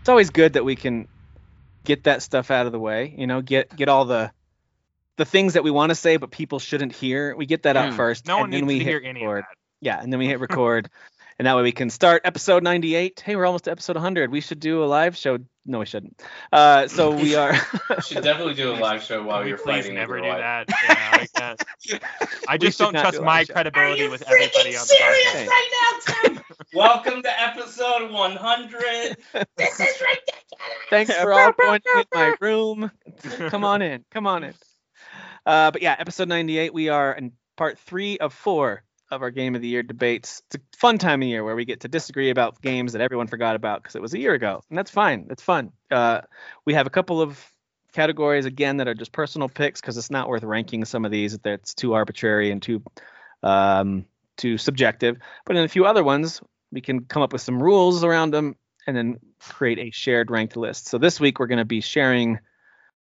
it's always good that we can get that stuff out of the way. You know, get get all the the things that we want to say but people shouldn't hear. We get that out Mm. first. No one and then needs we to hit hear any record. of that. Yeah, and then we hit record, and that way we can start episode 98. Hey, we're almost to episode 100. We should do a live show. No, we shouldn't. Uh, so we are. should definitely do a live show while Can we you're please fighting. never over do life. that. Yeah, I, can't. I We just should don't not trust do a my live show. credibility with everybody on the podcast. podcast. right now, Tim? Welcome to episode 100. This is ridiculous. Thanks for all pointing in my room. Come on in. Come on in. Uh, but yeah, episode 98. We are in part three of four of our game of the year debates. It's a fun time of year where we get to disagree about games that everyone forgot about because it was a year ago, and that's fine. That's fun. Uh, we have a couple of categories again that are just personal picks because it's not worth ranking some of these. That's too arbitrary and too um, too subjective. But in a few other ones, we can come up with some rules around them and then create a shared ranked list. So this week we're going to be sharing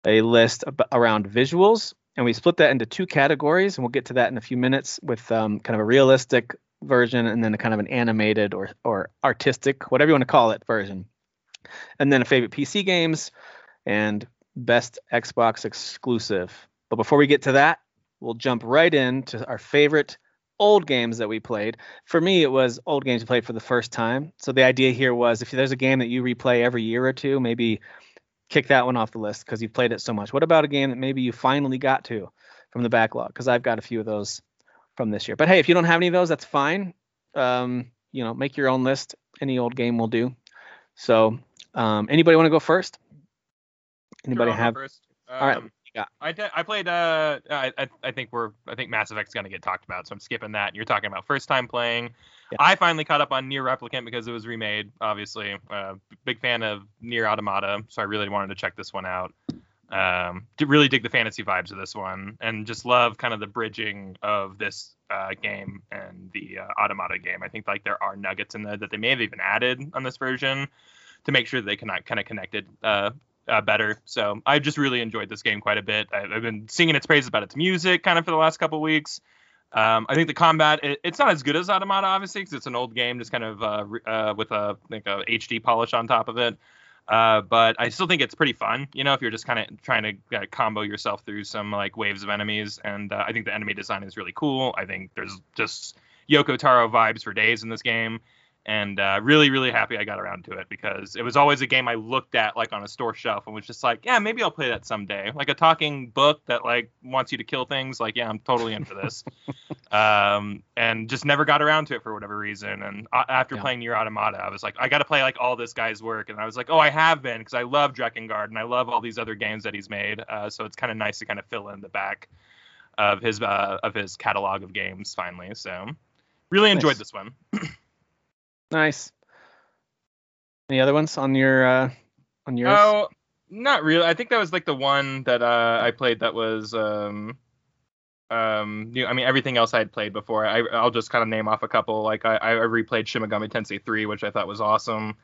a list ab- around visuals, and we split that into two categories, and we'll get to that in a few minutes with um, kind of a realistic version and then a kind of an animated or or artistic, whatever you want to call it, version, and then a favorite PC games and best Xbox exclusive. But before we get to that, we'll jump right into our favorite old games that we played for me, it was old games you played for the first time. So the idea here was if there's a game that you replay every year or two, maybe kick that one off the list because you've played it so much. What about a game that maybe you finally got to from the backlog? Because I've got a few of those from this year. But hey, if you don't have any of those, that's fine. Um, you know, make your own list. Any old game will do. So, um, anybody want to go first? Anybody Sure, I'll go have? first. right, Um, got? I, de- I played. Uh, I, I I think we're. I think Mass Effect's gonna get talked about, so I'm skipping that. You're talking about first time playing. Yeah. I finally caught up on Near Replicant because it was remade. Obviously, uh, big fan of Near Automata, so I really wanted to check this one out. Um, d- really dig the fantasy vibes of this one, and just love kind of the bridging of this uh, game and the uh, Automata game. I think like there are nuggets in there that they may have even added on this version to make sure that they can kind of connected uh, uh, better. So I just really enjoyed this game quite a bit. I, I've been singing its praises about its music kind of for the last couple weeks. Um, I think the combat it, it's not as good as Automata, obviously, because it's an old game, just kind of uh, re- uh, with a like a HD polish on top of it. Uh, but I still think it's pretty fun, you know, if you're just kind of trying to uh, combo yourself through some like waves of enemies. And uh, I think the enemy design is really cool. I think there's just Yoko Taro vibes for days in this game and uh, really really happy i got around to it because it was always a game i looked at like on a store shelf and was just like yeah maybe i'll play that someday like a talking book that like wants you to kill things like yeah i'm totally in for this um, and just never got around to it for whatever reason and a after Yeah. playing Nier automata i was like i gotta play like all this guy's work and i was like oh i have been because i love drakengard and i love all these other games that he's made uh, so it's kind of nice to kind of fill in the back of his uh, of his catalog of games finally so really enjoyed Nice. this one Nice. Any other ones on your uh, on yours? Oh, not really. I think that was like the one that uh, I played that was um um new. I mean, everything else I had played before. I I'll just kind of name off a couple. Like I I replayed Shimigami Tensei 3, which I thought was awesome.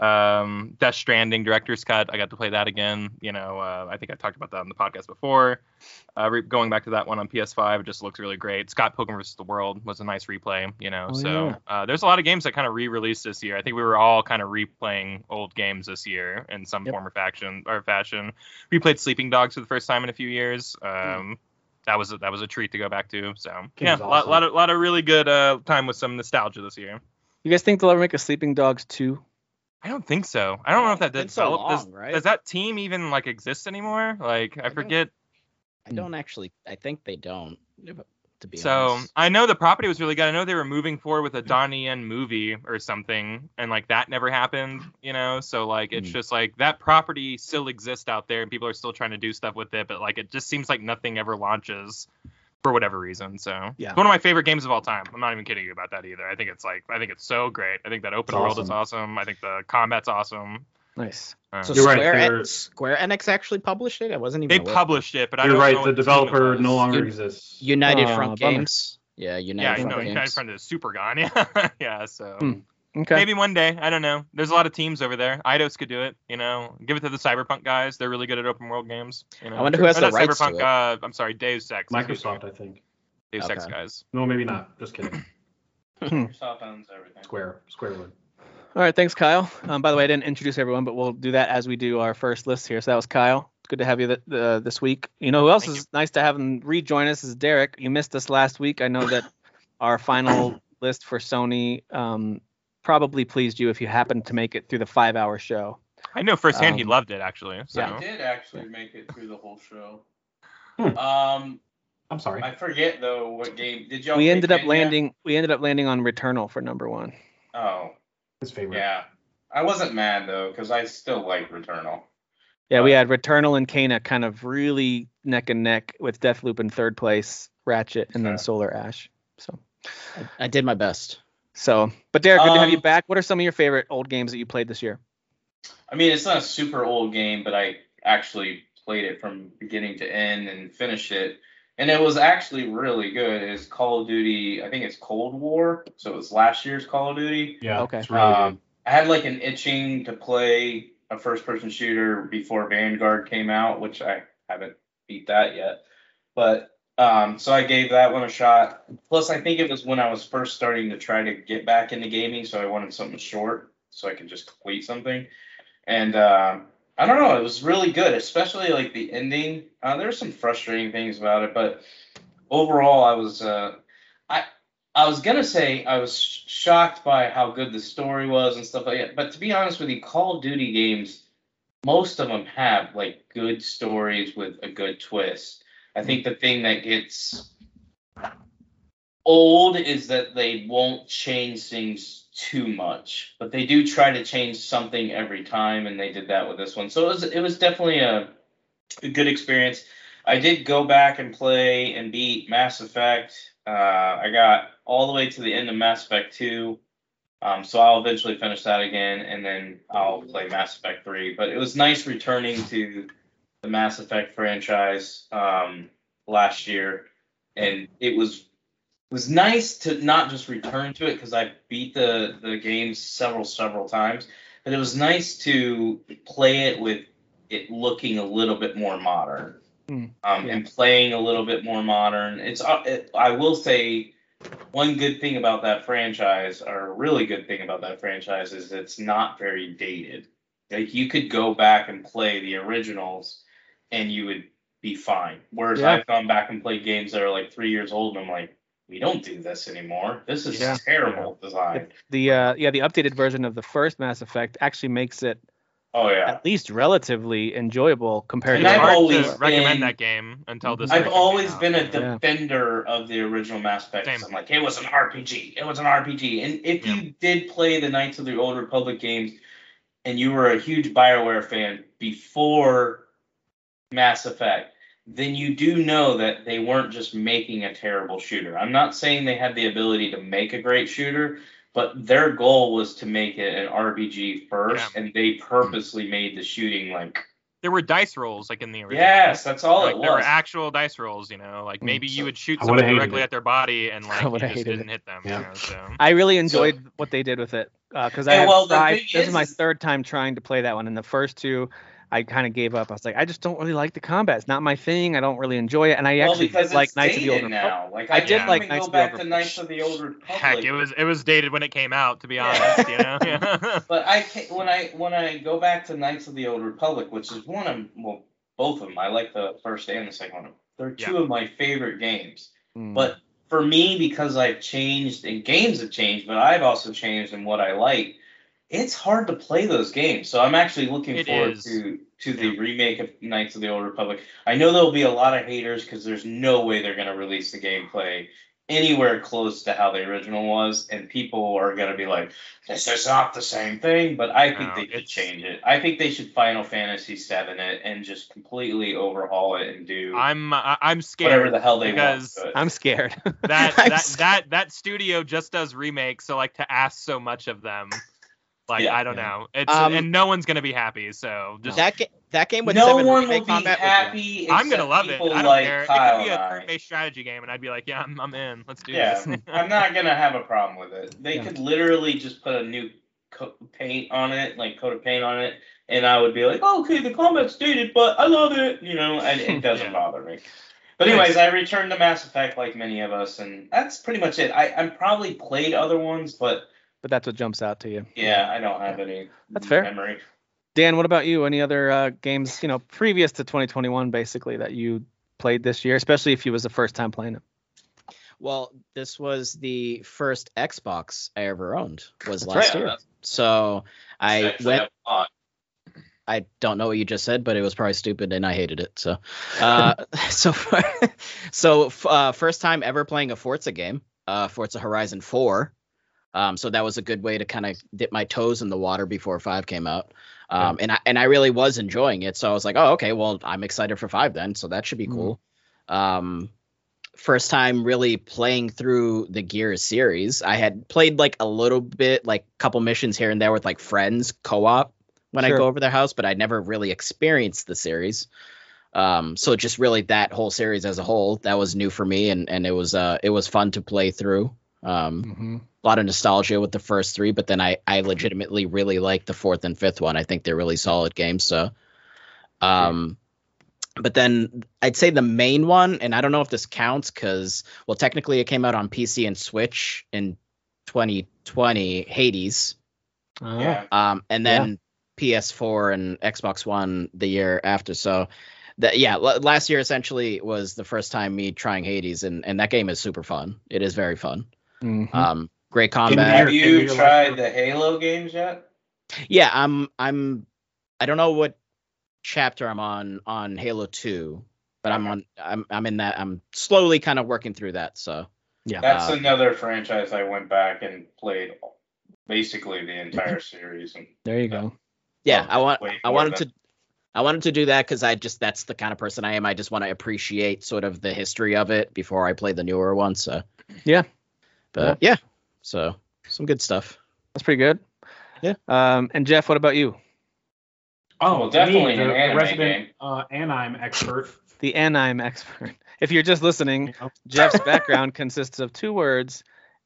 Um, Death Stranding director's cut. I got to play that again. You know, uh, I think I talked about that on the podcast before. Uh, re- going back to that one on PS5, it just looks really great. Scott Pilgrim vs. the World was a nice replay. You know, Oh, so yeah. uh, there's a lot of games that kind of re-released this year. I think we were all kind of replaying old games this year in some Yep. form or faction or fashion. We played Sleeping Dogs for the first time in a few years. Hmm. Um, That was a, that was a treat to go back to. So yeah, was a lot, awesome. lot of lot of really good uh, time with some nostalgia this year. You guys think they'll ever make a Sleeping Dogs 2? I don't think so. I don't know if that did It's so long, does, right? does that team even like exist anymore? Like I don't forget. I don't actually. I think they don't. To be So honest. I know the property was really good. I know they were moving forward with a Donnie Yen movie or something, and like that never happened, you know. So like it's Hmm. just like that property still exists out there, and people are still trying to do stuff with it, but like it just seems like nothing ever launches for whatever reason. So Yeah. it's one of my favorite games of all time. I'm not even kidding you about that either. I think it's like I think it's so great. I think that open It's world is awesome. I think the combat's awesome. Nice. Uh, So You're right, Square, En- they're- Square Enix actually published it. I wasn't even. they aware. published it, but I You're don't know right. what The team it developer was. no longer Dude, exists. United Uh, Oh, Front bummer. Games. Yeah, United Yeah, Front no, Games. United Front is super gone. Yeah, yeah. So. Hmm. Okay. Maybe one day. I don't know. There's a lot of teams over there. Eidos could do it. You know, give it to the Cyberpunk guys. They're really good at open world games. You know? I wonder who has Or the not rights to Cyberpunk. it. Uh, I'm sorry, Deus Ex. excuse me. Microsoft, I think. Deus Ex Okay. guys. No, maybe not. Just kidding. Square. Square would. All right, thanks, Kyle. Um, by the way, I didn't introduce everyone, but we'll do that as we do our first list here. So that was Kyle. Good to have you th- uh, this week. You know who else Thank is nice to have and rejoin us is Derek. You missed us last week. I know that our final list for Sony um, probably pleased you if you happened to make it through the five-hour show. I know firsthand he Um, loved it actually. So yeah. I did actually make it through the whole show. Um, I'm sorry. I forget though what game did y'all. We play ended up Kenya? landing. We ended up landing on Returnal for number one. Oh His favorite. yeah, I wasn't mad though because I still like Returnal. Yeah, Uh, we had Returnal and Kana kind of really neck and neck with Deathloop in third place, Ratchet, and then Okay. Solar Ash. So, I did my best. so, but Derek, good to have you Um, back. What are some of your favorite old games that you played this year? I mean, it's not a super old game, but I actually played it from beginning to end and finished it. And it was actually really good. It's Call of Duty, I think it's Cold War. So it was last year's Call of Duty. Yeah. Okay. It's really Um, I had like an itching to play a first person shooter before Vanguard came out, which I haven't beat that yet. But um, so I gave that one a shot. Plus, I think it was when I was first starting to try to get back into gaming, so I wanted something short so I could just complete something. And uh, I don't know, it was really good, especially like the ending. Uh, there were some frustrating things about it, but overall, I was uh, I I was gonna say I was sh- shocked by how good the story was and stuff like that. But to be honest with you, Call of Duty games, most of them have like good stories with a good twist. I think the thing that gets old is that they won't change things too much, but they do try to change something every time, and they did that with this one. So it was it was definitely a, a good experience. I did go back and play and beat Mass Effect. Uh, I got all the way to the end of Mass Effect 2. Um, so I'll eventually finish that again and then I'll play Mass Effect 3. But it was nice returning to the Mass Effect franchise um, last year. And it was was nice to not just return to it because I beat the, the games several, several times. But it was nice to play it with it looking a little bit more modern Hmm. um, and playing a little bit more modern. It's uh, it, I will say one good thing about that franchise, or a really good thing about that franchise, is it's not very dated. Like you could go back and play the originals, and you would be fine. Whereas Yeah. I've gone back and played games that are like three years old, and I'm like, we don't do this anymore. This is Yeah. terrible design. The uh, yeah, the updated version of the first Mass Effect actually makes it Oh yeah. at least relatively enjoyable compared And to. I've it's hard always to recommend been- that game until this. I've version always came out. been a Yeah. defender of the original Mass Effect. 'cause Same. I'm like, it was an RPG. It was an RPG. And if Yeah. you did play the Knights of the Old Republic games and you were a huge BioWare fan before Mass Effect, then you do know that they weren't just making a terrible shooter. I'm not saying they had the ability to make a great shooter, but their goal was to make it an RPG first, and they purposely made the shooting like, There were dice rolls like in the original. yes, that's all like, Oh, it there were was. actual dice rolls, you know. Like Mm. maybe you would shoot I someone would've hated directly it. at their body and like I you would've just hated didn't hit them. Yeah. You know, so. I really enjoyed what they did with it because I And had well, the tried- thing this is, my is- third time trying to play that one, and the first two I kind of gave up. I was like, I just don't really like the combat. It's not my thing. I don't really enjoy it, and I well, actually because like it's Knights of the Old dated Republic. now. Like I I, did didn't like even Knights go of the Old back to Republic. Knights of the Old Republic. Heck, it was it was dated when it came out, to be Yeah. honest. You know. Yeah. But I can't, when I when I go back to Knights of the Old Republic, which is one of well both of them. I like the first and the second one. They're two of my favorite games. Mm. But for me, because I've changed and games have changed, but I've also changed in what I like. It's hard to play those games, so I'm actually looking It forward is. to to the Yeah. remake of Knights of the Old Republic. I know there'll be a lot of haters because there's no way they're going to release the gameplay anywhere close to how the original was, and people are going to be like, "This is not the same thing." But I think No, they should it's- change it. I think they should Final Fantasy VII it and just completely overhaul it and do I'm I- I'm whatever scared the hell they because want. to it. I'm scared. that I'm that, scared. that that studio just does remakes, so like to ask so much of them, like Yeah. I don't know. It's Um, and no one's gonna be happy. So just That ga- that game with no seven one remake will be combat would happy. I'm except gonna love it. people I don't like care. Kyle it could be and a I. turn-based strategy game, and I'd be like, yeah, I'm, I'm in. Let's do Yeah. this. I'm not gonna have a problem with it. They Yeah. could literally just put a new coat paint on it, like coat of paint on it, and I would be like, oh, okay, the combat's dated, but I love it. You know, and it doesn't Yeah. bother me. But anyways, I returned to Mass Effect like many of us, and that's pretty much it. I I probably played other ones, but but that's what jumps out to you. Yeah, I don't have any That's fair. memory. Dan, what about you? Any other uh, games, you know, previous to 2021, basically that you played this year, especially if you was the first time playing it? Well, this was the first Xbox I ever owned. Was That's last right. year. So I Actually, went. have a lot. I don't know what you just said, but it was probably stupid, and I hated it. So, uh, so, for, so f- uh, first time ever playing a Forza game, uh, Forza Horizon Four. Um, so that was a good way to kind of dip my toes in the water before Five came out. Um, and I and I really was enjoying it. So I was like, oh, okay, well, I'm excited for Five then, so that should be Mhm. cool. Um, first time really playing through the Gears series. I had played like a little bit, like couple missions here and there with like friends co-op when I Sure. go over their house, but I never really experienced the series. Um, so just really that whole series as a whole, that was new for me, and and it was uh it was fun to play through. Um, Mm-hmm. a lot of nostalgia with the first three, but then I I legitimately really like the fourth and fifth one. I think they're really solid games. So, um, but then I'd say the main one, and I don't know if this counts because well, technically it came out on PC and Switch in 2020, Hades, Ah. Yeah. um, and Yeah. then PS4 and Xbox One the year after. So. That, yeah, l- last year essentially was the first time me trying Hades, and, and that game is super fun. It is very fun. Mm-hmm. Um, great combat. Have Here, give me you your tried last the Halo games yet? Yeah, I'm I'm I don't know what chapter I'm on on Halo 2, but I'm on I'm I'm in that I'm slowly kind of working through that, so. Uh, That's Um, another franchise I went back and played basically the entire series. And There you go. go. Yeah, I want Wait I for wanted them. to I wanted to do that cuz I just that's the kind of person I am. I just want to appreciate sort of the history of it before I play the newer one, so. Yeah. But yeah. So, some good stuff. That's pretty good. Yeah. Um, and Jeff, what about you? Oh, Oh, definitely me, an the anime resident game. uh, anime expert. The anime expert. If you're just listening, you know. Jeff's background consists of two words,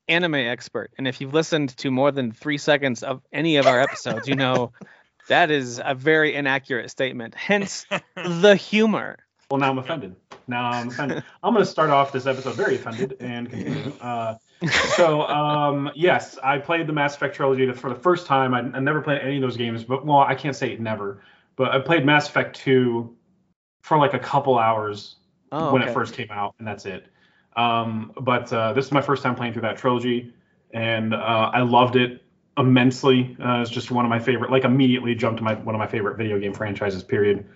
anime expert. And if you've listened to more than three seconds of any of our episodes, you know that is a very inaccurate statement. Hence the humor. Well, now I'm offended. Now I'm offended. I'm going to start off this episode very offended and continue. Uh, so, um, yes, I played the Mass Effect trilogy for the first time. I, I never played any of those games, but well, I can't say never. But I played Mass Effect 2 for like a couple hours Oh, when okay. it first came out, and that's it. Um, but uh, this is my first time playing through that trilogy, and uh, I loved it immensely. Uh, it's just one of my favorite. Like immediately jumped to my one of my favorite video game franchises. Period.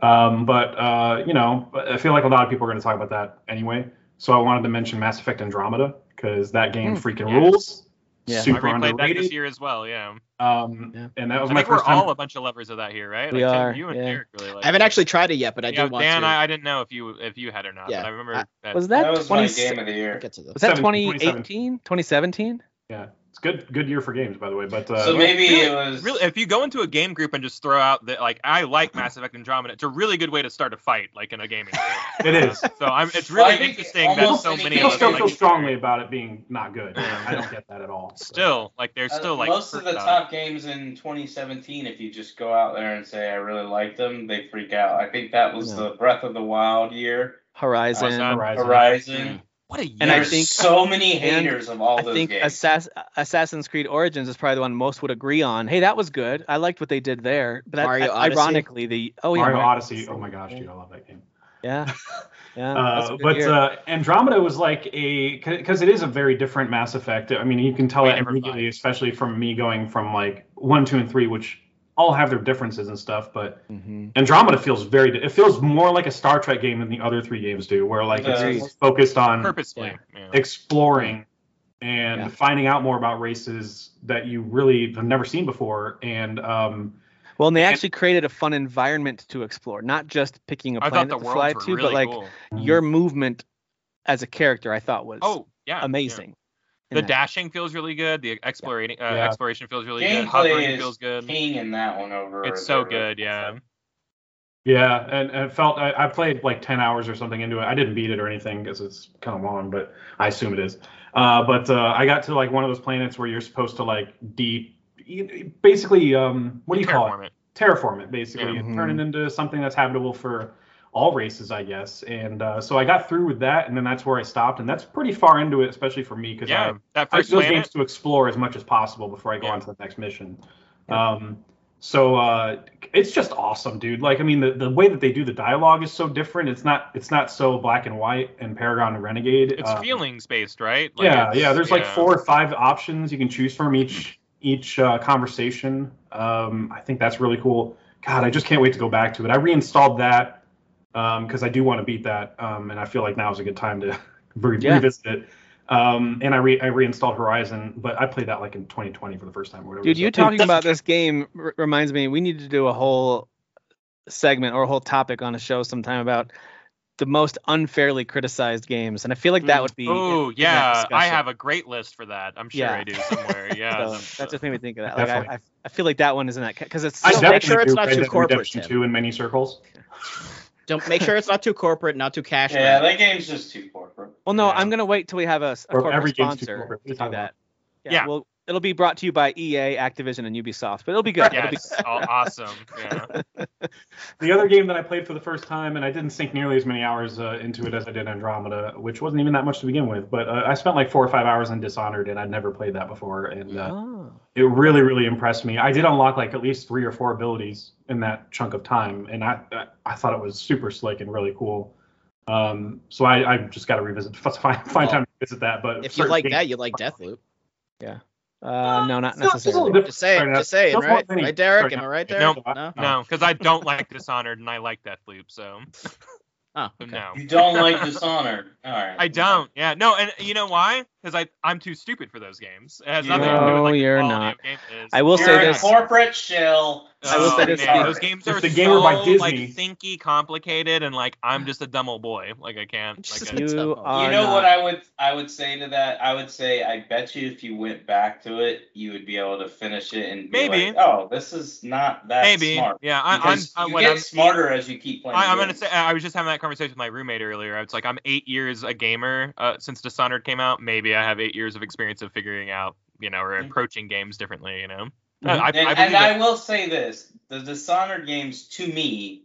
Um, but uh, you know, I feel like a lot of people are going to talk about that anyway. So I wanted to mention Mass Effect Andromeda because that game Hmm. freaking Yes. rules. Yeah. I Super replayed that underrated. this year as well. Yeah, Um, Yeah. and that was I my think we're first time. all a bunch of lovers of that here, right? We Tim, are, You and yeah. Derek really like I haven't it. actually tried it yet, but I yeah, do want Dan, to I, I didn't know if you if you had or not. Yeah. But I remember I- that. was That that, was my 20, game of the year. I'll get to this. was that 17, 2018 2017 yeah, it's good. Good year for games, by the way. But uh, So maybe really- it was. Really, if you go into a game group and just throw out that like I like Mass Effect Andromeda, it's a really good way to start a fight, like in a gaming group. It is. So I'm, it's Well, I really think interesting that almost so any many people of game us still group- like feel it. strongly about it being not good. Yeah. I don't get that at all. So- Still, like they're uh, still like most of hurt the about top games in 2017, if you just go out there and say I really like them, they freak out. I think that was No. the Breath of the Wild year, horizon Was that- Horizon. Horizon. it. What a And there I year! were think- so many Mm. and haters of all I those think games. Assass- Assassin's Creed Origins is probably the one most would agree on. Hey, that was good. I liked what they did there. But that- Mario that- Odyssey? ironically, the oh yeah, Mario Mario- Odyssey. Oh my gosh, dude, I love that game. yeah, yeah. that's a Uh, good but year. uh, Andromeda was like a because it is a very different Mass Effect. I mean, you can tell We that never immediately, fight. especially from me going from like one, two, and three, which all have their differences and stuff. But Mhm. Andromeda feels very. di- It feels more like a Star Trek game than the other three games do, where like Agreed. it's more focused on Purposefully. Yeah. exploring and Yeah. finding out more about races that you really have never seen before. And um, Well, and they actually created a fun environment to explore, not just picking a I thought planet the to worlds fly were to, really but like cool. your movement as a character, I thought was Oh yeah, yeah. amazing. in The that. dashing feels really good. The explorating uh, Yeah. exploration feels really good. Gameplay Hovering is feels good. King in that one over. It's so the- good. Yeah. Yeah, and, and it felt I, I played like ten hours or something into it. I didn't beat it or anything because it's kind of long, but I assume it is. Uh, but uh, I got to like one of those planets where you're supposed to like deep, you- basically, um, what do you call it? Terraform it. Terraform it, basically, Yeah. and turn it into something that's habitable for all races, I guess. And uh, so I got through with that, and then that's where I stopped, and that's pretty far into it, especially for me because yeah, that um, I like first those planet. games to explore as much as possible before I go Yeah. on to the next mission. Um, so uh, it's just awesome, dude. Like, I mean, the, the way that they do the dialogue is so different. It's not it's not so black and white and Paragon and Renegade. It's Uh, feelings based, right? yeah, it's- yeah. There's like yeah. four or five options you can choose from each each uh, conversation. Um, I think that's really cool. God, I just can't wait to go back to it. I reinstalled that because I do want to beat that, um, and I feel like now is a good time to re- Yeah. revisit it. Um, and I re- I reinstalled Horizon, but I played that like in 2020 for the first time. Or whatever. Dude, So- you talking about this game r- reminds me we need to do a whole segment or a whole topic on a show sometime about the most unfairly criticized games, and I feel like Mm. that would be. Oh in that yeah, I discussion. have a great list for that. I'm sure Yeah. I do somewhere. Yeah, So that's, that just made me think of that. Like, Definitely. I, I, I feel like that one is in that because it's. I so- Just make definitely sure it's do not Red too Dead corporate, Redemption Tim. Two in many circles. Don't make sure it's not too corporate, not too cash. Yeah, grab. that game's just too corporate. well, no, yeah. I'm gonna wait till we have a, s- a Or corporate every game's too sponsor corporate. What are to you do talking that. about? Yeah, Yeah. Well, it'll be brought to you by EA, Activision, and Ubisoft, but it'll be good. It'll be yes, aw- awesome. Yeah. The other game that I played for the first time, and I didn't sink nearly as many hours uh, into it as I did Andromeda, which wasn't even that much to begin with, but uh, I spent like four or five hours on Dishonored, and I'd never played that before, and uh, Oh. it really, really impressed me. I did unlock like at least three or four abilities in that chunk of time, and I I, I thought it was super slick and really cool. Um, so I, I just got to revisit, f- find find Well, time to visit that. But If you certain like games- that, you like Deathloop. Uh, no, not It's not- it's a necessarily. little different. Just saying, Fair enough. just saying, Don't right? want any- Right, Derek? Fair Am I right, Derek? enough. No. No, because I don't like Dishonored and I like Deathloop, so Oh, so okay. no. You don't like Dishonored. All right. I don't. Yeah, no, and you know why? Because I I'm too stupid for those games. It has nothing to do No, with like, the you're quality not. of game is. I will You're say a this. corporate shell. I will Oh, say this, man, Steve. those games If are the so game were by like Disney- thinky, complicated, and like I'm just a dumb old boy. Like I can't. Just Like, I, a- You are you know not- what I would I would say to that? I would say I bet you if you went back to it, you would be able to finish it and be Maybe. like, oh, this is not that maybe. smart. Yeah, I, I'm. Because I, you what get I'm smarter as you keep playing. I, I'm gonna games. say I was just having that conversation with my roommate earlier. It's like I'm eight years a gamer uh, since Dishonored came out. Maybe I have eight years of experience of figuring out, you know, or Mhm. approaching games differently. You know, Mhm. I, I, and, I believe and it. I will say this: the Dishonored games, to me,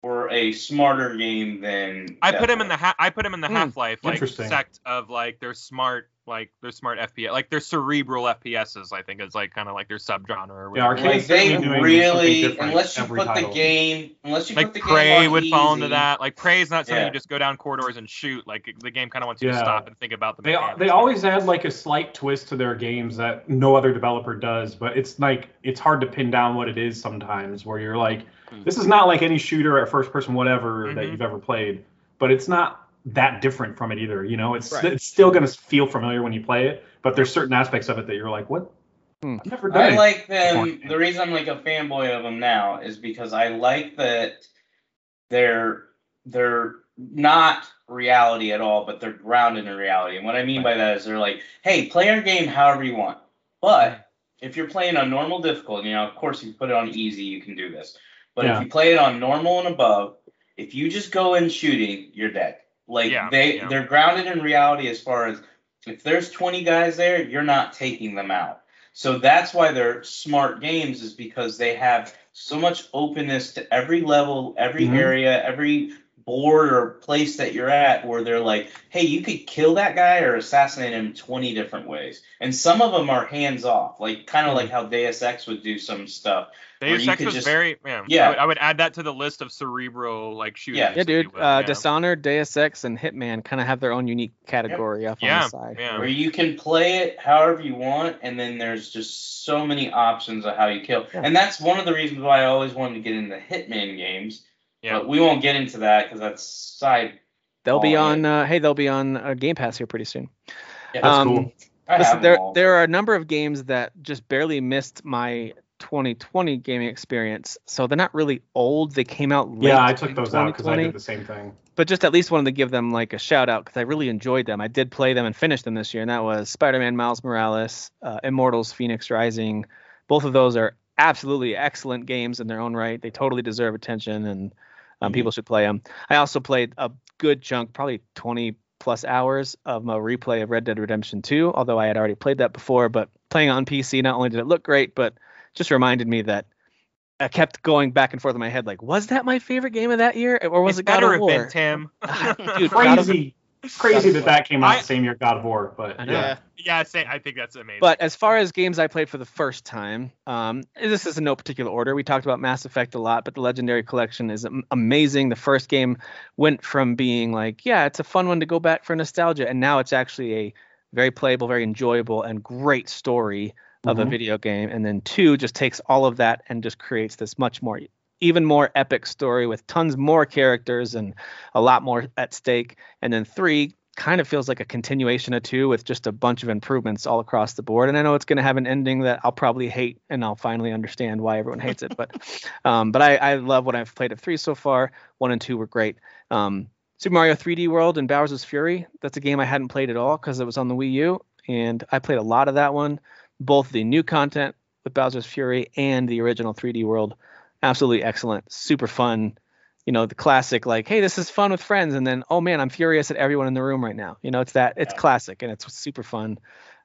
were a smarter game than. I put him in the ha- I put him in the Hmm, Half Life like interesting. sect of like they're smart like they're smart FPS like they're cerebral FPSs. I think is like kind of like their subgenre. Or Yeah, whatever. Arcane's Like they certainly doing something really, different unless you every put title. the game, unless you like put the game prey on would easy, fall into that. Like prey's not something Yeah. you just go down corridors and shoot. Like the game kind of wants you Yeah. to stop and think about the. They mechanics. they always add like a slight twist to their games that no other developer does, but it's like it's hard to pin down what it is sometimes. Where you're like, this is not like any shooter or first person whatever that Mhm. you've ever played, but it's not that different from it either. You know, it's Right. it's still gonna feel familiar when you play it, but there's certain aspects of it that you're like, what? Hmm. I've never done. I it." like Point. them. The reason I'm like a fanboy of them now is because I like that they're they're not reality at all, but they're grounded in reality. And what I mean by that is they're like, hey, play our game however you want, but if you're playing on normal difficulty, you know, of course, if you put it on easy, you can do this. But Yeah. if you play it on normal and above, if you just go in shooting, you're dead. Like Yeah, they yeah. they're grounded in reality as far as if there's 20 guys there, you're not taking them out. So that's why they're smart games is because they have so much openness to every level, every Mhm. area, every board or place that you're at where they're like, "Hey, you could kill that guy or assassinate him 20 different ways." And some of them are hands off, like kind of like how Deus Ex would do some stuff. where Deus you Ex could was just- very yeah. I Yeah. would, I would add that to the list of cerebral like shooters. Yeah, Yeah, if you dude. will, Uh, yeah. Dishonored, Deus Ex, and Hitman kind of have their own unique category off on Yeah, the side. yeah. Where you can play it however you want, and then there's just so many options of how you kill. Yeah. And that's one of the reasons why I always wanted to get into Hitman games. Yeah. But we won't get into that because that's side. They'll be Oh, yeah. on. Uh, hey, they'll be on uh, Game Pass here pretty soon. Yeah, That's Um, cool. I have Listen, them there all. there are a number of games that just barely missed my 2020 gaming experience, so they're not really old. They came out late. Yeah, I took in those out because I 2020, did the same thing. But just at least wanted to give them like a shout out because I really enjoyed them. I did play them and finish them this year, and that was Spider-Man, Miles Morales, uh, Immortals, Phoenix Rising. Both of those are absolutely excellent games in their own right. They totally deserve attention, and um, Mm-hmm. people should play them. I also played a good chunk, probably 20 plus hours of a replay of Red Dead Redemption 2, although I had already played that before. But playing on PC, not only did it look great, but just reminded me that I kept going back and forth in my head, like, was that my favorite game of that year, or was it's it God better of if War? been Tim. Dude, God of- Crazy, crazy that that came out I- the same year God of War, but I know. yeah. Yeah. yeah, say, I think that's amazing. But as far as games I played for the first time, um, this is in no particular order. We talked about Mass Effect a lot, but the Legendary Collection is am- amazing. The first game went from being like, yeah, it's a fun one to go back for nostalgia, and now it's actually a very playable, very enjoyable, and great story of a Mhm. video game. And then two just takes all of that and just creates this much more, even more epic story with tons more characters and a lot more at stake. And then three kind of feels like a continuation of two with just a bunch of improvements all across the board. And I know it's going to have an ending that I'll probably hate and I'll finally understand why everyone hates it. But um, but I, I love what I've played of three so far. One and two were great. Um, Super Mario 3D World and Bowser's Fury. That's a game I hadn't played at all because it was on the Wii U. And I played a lot of that one, both the new content with Bowser's Fury and the original 3D World. Absolutely excellent. Super fun you know the classic like hey this is fun with friends and then oh man i'm furious at everyone in the room right now you know it's that it's Yeah. classic and it's super fun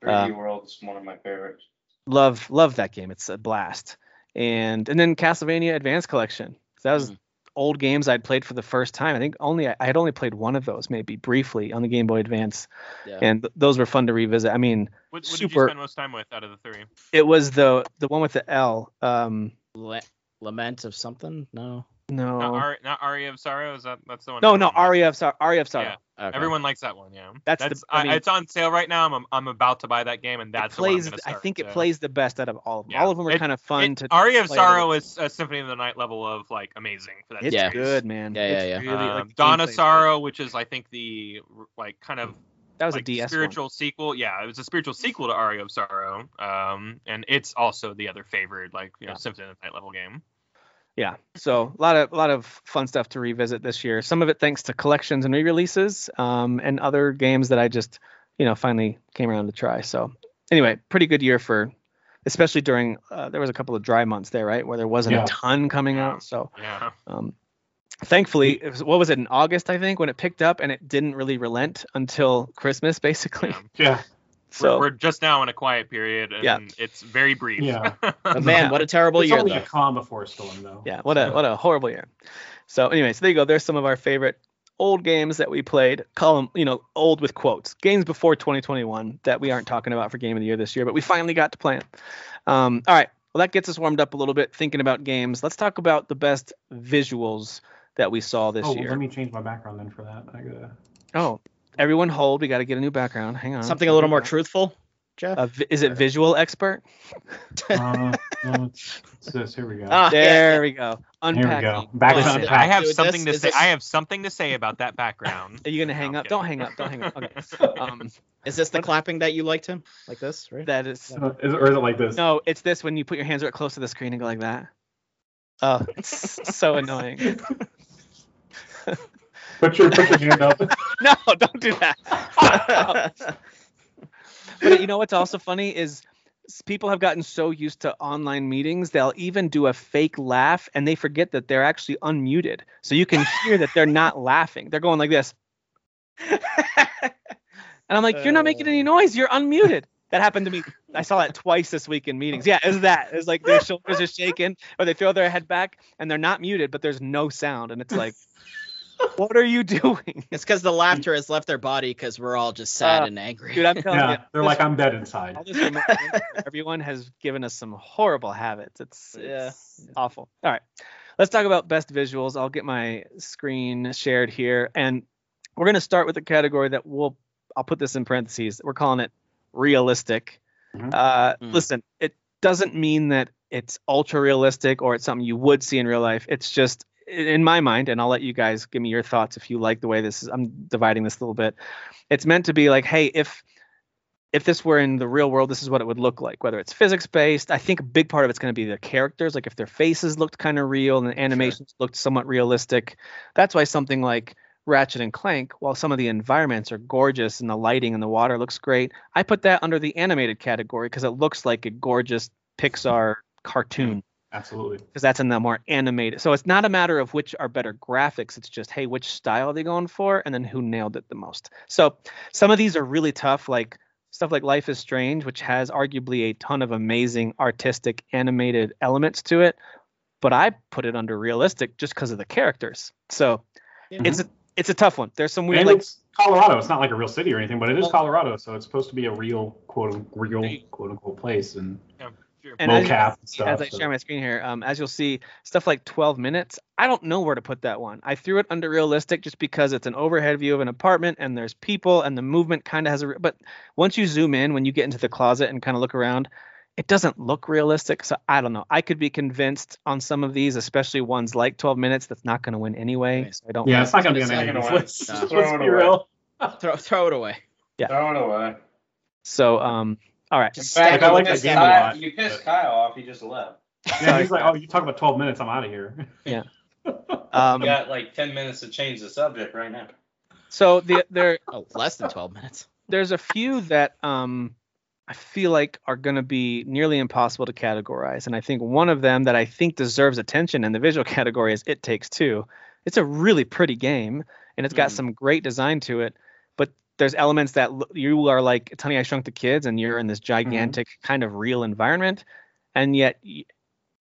3D World's one of my favorites. love love that game it's a blast and and then castlevania advanced collection so that was Mm-hmm. old games i'd played for the first time i think only i had only played one of those maybe briefly on the game boy advance Yeah. and th- those were fun to revisit i mean what, what did you super- spend most time with out of the three? it was the the one with the l um Le- Lament of something? No. no Not, Ari, not Aria of Sorrow? Is that that's the one? Oh. no I'm no thinking of. aria of sorrow aria of sorrow Yeah. Okay. Everyone likes that one, yeah. That's the- that's I mean- it's on sale right now. I'm I'm about to buy that game, and it that's the one I'm plays gonna i start, think it so. plays the best out of all of them Yeah. all of them are It- kind of fun It- to Aria of play a little Sorrow is a Symphony of the Night level of like amazing for that. It's Yeah. series. good, man. Yeah, It's yeah, yeah. Really, um, like, the Dawn of gameplay is Sorrow, which is I think the like kind of good. That was like a DS spiritual sequel. Yeah, it was a spiritual sequel to Aria of Sorrow. Um, and it's also the other favorite like you know Yeah. Symphony of the Night level game. one. Yeah. So a lot of a lot of fun stuff to revisit this year. Some of it thanks to collections and re-releases, um, and other games that I just, you know, finally came around to try. So anyway, pretty good year for, especially during uh, there was a couple of dry months there, right, where there wasn't Yeah. a ton coming out. So Yeah. um, thankfully, it was, what was it in August I think when it picked up and it didn't really relent until Christmas basically. Yeah. Yeah, So we're, we're just now in a quiet period, and Yeah. it's very brief. yeah. But man, what a terrible it's year only though. a calm before a storm, though. Yeah, what a what a horrible year. So anyway, so there you go. There's some of our favorite old games that we played. Call them, you know, old with quotes. Games before 2021 that we aren't talking about for game of the year this year, but we finally got to play them. Um, all right. Well, that gets us warmed up a little bit thinking about games. Let's talk about the best visuals that we saw this Oh, year. let me change my background then for that. I gotta... oh, everyone hold. We got to get a new background. Hang on. Something a little more truthful, Jeff. A vi- is it visual expert? Uh, no, it's, it's this. Here we go. Ah, yeah, There yeah. we go. Here we Uh, Unpacking. go. Back Listen, to Listen, unpack. I have Dude, this something to is say. a- I have something to say about that background. Are you gonna hang No, up? I'm Don't kidding. hang up. Don't hang up. Okay. Um, Is this the clapping that you liked him? Like this, right? that is Uh, is, or is it like this? No, it's this when you put your hands right close to the screen and go like that. Oh, it's so annoying. Put your put your hand up. No, don't do that. Oh. but you know what's also funny is s- people have gotten so used to online meetings, they'll even do a fake laugh and they forget that they're actually unmuted. So you can hear that they're not laughing. They're going like this. And I'm like, you're not making Uh. any noise. You're unmuted. That happened to me. I saw that twice this week in meetings. Yeah, is that? It's like their shoulders are shaking, or they throw their head back, and they're not muted, but there's no sound, and it's like, what are you doing, It's because the laughter has left their body because we're all just sad Uh, and angry. dude? I'm telling you, yeah, they're this- like I'm dead inside. all this remote thing, everyone has given us some horrible habits. It's, Yeah. it's awful. All right. Let's talk about best visuals. I'll get my screen shared here. And we're going to start with a category that we'll, I'll put this in parentheses. We're calling it realistic. Mhm. Uh, Mm. Listen, it doesn't mean that it's ultra realistic or it's something you would see in real life. It's just, i- in my mind, and I'll let you guys give me your thoughts if you like the way this is. I'm dividing this a little bit. It's meant to be like, hey, if if this were in the real world, this is what it would look like, whether it's physics based. I think a big part of it's going to be the characters, like if their faces looked kind of real and the animations looked somewhat realistic. That's why something like Ratchet and Clank, while some of the environments are gorgeous and the lighting and the water looks great, I put that under the animated category because it looks like a gorgeous Pixar cartoon Absolutely. because that's in the more animated. So it's not a matter of which are better graphics. It's just, hey, which style are they going for? And then who nailed it the most? So some of these are really tough, like stuff like Life is Strange, which has arguably a ton of amazing artistic animated elements to it. but I put it under realistic just because of the characters. So Yeah. it's a it's a tough one. There's some weird and like it's Colorado. It's not like a real city or anything, but it is Well- Colorado, so it's supposed to be a real quote real Hey. quote unquote place and Yeah, sure. And low as- cap and stuff. as I so- share my screen here, um, as you'll see, stuff like 12 minutes. I don't know where to put that one. I threw it under realistic just because it's an overhead view of an apartment and there's people and the movement kind of has a. re- But once you zoom in, when you get into the closet and kind of look around, it doesn't look realistic. So I don't know. I could be convinced on some of these, especially ones like 12 minutes, that's not going to win anyway. Right. So I don't. yeah, it's not gonna be It's on not any of gonna these work. lists. Nah. Let's be Throw it away. real. Throw throw it away. Throw it away. So um, all right. In Like, fact, I you like that pissed game a Kyle- lot, You pissed but- Kyle off. He just left. Yeah, he's like, oh, you talk about 12 minutes, I'm out of here. Um, We got like ten minutes to change the subject right now. So the there Oh, less than 12 minutes. there's a few that um I feel like are going to be nearly impossible to categorize, and I think one of them that I think deserves attention in the visual category is It Takes Two. It's a really pretty game, and it's got Mm. some great design to it, but there's elements that l- you are like Tony, I Shrunk the Kids, and you're in this Mm-hmm. gigantic kind of real environment, and yet y-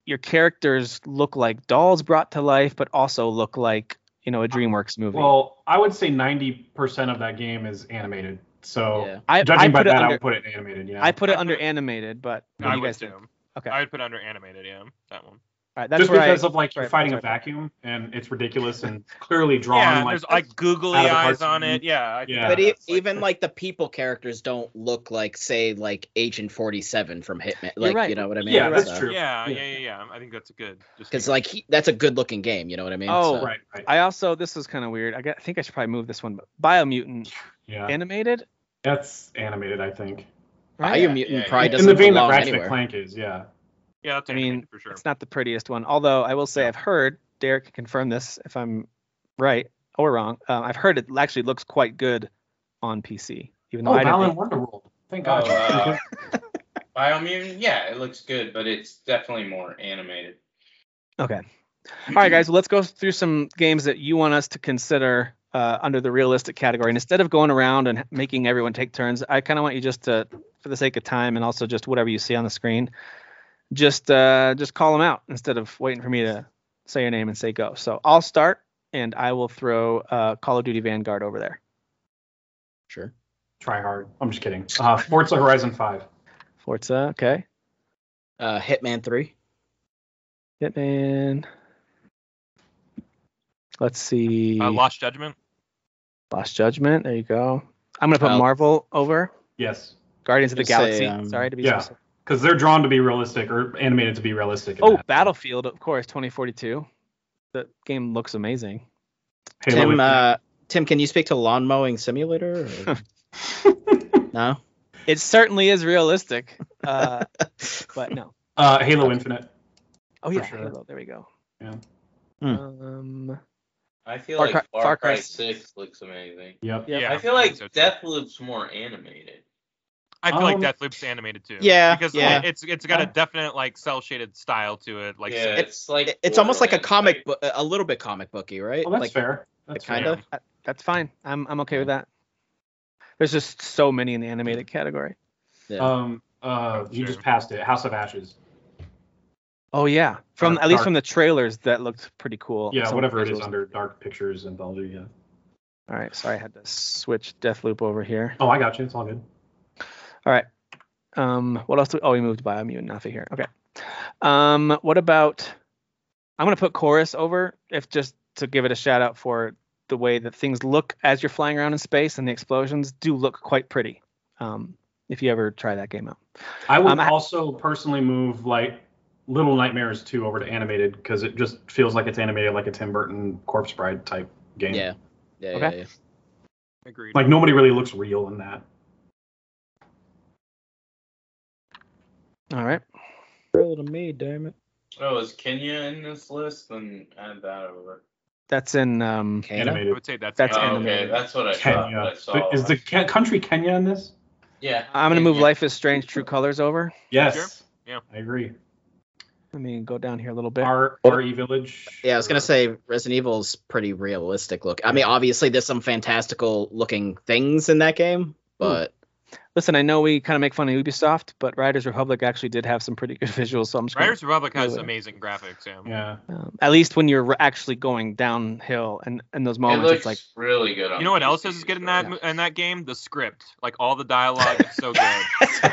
your characters look like dolls brought to life, but also look like you know a DreamWorks movie. Uh, Well, I would say 90% of that game is animated. So Yeah. I, judging I by put it that, I under, would put it in animated. You know? I put I it put under it- animated, but what I do you would guys too. think? Okay. I would put under animated. Yeah, that one. All right, that's Just where because I, of like you're right, fighting a that's vacuum and it's ridiculous and clearly drawn yeah, like there's like googly out of the eyes cartoon. on it. Yeah. I think Yeah. but e- that's, even like the people characters don't look like, say, like Agent 47 from Hitman. Like, You're right. you know what I mean? yeah, that's So- true. yeah, yeah, yeah, yeah. I think that's a good. just Because like he, that's a good looking game, you know what I mean? Oh, So- Right, right. I also this is kind of weird. I, got, I think I should probably move this one. But Biomutant Yeah, animated, that's animated, I think. right? Bio Yeah, Mutant yeah, probably yeah. in doesn't the vein that belong Ratchet anywhere. and Clank is, yeah. yeah, that's I mean, animated for sure. It's not the prettiest one. Although I will say I've heard Derek can confirm this if I'm right or wrong. Um, I've heard it actually looks quite good on PC, even though oh, I don't. Alan think- Wonderworld. Thank Oh, God. uh, Biomutant, yeah, it looks good, but it's definitely more animated. Okay. All right, guys. Well, let's go through some games that you want us to consider uh, under the realistic category. And instead of going around and making everyone take turns, I kind of want you just to, for the sake of time and also just whatever you see on the screen, just uh, just call them out instead of waiting for me to say your name and say go. So I'll start, and I will throw uh, Call of Duty Vanguard over there. Sure. Try hard. I'm just kidding. Uh, Forza Horizon 5. Forza, okay. Uh, Hitman 3. Hitman. Let's see. uh, Lost Judgment. Lost Judgment. There you go. I'm gonna put Uh, Marvel over. Yes, Guardians of the Just say, Galaxy. um, Sorry to be yeah. specific. because they're drawn to be realistic or animated to be realistic. in Oh, that. Battlefield, of course, 2042. The game looks amazing. Halo Tim, Infinite. uh, Tim, can you speak to lawn mowing simulator? or- no. It certainly is realistic, uh, but no. Uh, Halo Infinite. Oh For yeah, sure. Halo. There we go. Yeah. Hmm. Um, I feel Far like Cry- Far, Far Cry Cry 6 looks amazing. Yep. Yeah. Yeah, I feel like so too. Deathloop's more animated. I feel like Um, Deathloop's animated too. Yeah, because yeah. it- it's it's got a Yeah. definite like cell shaded style to it. Like yeah, it- it's like It- It's almost like a Borderlands, comic right? book, a little bit comic booky, right? Well, Oh, that's like fair. That's kind fair. of. I- Oh, that's fine. I'm I'm okay with that. There's just so many in the animated category. Yeah. Um, uh, you Sure. just passed it. House of Ashes. Oh yeah, from Dark- at least dark. from the trailers that looked pretty cool. Yeah, Some whatever it is visuals. under Dark Pictures and Belgium. Yeah. All right, sorry I had to switch Deathloop over here. Oh, I got you. It's all good. All right. Um, what else? Do we, oh, we moved Biomutant off of here. Okay. Um, what about? I'm gonna put Chorus over if just to give it a shout out for the way that things look as you're flying around in space and the explosions do look quite pretty. Um, if you ever try that game out. I would Um, I- also personally move like Little Nightmares 2 over to animated because it just feels like it's animated like a Tim Burton Corpse Bride type game. yeah. Yeah, Okay. yeah, yeah. agreed. Like nobody really looks real in that. All right. to me, damn it. Oh, is Kenya in this list? Then add that over. That's in. Um, I Animated. would say that's That's oh, animated. Okay, that's what I thought. Kenya. I saw uh, Is the Ke- country Kenya in this? yeah. I'm gonna move Kenya. Life is Strange True Colors over. Yes. Sure. Yeah. I agree. Let me go down here a little bit. R RE Village. Yeah, I was or- gonna say Resident Evil's pretty realistic look. I mean, obviously there's some fantastical looking things in that game, but listen, I know we kind of make fun of Ubisoft, but Riders Republic actually did have some pretty good visuals. So I'm just gonna- Riders Republic has Yeah. amazing graphics. Yeah. Yeah. um, at least when you're actually going downhill and in those It moments, looks it's like really good. On You know what else PC, is good in so- that mo- in that game? The script, like all the dialogue is so good.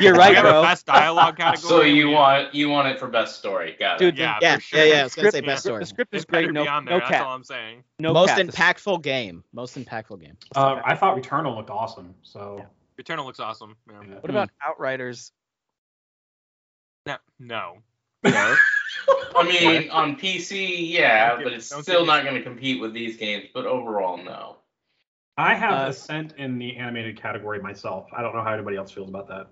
you're we right, have a bro. best dialogue category. So you we- want you want it for best story, got Dude, it. Yeah, yeah, for sure. yeah, yeah. I was gonna say Script- best story. The script is It better great. No, be on there. no That's all cap. I'm saying. No Most cap. impactful game. Most impactful game. Uh, I thought Returnal looked awesome. So Returnal looks awesome. Yeah. yeah. What about Outriders? No. I mean, on PC, yeah, Don't get- but it's don't still get- not going to compete with these games. But overall, no. I have Uh, Ascent in the animated category myself. I don't know how anybody else feels about that.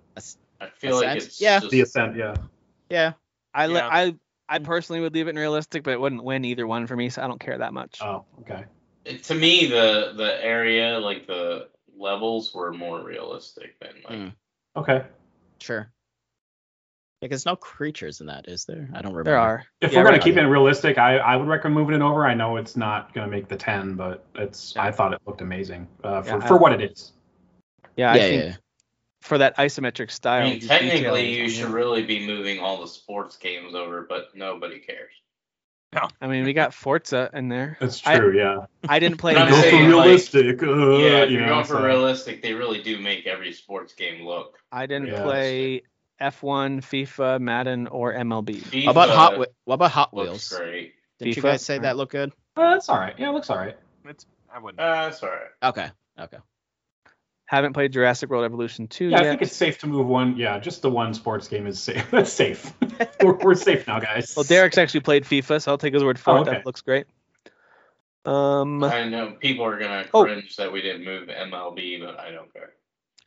I feel like Ascent? it's Yeah. just- The Ascent, yeah. Yeah. I li- Yeah. I I personally would leave it in realistic, but it wouldn't win either one for me, so I don't care that much. Oh, okay. it- to me the the area like the levels were more realistic than like Mm. Okay. Sure. Like, there's no creatures in that, is there? I don't remember. there are. If Yeah, we're gonna right. keep it realistic, I, I would recommend moving it over. I know it's not gonna make the ten, but it's I thought it looked amazing uh, for, Yeah, I- for what it is. Yeah, Yeah, I yeah, think yeah. for that isometric style. I mean, these technically, you details, I should mean- really be moving all the sports games over, but nobody cares. I mean, we got Forza in there. That's I- true, yeah. I didn't play. But I'm Go for Forza. saying, like- realistic. uh, yeah, if you you're know, going for so- realistic, they really do make every sports game look. I didn't Yeah. play F1, FIFA, Madden, or MLB. FIFA How about Hot uh, Whe- What about Hot looks Wheels? great. Didn't you FIFA? guys say that looked good? Uh, it's all right. Yeah, it looks all right. It's I wouldn't. Uh, sorry. Okay. Okay. Haven't played Jurassic World Evolution 2 Yeah, I yet. think it's safe to move one. Yeah, just the one sports game is safe. That's safe. we're, we're safe now, guys. Well, Derek's actually played FIFA, so I'll take his word for Oh, it. okay. That looks great. Um, I know people are gonna Oh. cringe that we didn't move MLB, but I don't care.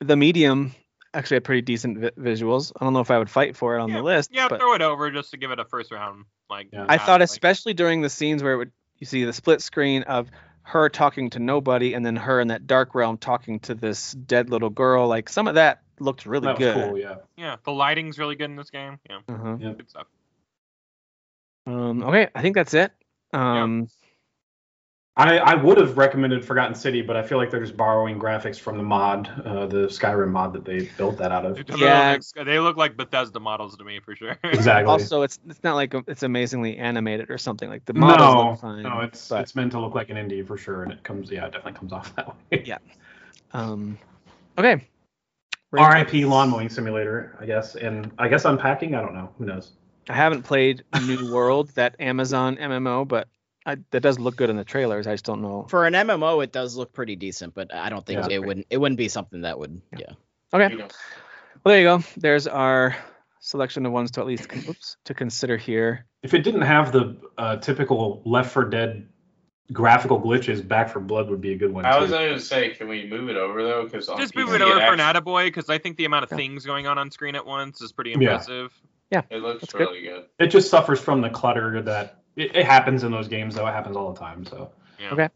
the medium actually had pretty decent vi- visuals. I don't know if I would fight for it on the list, Yeah, but throw it over just to give it a first round. Like Yeah. I pass, thought, like- especially during the scenes where it would, you see the split screen of her talking to nobody, and then her in that dark realm talking to this dead little girl. Like some of that looked really that was good. cool. Yeah. yeah, the lighting's really good in this game. Yeah, Uh-huh. good stuff. Um, okay, I think that's it. Um, I, I would have recommended Forgotten City, but I feel like they're just borrowing graphics from the mod, uh, the Skyrim mod that they built that out of. They look Yeah. like- they look like Bethesda models to me for sure. Exactly. Also, it's it's not like it's amazingly animated or something. Like the models no, look fine. no, it's but- it's meant to look like an indie for sure, and it comes, yeah, it definitely comes off that way. Yeah. Um, okay. We're- R.I.P. Lawn Mowing Simulator, I guess, and I guess unpacking. I don't know. Who knows? I haven't played New World, that Amazon MMO, but I, that does look good in the trailers. I just don't know. For an MMO, it does look pretty decent, but I don't think Yeah. it wouldn't. It wouldn't be something that would. Yeah. Okay. You know, Well, there you go. There's our selection of ones to at least con- oops, to consider here. If it didn't have the uh, typical Left for Dead graphical glitches, Back for Blood would be a good one. I too. was gonna say, can we move it over though? Because just PC, move it over for an actually- attaboy because I think the amount of Yeah. things going on on screen at once is pretty Yeah. impressive. It looks That's good. really good. it just suffers from the clutter that it, it happens in those games though it happens all the time so Yeah. Okay.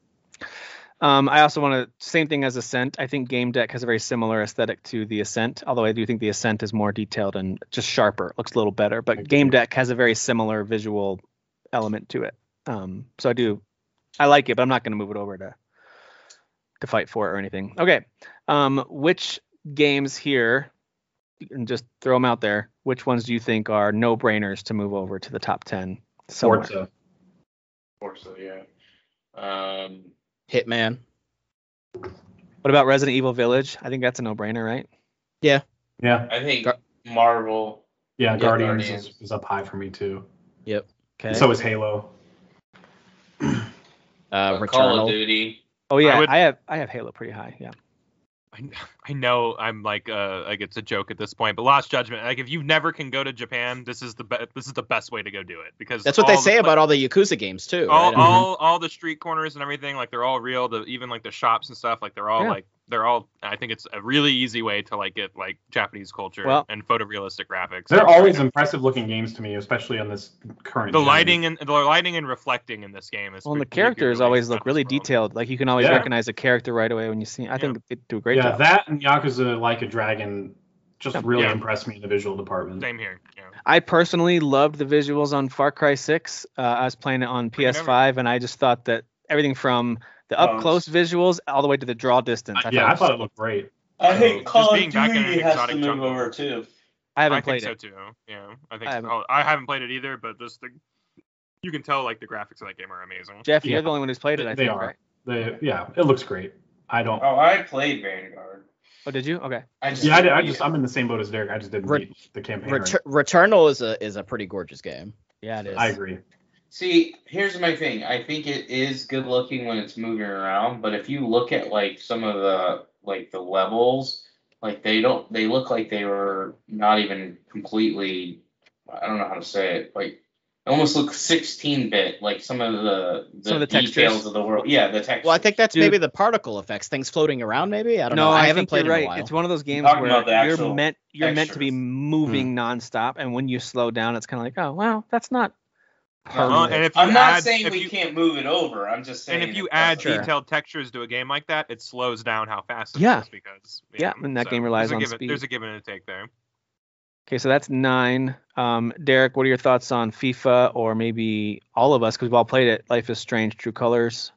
Um, I also want to same thing as Ascent. I think Game Deck has a very similar aesthetic to the Ascent, although I do think the Ascent is more detailed and just sharper, looks a little better. But Agreed. Game Deck has a very similar visual element to it. Um, so I do, I like it, but I'm not going to move it over to to fight for it or anything. Okay, um, which games here? And just throw them out there. Which ones do you think are no brainers to move over to the top ten? somewhere? Forza. Forza, yeah. Um, Hitman. What about Resident Evil Village? I think that's a no-brainer, right? yeah I think Gar- Marvel. yeah, Yeah, guardians, Guardians. Is, is up high for me too Okay. so is halo Uh, Call of Returnal. Duty. Oh yeah, I, I would- have I have Halo pretty high. Yeah. I, I know I'm like uh like it's a joke at this point, but Lost Judgment. Like if you never can go to Japan, this is the be- this is the best way to go do it because That's what they all the say pla- about all the Yakuza games too. all, right? Mhm. Mm-hmm. all all the street corners and everything like they're all real the even like the shops and stuff like they're all Yeah. like they're all i think it's a really easy way to like get like japanese culture Well- and photorealistic graphics they're Like, always impressive looking games to me especially on this current the gen. lighting and the lighting and reflecting in this game is Well, and the pretty- pretty good characters way to always set look this really world. detailed. Like you can always Yeah. recognize a character right away when you see. I think they do a great yeah job. that and yakuza like a dragon just Yeah. really Yeah. impressed me in the visual department same here yeah. I personally loved the visuals on Far Cry 6. Uh, I was playing it on Bring it over. PS5, and I just thought that everything from the Oh, up close visuals all the way to the draw distance. Um, yeah i was- thought it looked great I So, think just Call of being back in an Duty has to exotic move jungle. over too. I haven't I played think it. so too. Yeah, I think I I haven't. haven't, I haven't played it either, but just the you can tell like the graphics of that game are amazing. Jeff, you're Yeah. the only one who's played it. I They think. are. Right? They, yeah, it looks great. I don't. Oh, I played Vanguard. Oh, did you? Okay. I just yeah, I, did, I just I'm in the same boat as Derek. I just didn't Re- beat the campaign. or Retur- Returnal is a is a pretty gorgeous game. Yeah, it is. anything. I agree. See, here's my thing. I think it is good looking when it's moving around, but if you look at like some of the like the levels, like they don't they look like they were not even completely I don't know how to say it. Like it almost looks 16 bit, like some of the the, Some of the details textures. of the world. Yeah, the textures. Well, I think that's Dude. maybe the particle effects, things floating around. Maybe I don't know. no, I, I, haven't think played it you're in a right. while. It's one of those games Talking where about the you're actual Hmm. meant you're meant to be textures. moving nonstop, and when you slow down, it's kind of like, oh wow, that's not. No, Uh, permanent. and if you I'm not add- saying if we you- can't move it over. I'm just saying And if you it add doesn't. Sure. detailed textures to a game like that, it slows down how fast uh, it Yeah. is because Yeah, and that game relies there's a on give and- speed. There's a give and a take there. Okay, so that's nine. Um, Derek, what are your thoughts on FIFA or maybe all of us because we've all played it? Life is Strange, True Colors.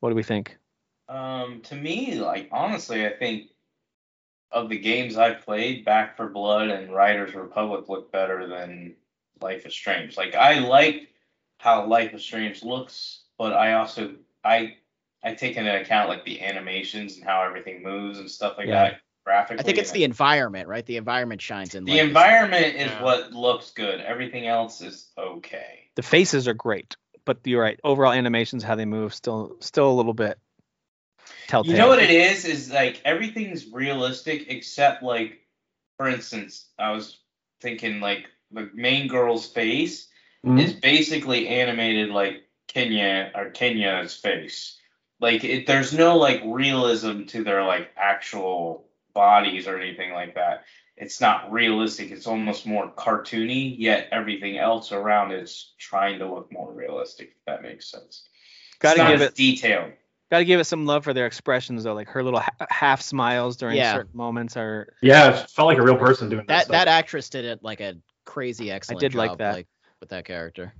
What do we think? Um, to me, like honestly, I think of the games I've played, Back for Blood and Riders Republic look better than Life is Strange. Like I like how Life is Strange looks, but I also I I take into account like the animations and how everything moves and stuff like Yeah. that graphically. I think it's and the environment, right? The environment shines in. the like, this- environment is Yeah. what looks good. Everything else is okay. The faces are great, but you're right. Overall animations, how they move, still still a little bit telltale. You know what it is? Is like everything's realistic except like, for instance, I was thinking like the main girl's face Mm-hmm. is basically animated like Kenya or Kenya's face. Like it, there's no like realism to their like actual bodies or anything like that. It's not realistic. It's almost more cartoony. Yet everything else around it's trying to look more realistic. If that makes sense. Gotta it's not give as it detailed. gotta give it some love for their expressions though. Like her little ha- half smiles during Yeah. certain moments are. Yeah, it felt like a real person doing that that. that actress did it like a crazy excellent. did like job, that. with that character.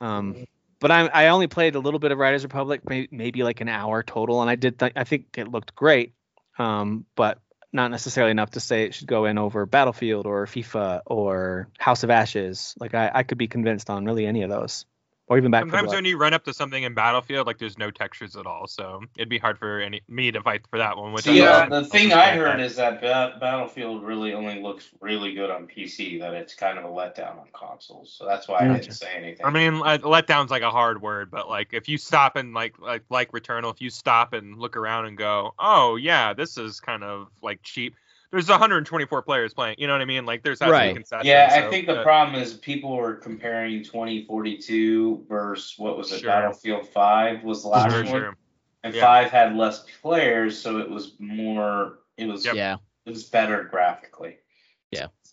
Um, but I I only played a little bit of Riders Republic, maybe, maybe like an hour total, and I did th- I think it looked great, um, but not necessarily enough to say it should go in over Battlefield or FIFA or House of Ashes. Like I, I could be convinced on really any of those, or even back. for Sometimes Blood. when you run up to something in Battlefield, like there's no textures at all, so it'd be hard for any me to fight for that one. Which See, I uh, love. the I'll thing just I play heard that. is that ba- Battlefield really only looks really good on PC. That it's kind of a letdown on consoles, so that's why I Gotcha. didn't say anything. I mean, uh, letdown's like a hard word, but like if you stop and like like like Returnal, if you stop and look around and go, oh yeah, this is kind of like cheap. There's 124 players playing. You know what I mean? Like there's has to be Right. concessions, yeah, I so, think the uh, problem is people were comparing 2042 versus what was it? Sure. Battlefield 5 was the last sure, one, sure. and yeah. 5 had less players, so it was more. It was Yeah. it was better graphically.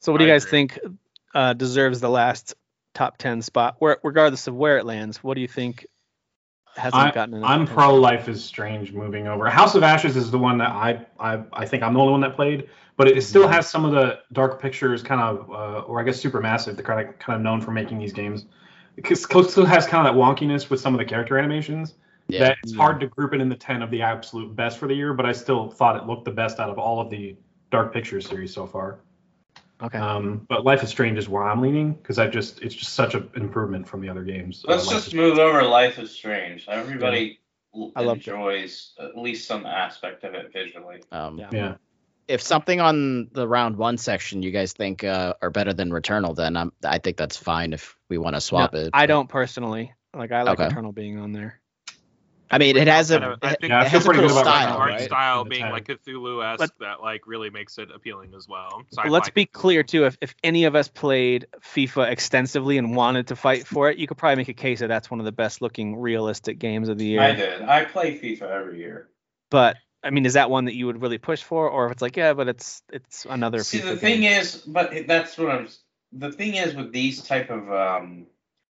So what do you I guys agree. think uh, deserves the last top ten spot, where, regardless of where it lands? What do you think hasn't gotten? enough I'm attention? pro life is strange moving over. House of Ashes is the one that I, I I think I'm the only one that played, but it still has some of the dark pictures kind of uh, or I guess supermassive, they're kind of kind of known for making these games. Because still has kind of that wonkiness with some of the character animations. Yeah. that it's hard to group it in the 10 of the absolute best for the year, but I still thought it looked the best out of all of the Dark Pictures series so far. Okay. Um, but Life is Strange is where I'm leaning because I just it's just such an improvement from the other games. Uh, Let's Life just is- move over. Life is strange. Everybody l- I loved it. enjoys at least some aspect of it visually. Um, Yeah. yeah. If something on the round one section you guys think uh, are better than Returnal, then I'm, I think that's fine if we want to swap it. I don't personally like. I like Okay. Eternal being on there. I mean, it has I a. don't- I it- think Yeah, I it feel has a pretty cool good about style, Returnal. art right? style In the being time. like Cthulhu esque But- that like really makes it appealing as well. But Sci-fi let's be Cthulhu. clear too. If if any of us played FIFA extensively and wanted to fight for it, you could probably make a case that that's one of the best looking realistic games of the year. I did. I play FIFA every year. But I mean, is that one that you would really push for, or if it's like, yeah, but it's it's another. See, FIFA the game. thing is, but it- that's what I'm. The thing is with these type of um,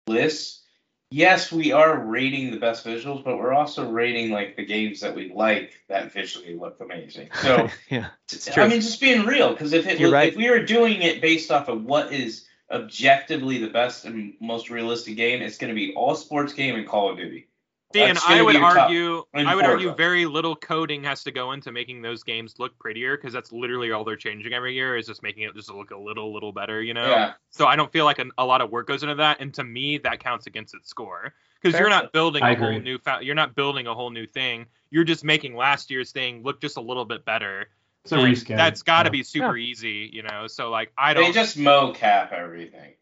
lists, yes, we are rating the best visuals, but we're also rating like the games that we like that visually look amazing. So yeah, true. I mean, just being real, because if it You're was, right. if we were doing it based off of what is objectively the best and most realistic game, it's going to be all sports game and Call of Duty. See, and That's I gonna would be your top argue, in I would Forza. argue very little coding has to go into making those games look prettier because that's literally all they're changing every year is just making it just look a little, little better, you know. Yeah. So I don't feel like an, a lot of work goes into that, and to me, that counts against its score because Fair. you're not building I a whole agree. new, fa- you're not building a whole new thing. You're just making last year's thing look just a little bit better. It's a and reskin. That's got to Yeah. be super easy, you know. So like, I don't. They just mocap everything.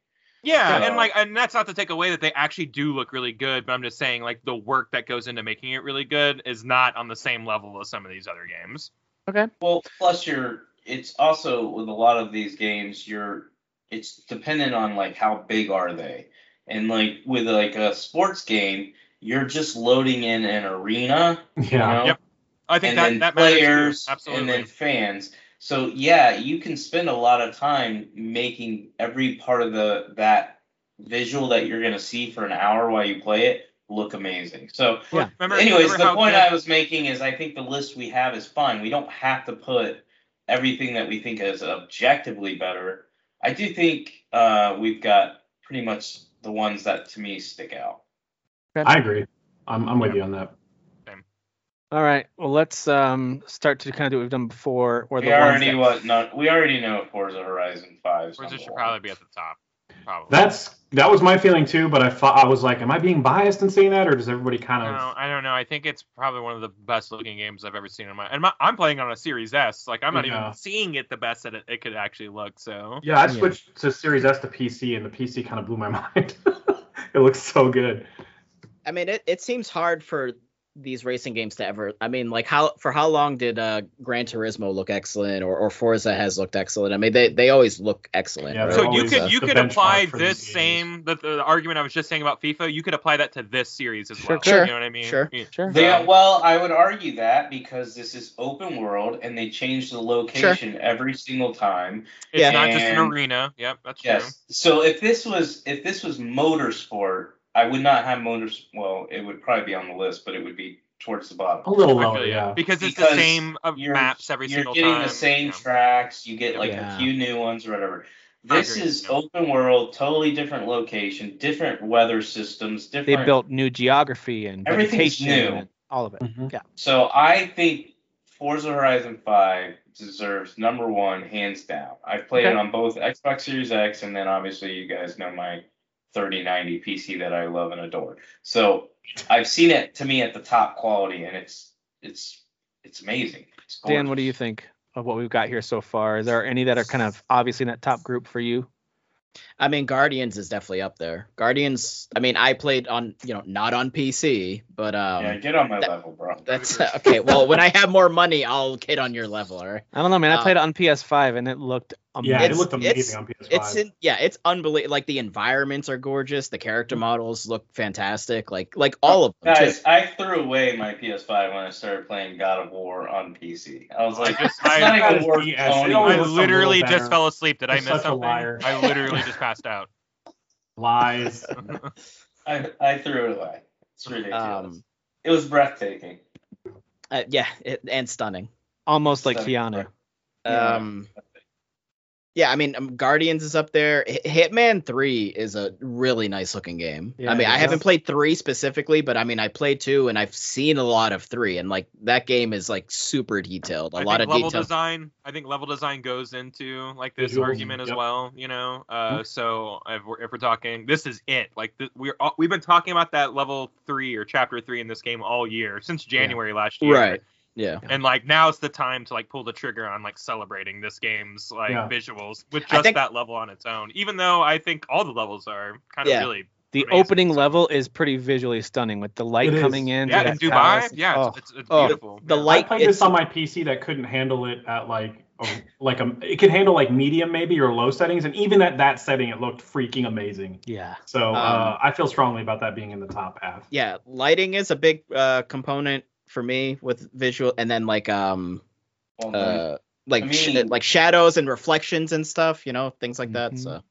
Yeah, So- and like, and that's not to take away that they actually do look really good, but I'm just saying, like, the work that goes into making it really good is not on the same level as some of these other games. Well, plus you're it's also with a lot of these games you're it's dependent on like how big are they. And like with like a sports game, you're just loading in an arena, you Yeah. know, Yep, I think and that then that matters too. players absolutely. and then fans. So yeah, you can spend a lot of time making every part of the that visual that you're gonna see for an hour while you play it look amazing. So Well, remember, Anyways, remember the how point good- I was making is I think the list we have is fine. We don't have to put everything that we think is objectively better. I do think uh, we've got pretty much the ones that to me stick out. I agree. I'm, I'm with you on that. All right. Well, let's um start to kind of do what we've done before, or the we ones already that what not, we already know Forza Horizon Five. 's Forza number should one. probably be at the top. Probably. That's that was my feeling too. But I thought I was like, am I being biased in saying that, or does everybody kind of? No, I don't know. I think it's probably one of the best looking games I've ever seen in my. And my, I'm playing on a Series S. Like I'm not Yeah. even seeing it the best that it, it could actually look. So Yeah, I Yeah. switched to Series S to PC, and the PC kind of blew my mind. it looks so good. I mean, it, it seems hard for these racing games to ever. I mean, like how for how long did uh Gran Turismo look excellent, or, or Forza has looked excellent? I mean, they they always look excellent. Yeah, right? they're So you always uh, could a- you the could benchmark apply for these this games. same the, the argument I was just saying about FIFA. You could apply that to this series as Sure, well. sure, You know what I mean? sure. Yeah. Sure. Yeah, well, I would argue that because this is open world and they change the location every single time. It's Yeah. not just an And- arena. Yep, that's true. Yes. So if this was if this was motorsport, I would not have motors. Well, it would probably be on the list, but it would be towards the A bottom. little I lower, feel you. yeah. Because it's Because the same of you're- maps every You're single getting time. the same yeah. tracks. You get like Yeah. a few new ones or whatever. I This agree, is yeah. open world, totally different location, different weather systems, they different. built new geography and Everything's vegetation, new. and all of it. Mhm. So I think Forza Horizon 5 deserves number one, hands down. I've played it Okay. on both Xbox Series X, and then obviously you guys know my 3090 PC that I love and adore. So I've seen it to me at the top quality, and it's it's it's amazing. It's Dan, what do you gorgeous. think of what we've got here so far? Is there any that are kind of obviously in that top group for you? I mean, Guardians is definitely up there. Guardians. I mean, I played on you know not on PC, but um. yeah, get on my that- level, bro. That's okay. Well, when I have more money, I'll get on your level, all right? I don't know, man. I Uh, played it on PS5 and it looked Yeah, amazing. it It's- looked it's- amazing on PS5. It's in, yeah, it's unbelievable. Like the environments are gorgeous. The character Mm-hmm. models look fantastic. Like like all of them. Guys, Too. I threw away my PS5 when I started playing God of War on PC. I was I like, just it's not I, God even is worth BS. It owning. always I looks a little literally better. just fell asleep. Did I You're miss such a something? liar. I literally just passed out. Lies. I, I threw it away. It's ridiculous. Um, it was breathtaking. uh, yeah, it, and stunning. almost like Sorry. Keanu. Yeah. Um, yeah, I mean, um, Guardians is up there. Hi- Hitman Three is a really nice looking game. Yeah, I mean, I yeah. haven't played three specifically, but I mean, I played two and I've seen a lot of three, and like that game is like super detailed. A I lot think of level detail. design. I think level design goes into like this Visuals, argument as yep. well. You know, uh, so if we're, if we're talking, this is it. Like th- we're all, we've been talking about that level three or chapter three in this game all year since January last year. Right. Yeah. And like now's the time to like pull the trigger on like celebrating this game's like Yeah. visuals with I just think- that level on its own. Even though I think all the levels are kind Yeah. of really The Amazing. opening level is pretty visually stunning with the light It coming is. in. yeah through in that Dubai. palace. Yeah, Oh, it's, it's, it's oh. beautiful. The yeah. light. I played it's- this on my PC that couldn't handle it at like a, like a it could handle like medium maybe or low settings, and even at that setting, it looked freaking amazing. yeah. So Um, uh, I feel strongly about that being in the top half. yeah lighting is a big uh component for me with visual and then like um Well, uh like I sh- mean- like shadows and reflections and stuff you know things like that Mhm. so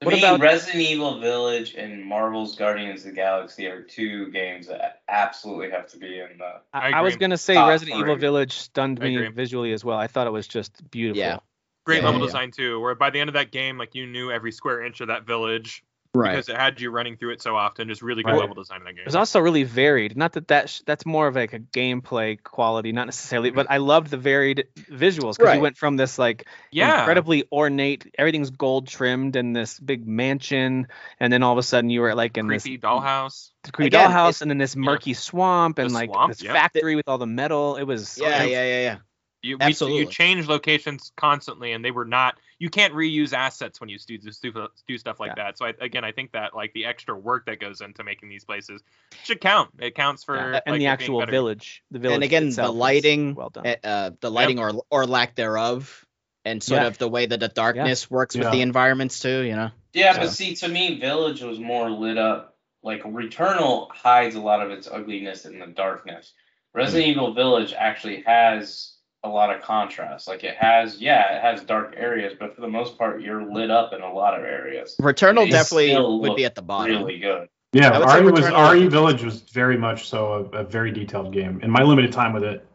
To What me, about- Resident Evil Village and Marvel's Guardians of the Galaxy are two games that absolutely have to be in the. I, I I was agree. gonna say Top Resident Evil three. Village stunned I me agree. visually as well. I thought it was just beautiful. Yeah. great Yeah, level yeah, yeah. design too where by the end of that game like you knew every square inch of that village Right. because it had you running through it so often. Just really good Right. level design in that game. It was also really varied. Not that that sh- that's more of like a gameplay quality, not necessarily, but I loved the varied visuals because Right. you went from this like yeah, incredibly ornate, everything's gold trimmed and this big mansion, and then all of a sudden you were like in creepy this dollhouse. creepy Again, dollhouse, and then this murky swamp, and The like swamp, this yeah. factory with all the metal. It was Yeah, yeah, yeah, yeah. You, we, Absolutely. you change locations constantly, and they were not. You can't reuse assets when you do do, stu- do stuff like that. So I, again, I think that like the extra work that goes into making these places should count. It counts for Yeah, and like, it the being actual better. village, the village. again, the itself was lighting, well done. Uh, uh, the lighting or or lack therereof, and sort Yeah. of the way that the darkness works with Yeah. the environments too. You know. Yeah, So- but see, to me, Village was more lit up. Like Returnal hides a lot of its ugliness in the darkness. Resident Evil Village actually has a lot of contrast. Like it has, yeah, it has dark areas, but for the most part, you're lit up in a lot of areas. Returnal They definitely still would be look at the bottom. Really good. I Yeah, would say RE was Return of- RE Village was very much so a, a very detailed game. In my limited time with it,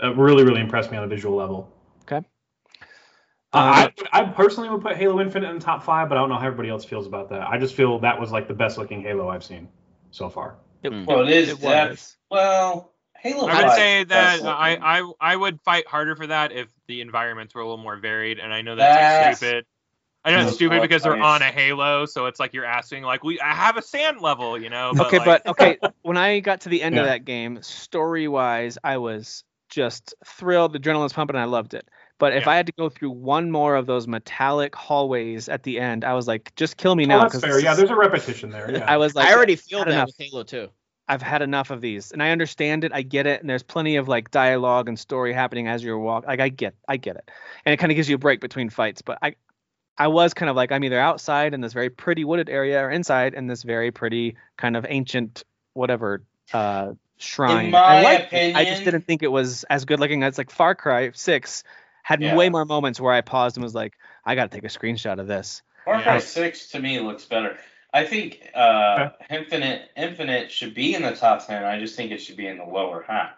it really really impressed me on a visual level. Okay. Uh, I, I personally would put Halo Infinite in the top five, but I don't know how everybody else feels about that. I just feel that was like the best looking Halo I've seen so far. It- Well, it is. it def- was. well, Halo. I would 5 say is best that I, looking. I I would fight harder for that if the environments were a little more varied. And I know that's like, That's- stupid. I know it's That's stupid what because they're I- on a Halo, so it's like you're asking like we I have a sand level, you know. okay, like, but okay, when I got to the end of Yeah. that game, story wise, I was just thrilled. The adrenaline was pumping. I loved it. But if Yeah. I had to go through one more of those metallic hallways at the end, I was like, just kill me Oh, now. that's 'cause fair. this Yeah, is- there's a repetition there. Yeah. I was like, I already feel had that enough. with Halo too. I've had enough of these, and I understand it. I get it, and there's plenty of like dialogue and story happening as you're walk. Like I get, I get it, and it kind of gives you a break between fights. But I, I was kind of like I'm either outside in this very pretty wooded area or inside in this very pretty kind of ancient whatever uh shrine. In I my liked it. I just opinion- didn't think it was as good looking as like Far Cry Six had Yeah. way more moments where I paused and was like, I got to take a screenshot of this. Far Cry Yeah. Six to me looks better. I think uh, Infinite Infinite should be in the top ten. I just think it should be in the lower half.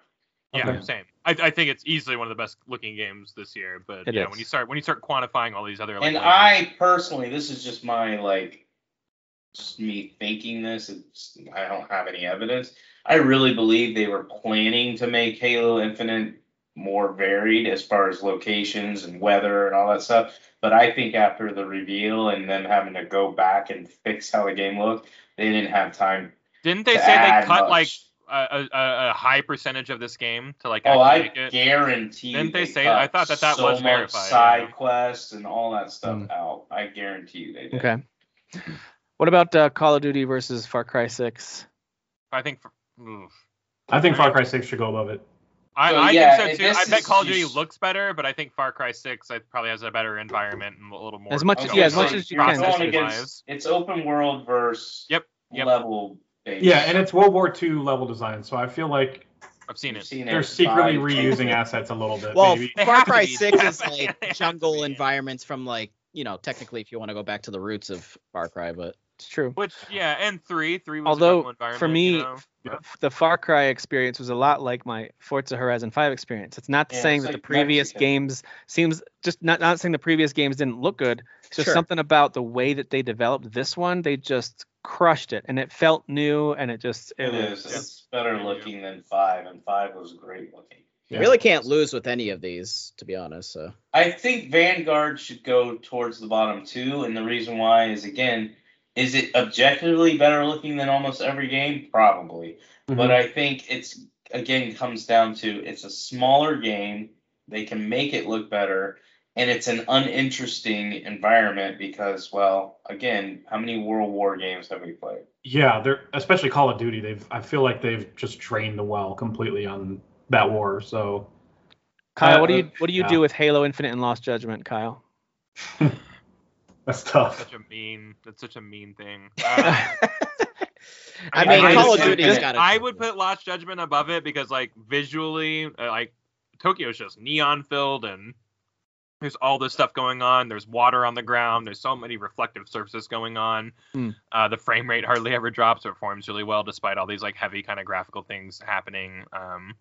Yeah, Okay. same. I, I think it's easily one of the best looking games this year. But It yeah, is. when you start when you start quantifying all these other like and layers- I personally, this is just my like, just me thinking this. It's, I don't have any evidence. I really believe they were planning to make Halo Infinite more varied as far as locations and weather and all that stuff. But I think after the reveal and them having to go back and fix how the game looked, they didn't have time. didn't they to say they add cut much. like a, a, a high percentage of this game to like Oh, I actually make it? guarantee. Didn't they say- cut I thought that that so was much verified, yeah. Side quests and all that stuff Mm. out. I guarantee you they did. Okay. What about uh, Call of Duty versus Far Cry Six? I think. For, oof. I think Far Cry Six should go above it. I, So, I yeah, think if so too. I this bet is- Call of you Duty s- looks better, but I think Far Cry Six I, probably has a better environment and a little more. As much as- going yeah, as on much as you You're can, process-wise. going against it's open world versus Yep, yep. level based. Yeah, and it's World War II level design, so I feel like I've seen it. they're secretly reusing assets a little bit. Well, maybe. They Far have to Cry be. Six is They have to like jungle be. environments from like you know technically if you want to go back to the roots of Far Cry, but It's true. Which yeah, and three, three was Although, a jungle environment, for you me, know? f- the Far Cry experience was a lot like my Forza Horizon 5 experience. It's not Yeah, saying it's that like the previous Mexico. games seems just not not saying the previous games didn't look good. It's just Sure. something about the way that they developed this one. They just crushed it, and it felt new, and it just it It was. is. It's better looking than five, and five was great looking. you Yeah. really can't lose with any of these, to be honest. So I think Vanguard should go towards the bottom too, and the reason why is again, is it objectively better looking than almost every game? Probably. Mm-hmm. But I think it's again comes down to it's a smaller game. They can make it look better, and it's an uninteresting environment because, well, again, how many World War games have we played? Yeah, they're especially Call of Duty. They've I feel like they've just drained the well completely on that war. So Kyle, Uh, what do you what do you yeah. do with Halo Infinite and Lost Judgment, Kyle? that's That's tough. such a mean. That's such a mean thing. Uh, I mean, mean, I Call would of put Duty's it- got. I would put Lost Judgment above it because, like, visually, uh, like Tokyo's just neon filled, and there's all this stuff going on. There's water on the ground. There's so many reflective surfaces going on. Hmm. Uh, the frame rate hardly ever drops. It performs really well despite all these like heavy kind of graphical things happening. Um,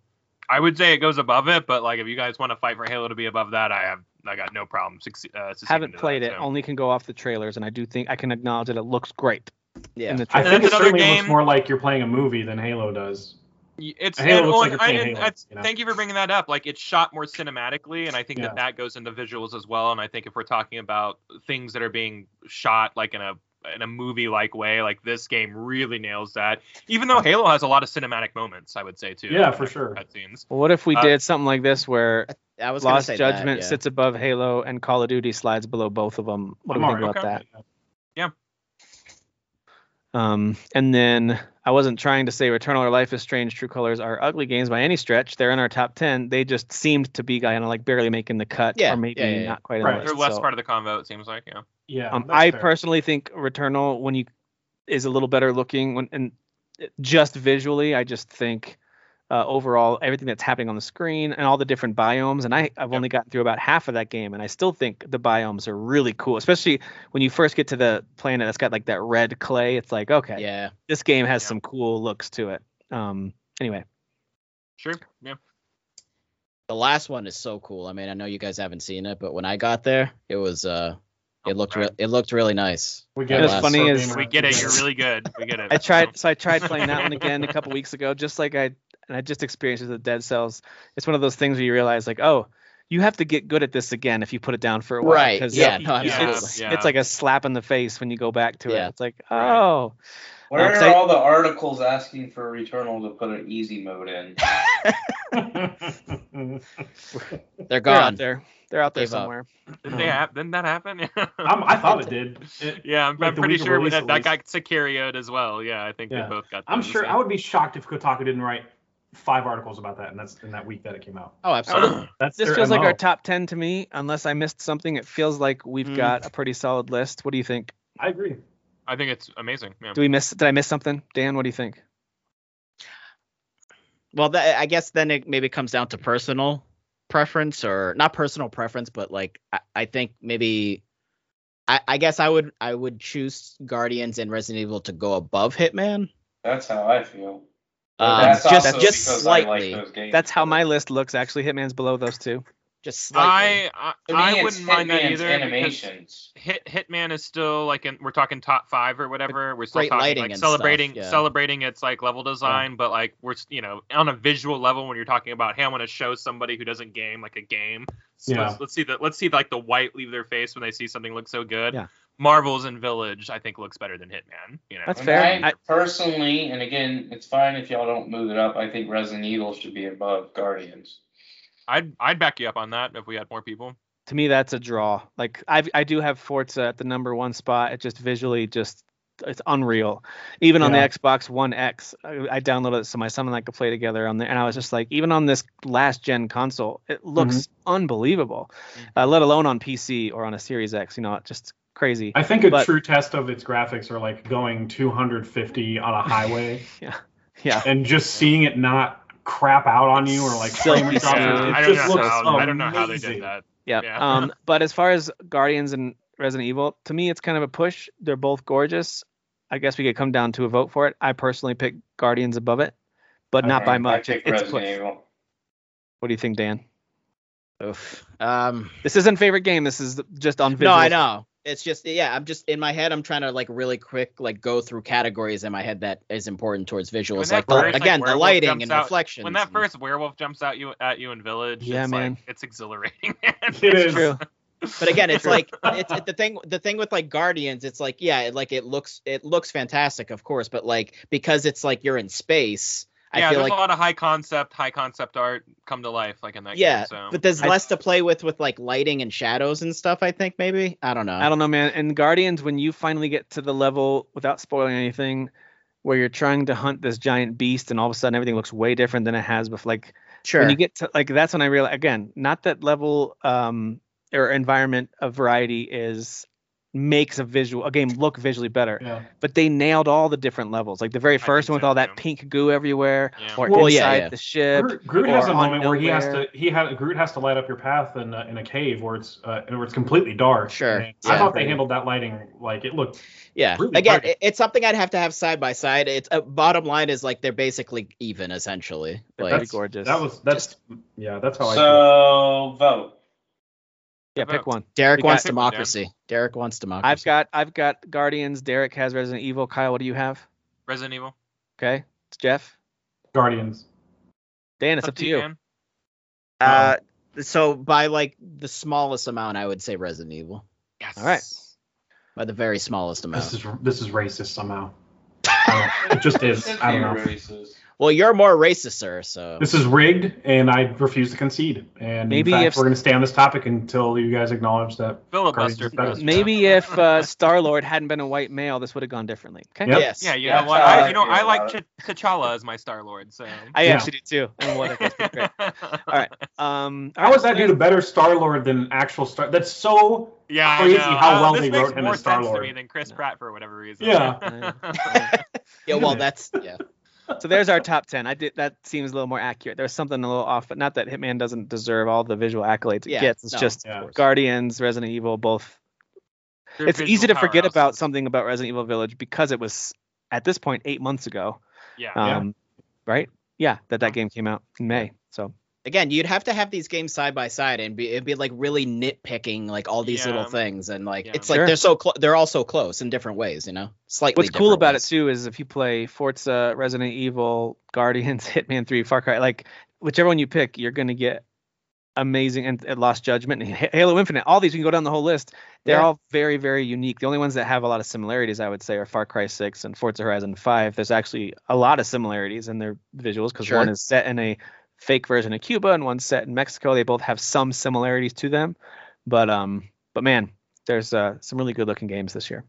I would say it goes above it, but like if you guys want to fight for Halo to be above that, I have I got no problem. Succe- uh, succeeding Haven't to played that, it. so. Only can go off the trailers, and I do think I can acknowledge that it looks great. Yeah. in the I trailer. think that's it another certainly looks game- more like you're playing a movie than Halo does. It's Halo and looks like on- it's I- playing and Halo, that's- you know? Thank you for bringing that up. Like it's shot more cinematically, and I think Yeah. that that goes into visuals as well. And I think if we're talking about things that are being shot like in a in a movie like way, like this game really nails that. Even though Halo has a lot of cinematic moments, I would say too. Yeah, for like, sure. Cutscenes. Well, what if we Uh, did something like this where I was gonna Lost say Judgment that, yeah. sits above Halo and Call of Duty slides below both of them? What do we I'm think alright. about that? Yeah. Um, and then I wasn't trying to say Returnal or Life is Strange, True Colors are ugly games by any stretch. They're in our top ten. They just seemed to be kind of like barely making the cut, Yeah, or maybe yeah, yeah, yeah. not quite. Right. In the They're list, less so, part of the convo. It seems like yeah. Yeah, um, that's I fair. personally think Returnal, when you is a little better looking, when and just visually, I just think uh, overall everything that's happening on the screen and all the different biomes. And I I've only gotten through about half of that game, and I still think the biomes are really cool, especially when you first get to the planet that's got like that red clay. It's like okay, Yeah. this game has Yeah. some cool looks to it. Um, anyway, Sure. Yeah. The last one is so cool. I mean, I know you guys haven't seen it, but when I got there, it was uh it looked re- it looked really nice. We What's it. funny Short is- game We round. get it. You're really good. We get it. I tried, so I tried playing that one again a couple weeks ago, just like I and I just experienced with the Dead Cells. It's one of those things where you realize, like, oh, you have to get good at this again if you put it down for a while. Right, 'cause yeah, you- no, you- it's, absolutely. Yeah, yeah. it's like a slap in the face when you go back to Yeah. it. It's like, Right. oh, Where Um, are so- all the articles asking for Returnal to put an easy mode in? They're they're out gone. there, they're out there Gave up. somewhere. Didn't, they hap- didn't that happen? I'm, I thought it did. It- yeah, I'm, Like I'm the pretty week of sure we release that, at that least. got Sekirio'd as well. Yeah, I think Yeah. they both got. I'm those, sure. yeah. I would be shocked if Kotaku didn't write five articles about that, and that's in that week that it came out. Oh, absolutely. That's This their feels like MO. our top ten to me, unless I missed something. It feels like we've Mm. got a pretty solid list. What do you think? I agree. I think it's amazing. Yeah. Do we miss? Did I miss something, Dan? What do you think? Well, that, I guess then it maybe comes down to personal preference or not personal preference, but like I, I think maybe I, I guess I would I would choose Guardians and Resident Evil to go above Hitman. That's how I feel. Um, That's just also just because slightly, I like those games. That's how my list looks. Actually, Hitman's below those two. just slightly. I I, To me, I it's wouldn't mind that Hitman's either. because Animations. Hit Hitman is still like in, we're talking top five or whatever. We're still great talking lighting like and stuff, celebrating yeah. celebrating its like level design, but like we're s- you know on a visual level when you're talking about hey I want to show somebody who doesn't game like a game. So Yeah. let's, let's see the let's see like the white leave their face when they see something look so good. Yeah. Marvels and Village I think looks better than Hitman. You know That's And fair. I I- personally, and again, it's fine if y'all don't move it up. I think Resident Evil should be above Guardians. I'd I'd back you up on that if we had more people. to me that's a draw like i i do have forza at the number one spot it just visually just it's unreal even on the Yeah. xbox one x I, I downloaded it so my son and i could play together on there and i was just like even on this last gen console it looks Mm-hmm. unbelievable uh, let alone on pc or on a series x you know it's just crazy I think a But- true test of its graphics are like going 250 on a highway yeah and just seeing it not crap out on you or like Silky frame rate drop. smooth. It I don't, just know looks how, I don't know how they amazing. did that. Yeah. Yeah. Um, but as far as Guardians and Resident Evil, to me, it's kind of a push. They're both gorgeous. I guess we could come down to a vote for it. I personally pick Guardians above it, but not Alright, by I much. pick It- it's a Resident push. Evil. What do you think, Dan? Oof. Um, This isn't favorite game. This is just on no, visual. I know. It's just yeah, I'm just in my head. I'm trying to like really quick like go through categories in my head that is important towards visuals, When that like the, first, like, again the werewolf lighting jumps and out- reflections. When that and- first werewolf jumps out you at you in village, Yeah, it's man. like it's exhilarating. It It's is. true. but again it's like it's it, the thing the thing with like guardians it's like yeah it, like it looks it looks fantastic of course but like because it's like you're in space yeah, i feel there's like a lot of high concept, high concept art come to life like in that yeah game. So. but there's I- less to play with with like lighting and shadows and stuff i think maybe i don't know I don't know, man. And Guardians, when you finally get to the level without spoiling anything, where you're trying to hunt this giant beast, and all of a sudden everything looks way different than it has before. Like sure When you get to like that's when I realized again, not that level um or environment of variety is makes a visual a game look visually better, Yeah. but they nailed all the different levels. Like the very think first one with so, all that too. pink goo everywhere, Yeah. or Well, yeah, inside yeah. the ship. Groot, Groot has or a on moment where he has nowhere. to he had Groot has to light up your path in a, in a cave where it's uh, where it's completely dark. Sure. And Yeah. I thought they handled that lighting like it looked. yeah really again pretty. it, it's something i'd have to have side by side it's uh, bottom line is like they're basically even essentially They're like pretty That's gorgeous. That was that's yeah that's how I. feel. So vote. Yeah, How pick about- one. Derek We wants got- democracy. Derek wants democracy. I've got I've got Guardians. Derek has Resident Evil. Kyle, what do you have? Resident Evil. Okay, it's Jeff. Guardians. Dan, it's up, to you. Dan. Uh, so by like the smallest amount, I would say Resident Evil. Yes. All right. By the very smallest This amount. is this is racist somehow. I don't know. it just is. I don't know. Racist. Well, you're more racist, sir. So This is rigged, and I refuse to concede. And Maybe in fact, if- we're going to stay on this topic until you guys acknowledge that. Filibuster. Guardians is better. Maybe if uh, Star Lord hadn't been a white male, this would have gone differently. Okay. Yep. yes. Yeah, you Yeah, know what? that's how I, I you know, feel I like about Ch- T'Challa as my Star Lord. So. I Yeah. actually did too. And what if that's pretty great. All right. Um, all How right, is that dude a better Star Lord than actual Star? That's so. Yeah, I Crazy know. how Uh, well this they makes wrote him more as Star sense to me Lord. than Chris No. Pratt for whatever reason. Yeah. Yeah, well, Yeah. that's yeah. So there's our top ten. I did that seems a little more accurate. There's something a little off, but not that Hitman doesn't deserve all the visual accolades it Yeah, gets. It's no, just Yeah. Guardians, Resident Evil, both. They're it's easy visual to forget powerhouses. about something about Resident Evil Village because it was at this point eight months ago. Yeah. Yeah. Um, right? Yeah, that that game came out in May. So Again, you'd have to have these games side by side, and be, it'd be like really nitpicking like all these little Yeah. things, and like Yeah. it's like Sure. they're so clo- they're all so close in different ways, you know. Slightly. what's cool different about it ways. too is if you play Forza, Resident Evil, Guardians, Hitman 3, Far Cry, like whichever one you pick, you're gonna get amazing and, and Lost Judgment and Ha- Halo Infinite. All these you can go down the whole list. They're Yeah. all very very unique. The only ones that have a lot of similarities, I would say, are Far Cry 6 and Forza Horizon 5. There's actually a lot of similarities in their visuals because Sure. one is set in a fake version of Cuba and one's set in Mexico. They both have some similarities to them, but um, but man, there's uh, some really good looking games this year.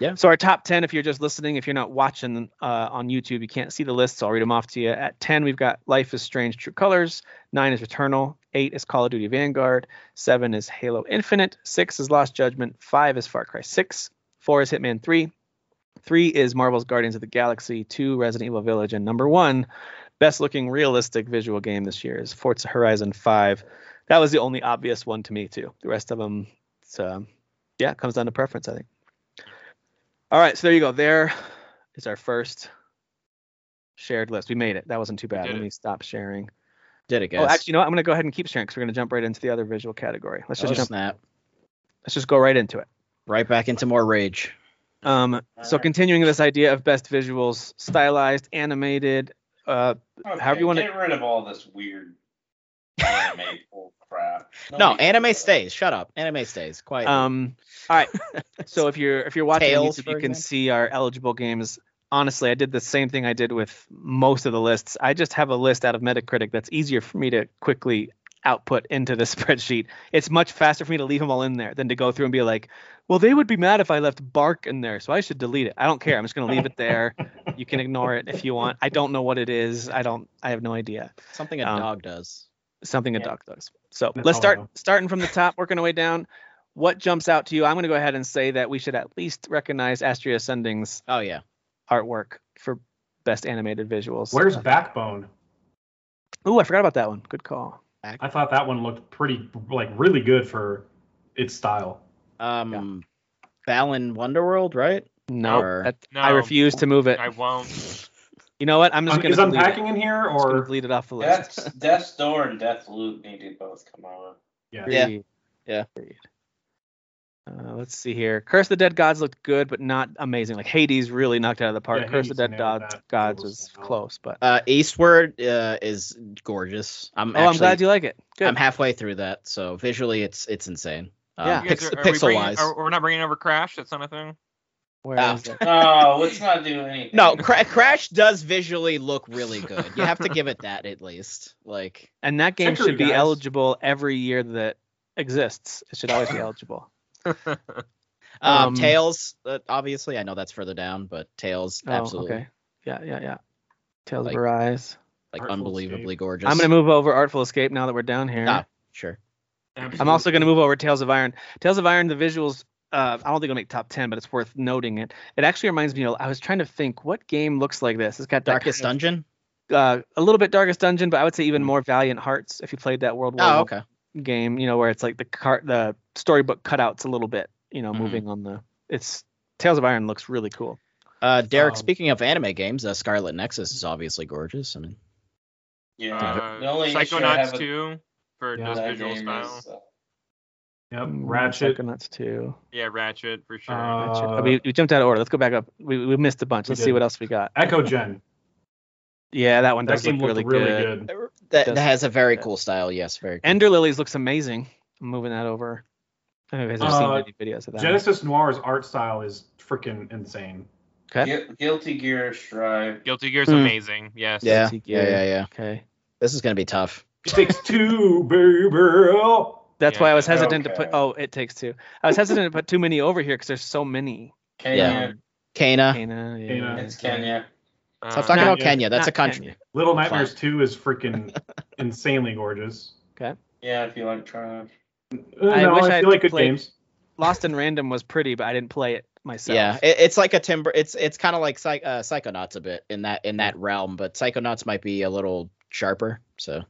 Yeah. So our top 10, if you're just listening, if you're not watching uh, on YouTube, you can't see the list, so I'll read them off to you. At 10, we've got Life is Strange True Colors. Nine is Returnal. Eight is Call of Duty Vanguard. Seven is Halo Infinite. Six is Lost Judgment. Five is Far Cry 6. Four is Hitman 3. Three is Marvel's Guardians of the Galaxy. Two, Resident Evil Village. And number one, best looking realistic visual game this year is Forza Horizon 5. That was the only obvious one to me, too. The rest of them, it's, um, yeah, it comes down to preference, I think. All right, so there you go. There is our first shared list. We made it. That wasn't too bad. did Let it. me stop sharing. Did it, guys? Oh, actually, you know what? I'm gonna go ahead and keep sharing because we're gonna jump right into the other visual category. Let's just oh, jump. snap! Let's just go right into it. Right back into more rage. Um, so Alright. continuing this idea of best visuals, stylized, animated. Uh, Okay, However you wanna- get rid of all this weird anime bull crap. No, Nobody anime cares. stays. Shut up. Anime stays. Quiet. um, all right. so if you're if you're watching on Tails, YouTube, for you can example? see our eligible games. Honestly, I did the same thing I did with most of the lists. I just have a list out of Metacritic that's easier for me to quickly output into the spreadsheet. It's much faster for me to leave them all in there than to go through and be like, well, they would be mad if I left bark in there, so I should delete it. I don't care. I'm just going to leave it there. You can ignore it if you want. I don't know what it is. I don't. I have no idea Something a um, dog does. something a Yeah. dog does. So That's let's all I start know. starting from the top, working our way down. What jumps out to you? I'm going to go ahead and say that we should at least recognize Astria Ascending's Oh yeah. artwork for best animated visuals. Uh, Where's Backbone? Ooh, I forgot about that one. Good call. I thought that one looked pretty, like, really good for its style. Um, Balan Wonderworld, right? No, Or- that- No, I refuse to move it. I won't. You know what? I'm just Um, going is to delete it. unpacking in here, I'm just gonna or delete it off the list. That's Death's Door and Death Loop need to both come out. yeah, Yeah. Period. Yeah. Period. Uh, let's see here. Curse of the Dead Gods looked good, but not amazing. Like Hades really knocked it out of the park. Yeah, Curse of the Dead Hades nailed Gods, that. Gods It was was solid. close, but Uh, Eastward uh, is gorgeous. I'm oh, Um, actually, I'm glad you like it. Good. I'm halfway through that, so visually it's it's insane. Um, Yeah. You guys pix- are- are we pixel bringing- wise. are- We're not bringing over Crash. That's not a thing. Where Ah. is it? No, let's not do anything. No, Cra- Crash does visually look really good. You have to give it that at least. Like And that game Trickery, should be guys. eligible every year that exists. It should always be eligible. um, Um, Tails, uh, obviously, I know that's further down, but Tails, Oh, absolutely, okay. Yeah, yeah, yeah. Tales Like- of Arise. like Artful unbelievably Escape. gorgeous. I'm gonna move over Artful Escape now that we're down here. Ah, sure. I'm also going to move over to Tales of Iron. Tales of Iron, the visuals, uh, I don't think it'll make top 10, but it's worth noting it. It actually reminds me, of- I was trying to think what game looks like this. It's got that Darkest kind Dungeon. Hmm. of, uh, a little bit Darkest Dungeon, but I would say even more Valiant Hearts if you played that World War Oh, I okay. game, you know, where it's like the cart, the storybook cutouts a little bit, you know, Mm-hmm. Mhm. moving on the. It's Tales of Iron looks really cool. Uh, Derek, Um, speaking of anime games, uh, Scarlet Nexus is obviously gorgeous. I mean, Yeah. Uh, The only issue I have Psychonauts with 2 for Yeah, just that visual game style. is, uh, Yep. Ratchet. Psychonauts 2. Yeah, Ratchet for sure. Ratchet. Uh, Oh, we, we jumped out of order. Let's go back up. We, we missed a bunch. We Let's did. see what else we got. Echo Gen. Yeah, that one That does game look looked really, really good. good. That, Does- that has a very cool style. Yes, very. Cool. Ender Lilies looks amazing. I'm moving that over. I don't know if you guys have Uh, seen any videos of that. Genesis Noir's art style is freaking insane. Okay. Gu- Guilty Gear Strive. Guilty Gear's Hmm. amazing. Yes. yeah, Guilty yeah, Gear. yeah, yeah. Okay. This is gonna be tough. It takes two, baby. That's why I was hesitant to Okay. put. Oh, it takes two. I was hesitant to put too many over here because there's so many. Kenya. Kena. Kana, yeah, Kena. It's Kenya. Uh, Stop talking Not about Kenya. That's not a country. Little Nightmares 2 is freaking insanely gorgeous. Yeah, if you like trying. Uh, I no, wish I I feel like good played- games. Lost in Random was pretty, but I didn't play it myself. Yeah, it, it's like a timber. It's it's kind of like Psy- uh, Psychonauts a bit in that in that realm, but Psychonauts might be a little sharper. So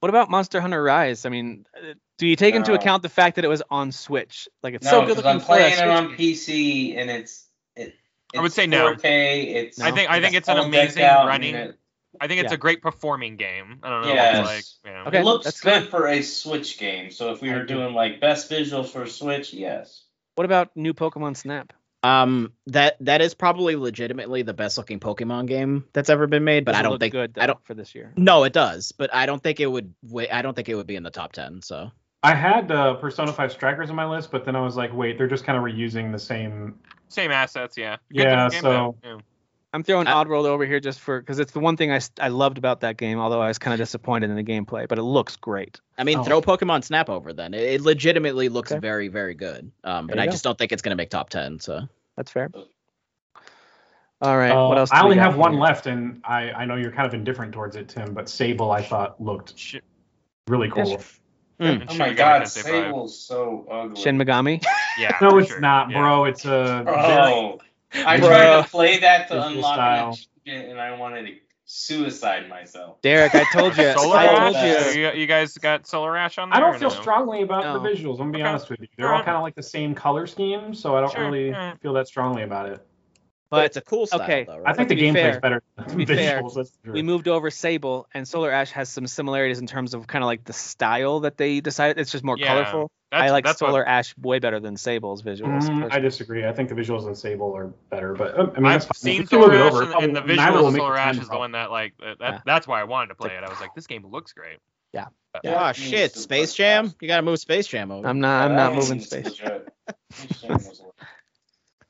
What about Monster Hunter Rise? I mean, uh, do you take into No. account the fact that it was on Switch? Like it's so No, good because looking I'm playing for it a on Switch. PC and it's. It, I would it's say no. 4K, it's I think I think it's an all decked amazing out and running. It, I think it's Yeah. a great performing game. I don't know. Yes. Like, yeah. Okay, it that's looks good. good for a Switch game. So if we I were agree. doing like best visuals for Switch, yes. What about new Pokemon Snap? um, that that is probably legitimately the best looking Pokemon game that's ever been made, but Doesn't I don't look think good. I though, don't. for this year. No, it does, but I don't think it would. wi- I don't think it would be in the top ten. So I had uh, Persona 5 Strikers on my list, but then I was like, wait, they're just kind of reusing the same. Same assets. Yeah. Yeah, game, so- though. Yeah. I'm throwing I- Oddworld over here just for because it's the one thing I, s- I loved about that game, although I was kind of disappointed in the gameplay, but it looks great. I mean, Oh. throw Pokemon Snap over then. It, it legitimately looks Okay. very very good. Um, but There you I go. just don't think it's gonna make top ten. So That's fair. All right. Uh, what else? do I we only got have one here? left, and I, I know you're kind of indifferent towards it, Tim, but Sable I thought looked Sh- really Yeah, cool. and Oh Shin my Megami God, Tensei five. Sable's so ugly. Shin Megami. Yeah. no, for it's sure. not, Yeah. bro. It's a. Oh, I Bro. tried to play that to Visual unlock style. an achievement, and I wanted to suicide myself. Derek, I told you. Solar I told Ash? you. you. You guys got Solar Ash on there? I or don't feel no? strongly about No. the visuals. I'm gonna be Okay. honest with you. They're all Alright. kind of like the same color scheme, so I don't Sure, really alright. feel that strongly about it. but But it's a cool style okay, though, I right? think to the be gameplay's fair- better than be the visuals. fair, that's for sure. we moved over Sable, and Solar Ash has some similarities in terms of kind of like the style that they decided. It's just more Yeah, colorful. That's- I like that's what- Solar Ash way better than Sable's visuals. Mm, I personally. disagree. I think the visuals in Sable are better, but um, I mean, I've that's fine. We seen can move Solar it Ash, over. and, Probably- and the neither will visuals of make Solar the Ash time is the problem. one that like that, Yeah. That's why I wanted to play Like- it. I was like, this game looks great. Yeah. Uh, oh That means shit, the Space first Jam. class. You gotta move Space Jam over. I'm not. I'm not That moving means space. legit. Space Jam was a-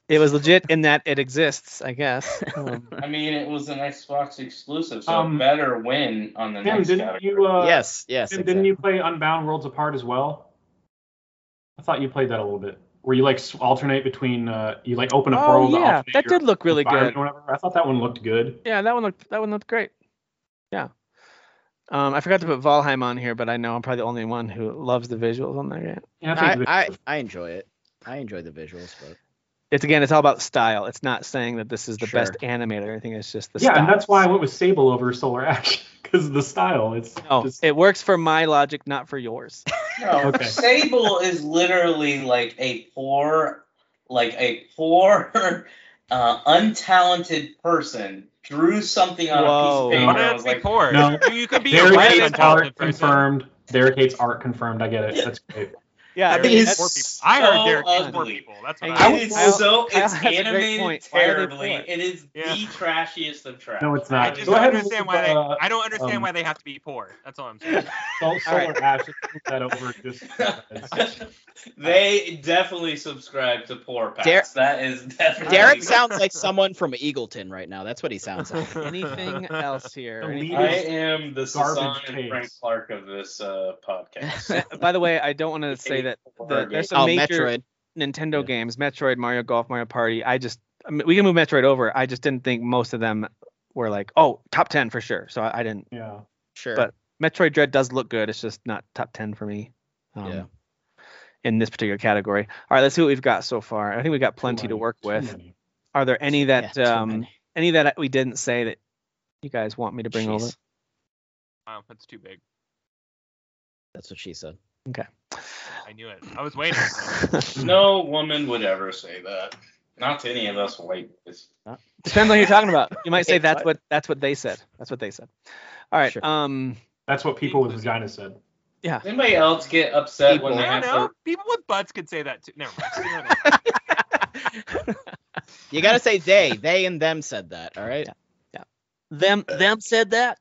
It was legit in that it exists, I guess. Um, I mean, it was an Xbox exclusive, so Um, better win on the Tim, next didn't category. you? Uh, yes, yes. Tim, didn't you play Unbound Worlds Apart as well? I thought you played that a little bit, where you like s- alternate between uh, you like open up oh world. yeah, alternate that your did look really environment good. or whatever. I thought that one looked good. Yeah, that one looked that one looked great. Yeah. Um, I forgot to put Valheim on here, but I know I'm probably the only one who loves the visuals on there. Yeah. Yeah, I I, think the I, visuals- I enjoy it. I enjoy the visuals, but It's again, it's all about style. It's not saying that this is the best Sure. animated or anything. It's just the yeah, style. and that's why I went with Sable over Solar Ash because the style. It's No, just, it works for my logic, not for yours. No, Okay. Sable is literally like a poor, like a poor, uh, untalented person drew something on Whoa. a piece Why of did paper. and I was be like, poor? No. You, you could be a Derek really Hate's art untalented person. confirmed. Derek Hate's art confirmed. I get it. That's great. Yeah, I I mean, think think it's poor people. I heard so Derek hates poor ugly. people. That's what And I it was. is- It is Kyle- so Kyle it's has a great animated point. Why are they terribly. poor? It is Yeah. the trashiest of trash. No, it's I not. just Go don't ahead and understand move, why they. uh, I don't understand um, why they have to be poor. That's all I'm saying. Sol- Solar right. Ash. let's move that over. Just it's- they definitely subscribe to poor packs. Der- that is definitely Derek sounds like someone from Eagleton right now. That's what he sounds like. anything else here? The Anything- lead I am the Sasan Garbage and Frank tapes. Clark of this uh, podcast. By the way, I don't want to say that the, there's some Oh, major Metroid. Nintendo Yeah. games, Metroid, Mario Golf, Mario Party. I just I mean, we can move Metroid over. I just didn't think most of them were like, oh, top ten for sure. So I, I didn't. yeah. Sure. but- Metroid Dread does look good. It's just not top ten for me. Um, Yeah. In this particular category. All right, let's see what we've got so far. I think we got plenty Too to many, work too with. many. Are there any Yeah, that too um many. any that we didn't say that you guys want me to bring over? Jeez. Wow, that's too big. That's what she said. I knew it. I was waiting. No woman would ever say that. Not to any of us white boys. Depends on who you're talking about. You might say Wait, that's what? what that's what they said. That's what they said. All right. Sure. Um That's what people with vaginas said. Yeah. Anybody else get upset when I they don't have know. to? People with butts could say that too. Never mind. You gotta say they. They and them said that. All right. Them them said that.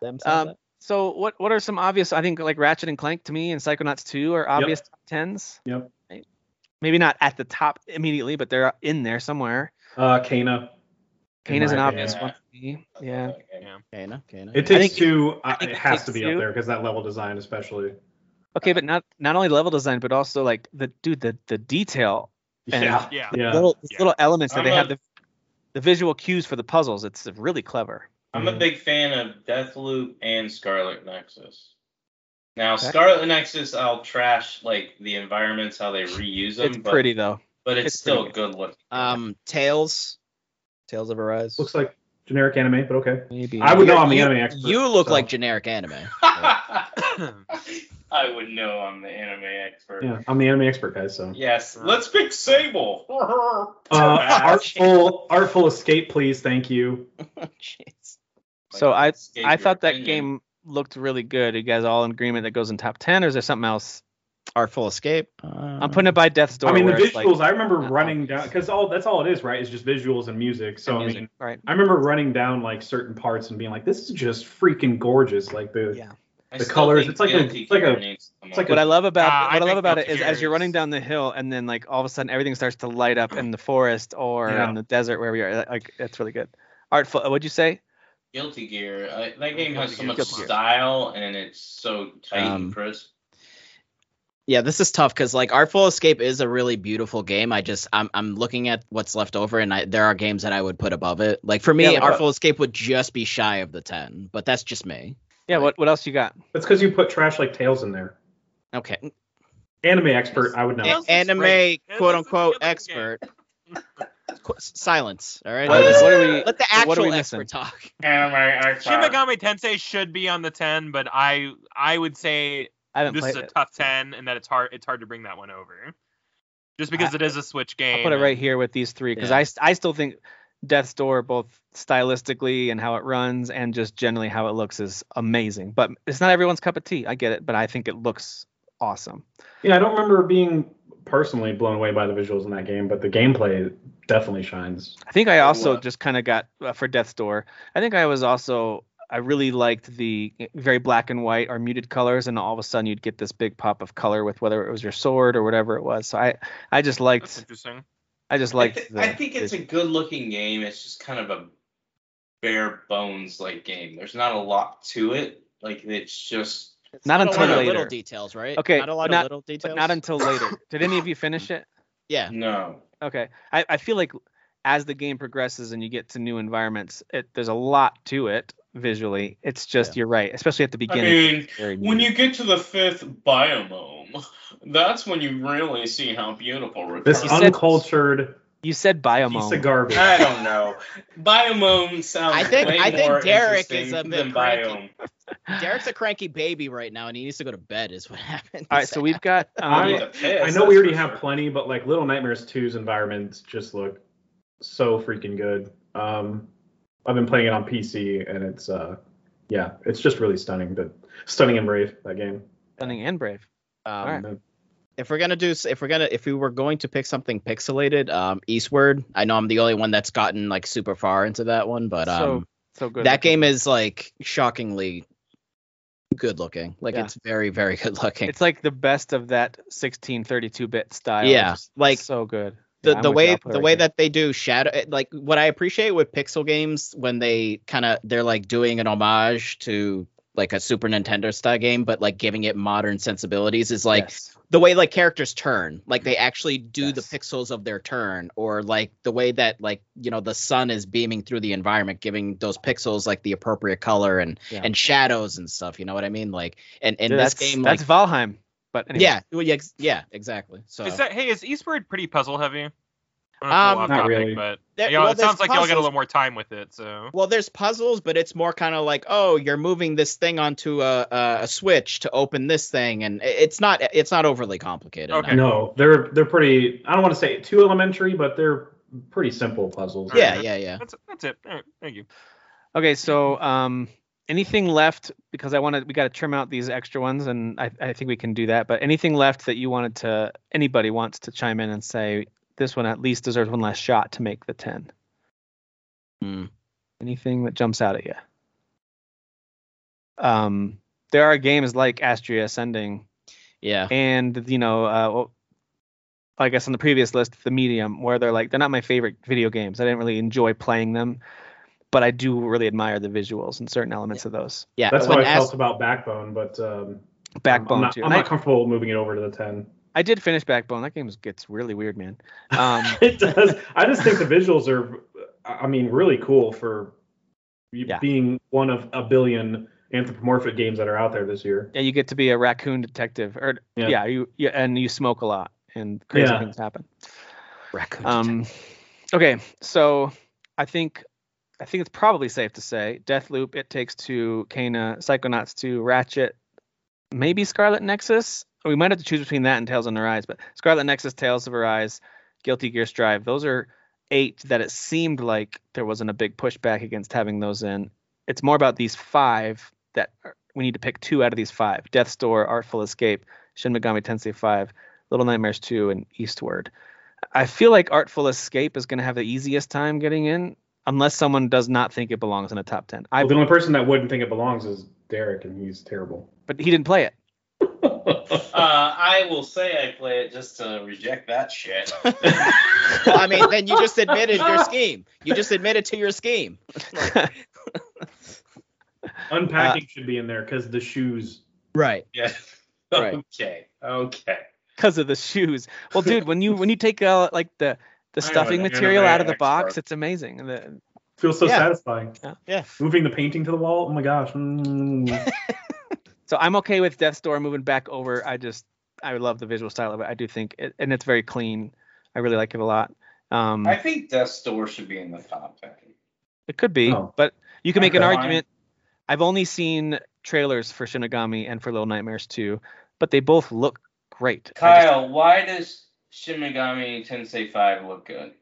Them said Um, that. So what what are some obvious? I think like Ratchet and Clank to me and Psychonauts 2 are obvious top tens. Yep. Right? Maybe not at the top immediately, but they're in there somewhere. Uh, Kana. Kane is an my obvious opinion. one for me. Yeah. Kana, Kana. It I think- takes two. I uh think it it has takes to be two. up there because that level design, especially. Okay, but not not only level design, but also like the dude the the detail And- Yeah. Yeah. Yeah. little these Yeah. little elements that I'm they a- have the the visual cues for the puzzles. It's really clever. I'm a big fan of Deathloop and Scarlet Nexus. Now, Okay. Scarlet Nexus, I'll trash like the environments, how they reuse them, It's but, pretty though. but it's, it's still pretty good looking. Um, Tails. Tails of Arise. Looks like generic anime, but okay. Maybe. I would know You're- I'm the you- anime expert. You look so- like generic anime. I would know I'm the anime expert. Yeah, I'm the anime expert, guys. So. Yes, let's pick Sable. Uh, artful, artful escape, please. Thank you. Jeez. So I escape I your thought that opinion. game looked really good. Are you guys all in agreement that goes in top ten, or is there something else? Artful Escape. Uh, I'm putting it by Death's Door. I mean, the where it's like- visuals. I remember not running obvious. down because all that's all it is, right? Is just visuals and music. So and I music, mean, right? I remember running down like certain parts and being like, "This is just freaking gorgeous!" Like the Yeah. I the still colors, think it's like a- Guilty it's like a- Gear needs to come it's like uh, up a- What I love about Ah, what I I, love think about it Guilty is as you're Gear running is- down the hill and then like all of a sudden everything starts to light up in the forest or Yeah. in the desert where we are. Like that's really good. Artful. What'd you say? Guilty Gear. I, that game has so Guilty much Gear. style and it's so tight Um, and crisp. Yeah, this is tough because like Artful Escape is a really beautiful game. I just I'm I'm looking at what's left over, and I, there are games that I would put above it. Like for me, Yeah, like Artful Escape would just be shy of the ten, but that's just me. Yeah. What What else you got? That's because you put trash like tails in there. Okay, Anime expert, I would know. Tails is A- anime great. Tails quote is a unquote good looking expert. Qu- Silence. All right. What Let is- us- what are we- Let the what are we actual missing? expert talk. Anime Shin Megami Tensei should be on the ten, but I I would say I haven't this played is a it. tough ten, and that it's hard it's hard to bring that one over, just because it is a Switch game. I'll put it right here with these three because Yeah. I st- I still think Death's Door both stylistically and how it runs and just generally how it looks is amazing. But it's not everyone's cup of tea. I get it, but I think it looks awesome. Yeah, I don't remember being personally blown away by the visuals in that game, but the gameplay definitely shines. I think I Or also what? just kind of got uh, for Death's Door. I think I was also I really liked the eh, very black and white or muted colors, and all of a sudden you'd get this big pop of color with whether it was your sword or whatever it was. So I I just That's liked interesting. I just I, liked. th- the- I think it's the- a good looking game. It's just kind of a bare bones like game. There's not a lot to it. Like it's just Not a lot until of later. little details, right? Okay, Not a lot not- of little details. but not until later. Did any of you finish it? yeah. no. Okay. I, I feel like as the game progresses and you get to new environments, it, there's a lot to it visually. It's just you're right, especially at the I beginning. mean, it's very when muted. you get to the fifth biome, that's when you really see how beautiful. Return- This You said- uncultured you said piece of biome. garbage. I don't know. Biome sounds. I think- way I think more Derek interesting is a bit than cranky. biome. Derek's a cranky baby right now, and he needs to go to bed. Is what happened. All right, so we've got um, I- He's a piss, I know that's we already for have sure. plenty, but like Little Nightmares 2's environments just look so freaking good. Um, I've been playing it on PC, and it's uh, yeah, it's just really stunning. The stunning and brave that game. Stunning and Brave. Um, All right. If we're gonna do, s- if we're gonna, if we were going to pick something pixelated, um, Eastward. I know I'm the only one that's gotten like super far into that one, but So um, So good. that looking. game is like shockingly good looking. Like Yeah. it's very, very good looking. It's like the best of that 16 32 bit style. Yeah, Just like, so good. the, Yeah, I'm the with you. I'll way put it the right way here. that they do shadow eh, like what I appreciate with pixel games when they kind of they're like doing an homage to like a Super Nintendo style game but like giving it modern sensibilities is like Yes. the way like characters turn like they actually do the Yes. pixels of their turn or like the way that like you know the sun is beaming through the environment giving those pixels like the appropriate color and Yeah. and shadows and stuff you know what I mean like and and Dude, this that's, game like that's Valheim. But anyway. yeah well, yeah ex- yeah exactly so Is that hey? Is Eastward pretty puzzle heavy? I don't know if we're Um, off Not topic, really. But there- y'all, well, it there's sounds like y'all got a puzzles, little more time with it. So Well, there's puzzles, but it's more kind of like, oh, you're moving this thing onto a, a a switch to open this thing, and i- it's not it's not overly complicated. no. Okay. No, they're they're pretty. I don't want to say too elementary, but they're pretty simple puzzles. Yeah, yeah, yeah. that's that's it. All right, thank you. Okay, so um anything left because I want to. We got to trim out these extra ones, and I, I think we can do that. But anything left that you wanted to, anybody wants to chime in and say this one at least deserves one last shot to make the ten. Hmm. Anything that jumps out at you. Um, there are games like Astria Ascending Yeah. and you know uh, well, i guess on the previous list the medium where they're like they're not my favorite video games i didn't really enjoy playing them but i do really admire the visuals and certain elements of those Yeah. That's when how I Ast- felt about Backbone, but um, backbone I'm not, too I'm And I- not comfortable moving it over to the ten. I, did finish backbone that game gets really weird man um it does. I just think the visuals are, I mean, really cool for you Yeah. being one of a billion anthropomorphic games that are out there this year. yeah you get to be a raccoon detective or yeah, Yeah. you yeah, and you smoke a lot and crazy Yeah. things happen Raccoon Detective. Um, okay, so I think I think it's probably safe to say Deathloop, It Takes Two, Kana, Psychonauts 2, Ratchet, maybe Scarlet Nexus. We might have to choose between that and Tales on the Rise, but Scarlet Nexus, Tales of Arise, Guilty Gear Strive. Those are eight that it seemed like there wasn't a big pushback against having those in. It's more about these five that are- we need to pick two out of these five: Death Store, Artful Escape, Shin Megami Tensei 5, Little Nightmares 2, and Eastward. I feel like Artful Escape is going to have the easiest time getting in, unless someone does not think it belongs in a top ten. I Well, the only person that wouldn't think it belongs is Derek, and he's terrible. but he didn't play it. Uh, I will say I play it just to reject that shit. well, I mean, then you just admitted your scheme. You just admitted to your scheme. Unpacking should be in there because the shoes. Right. yeah. Right. Okay. Okay. because of the shoes. Well, dude, when you when you take uh, like the the I am stuffing an material anime out of the box, expert. it's amazing. The- Feels so Yeah. satisfying. Yeah. Moving the painting to the wall. Oh my gosh. Mm. so I'm okay with Death Door moving back over. I just I love the visual style of it. I do think it, and it's very clean. I really like it a lot. Mm. Um, I think Death Store should be in the top ten. it could be, Oh. but you can make an Okay. argument. I've only seen trailers for Shinigami and for Little Nightmares 2, but they both look great. I just- Kyle, why does Shin Megami Tensei 5 look good?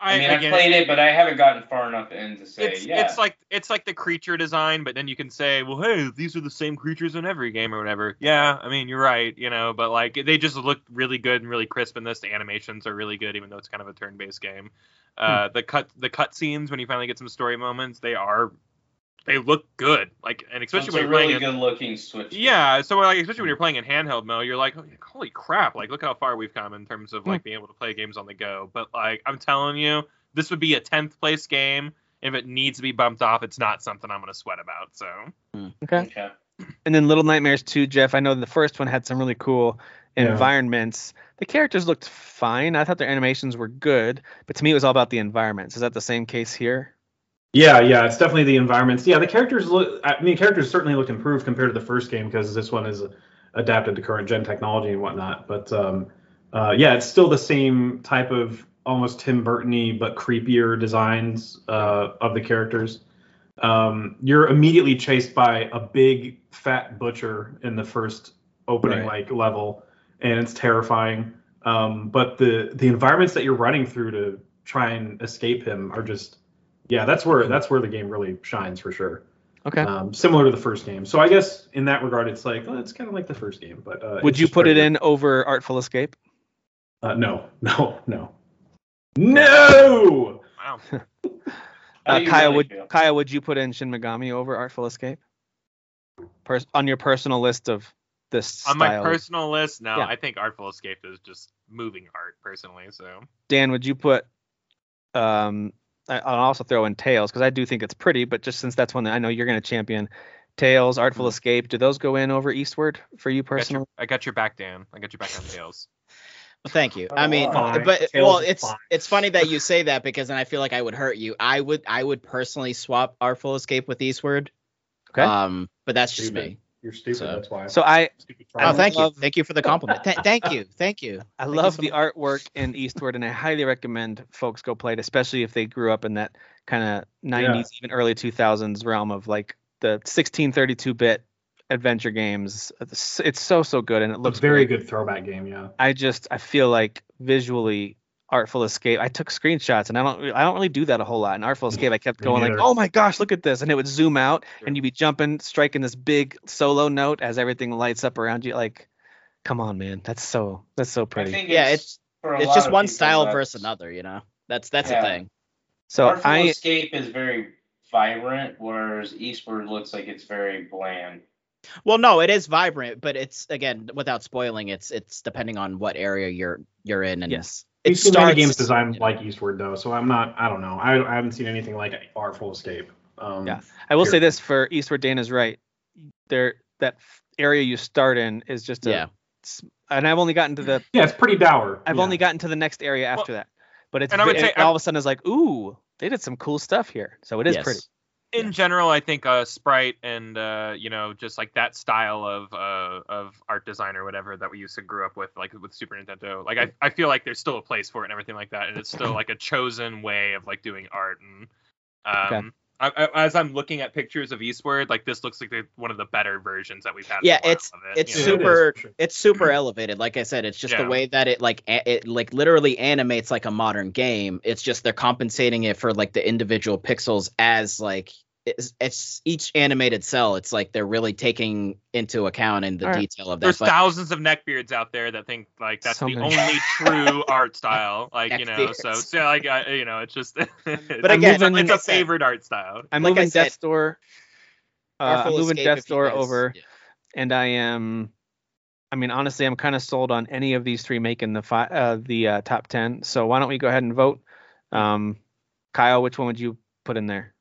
I, mean, I again, played it, but I haven't gotten far enough in to say, It's, yeah. it's like it's like the creature design, but then you can say, well, hey, these are the same creatures in every game or whatever. Yeah, I mean, you're right, you know, but like they just look really good and really crisp in this. The animations are really good, even though it's kind of a turn-based game. Uh, Hmm. The cut the cut scenes when you finally get some story moments, they are they look good, like and it's especially when a you're really playing in- good looking Switch. Yeah, so like especially when you're playing in handheld mode, you're like, holy crap! Like, look how far we've come in terms of Hmm. like being able to play games on the go. But like, I'm telling you, this would be a 10th place game. If it needs to be bumped off, it's not something I'm gonna sweat about. So okay. Okay. And then Little Nightmares 2, Jeff, I know the first one had some really cool Yeah. environments. The characters looked fine. I thought their animations were good, but to me it was all about the environments. Is that the same case here? Yeah, yeah, it's definitely the environments. Yeah, the characters look. I mean, characters certainly look improved compared to the first game because this one is adapted to current gen technology and whatnot. But um, uh, yeah, it's still the same type of almost Tim Burton-y but creepier designs uh, of the characters. Um, you're immediately chased by a big fat butcher in the first opening like level, and it's terrifying. Um, but the the environments that you're running through to try and escape him are just yeah, that's where that's where the game really shines for sure. Okay. Um, similar to the first game, so I guess in that regard, it's like well, it's kind of like the first game. But uh, Would it's you just put it prettier. in over Artful Escape? Uh, no, no, no, no. wow, How Uh, do you Kyle really would feel? Kyle, would you put in Shin Megami over Artful Escape? Pers- on your personal list of this on my style. personal list, no, Yeah. I think Artful Escape is just moving art personally. So Dan, would you put? Um, I, I'll also throw in Tails because I do think it's pretty, but just since that's one that I know you're going to champion, Tails, Mm-hmm. Artful Escape, do those go in over Eastward for you I got, your, personally? I got your back, Dan. I got your back on tails. Well, thank you. I mean, Fine. but Tails well, is it's fine. it's funny that you say that because then I feel like I would hurt you. I would I would personally swap Artful Escape with Eastward. Okay. Um, but that's just Stupid. me. You're stupid. So- that's why. So I Stupid I Oh, child. thank love- you. Thank you for the compliment. Th- thank you. Thank you. I Thank you love so the artwork in Eastward, and I highly recommend folks go play it, especially if they grew up in that kind of 90s, even early 2000s realm of like the 1632-bit adventure games. It's it's so so good, and it Looks looks very great. good throwback game. Yeah. I just I feel like visually Artful Escape. I took screenshots, and I don't I don't really do that a whole lot. In Artful Escape, I kept Me going like, neither. oh my gosh, look at this, and it would zoom out, Sure. and you'd be jumping, striking this big solo note as everything lights up around you. Like, come on, man, that's so that's so I pretty. think Yeah, it's, for a It's lot just of one people, style that's- versus another, you know. That's that's Yeah. the thing. So Artful I Escape is very vibrant, whereas Eastward looks like it's very bland. Well, no, it is vibrant, but it's again without spoiling. It's it's depending on what area you're you're in, and yes, it It's starts, starts. games designed like Eastward though, so I'm not. I don't know. I, I haven't seen anything like Artful Escape. Um, Yeah. I will Sure. say this for Eastward Dana's right. There that f- area you start in is just a yeah, and I've only gotten to the Yeah, it's pretty dour. I've Yeah. only gotten to the next area after that. But it's and I would ve- say- it all of a sudden is like, ooh, they did some cool stuff here. So it is yes. pretty. in general, I think uh, sprite and uh, you know just like that style of uh, of art design or whatever that we used to grew up with, like with Super Nintendo. Like I, I feel like there's still a place for it and everything like that, and it's still like a chosen way of like doing art. And Okay. um, I, I, as I'm looking at pictures of Eastward, like this looks like the, one of the better versions that we've had. in a Yeah, while it's- of it, it's you know? Yeah, it is, super. for sure. It's super elevated. Like I said, it's just Yeah. the way that it like a- it like literally animates like a modern game. It's just they're compensating it for like the individual pixels as like it's, it's each animated cell. It's like they're really taking into account in the All right. detail of that. There's but- thousands of neckbeards out there that think like that's So the many. only true art style. Like you know, so Neckbeards. so like I, you know, it's just. But but again, it's, a- like it's I a said- favorite art style. I'm Like I moving said- Death's Door. Uh, I'm Artful moving Escape, Death's if you Door guys- over, yeah. and I am. I mean, honestly, I'm kind of sold on any of these three making the fi- uh, the uh, top ten. So why don't we go ahead and vote? Um, Kyle, which one would you put in there?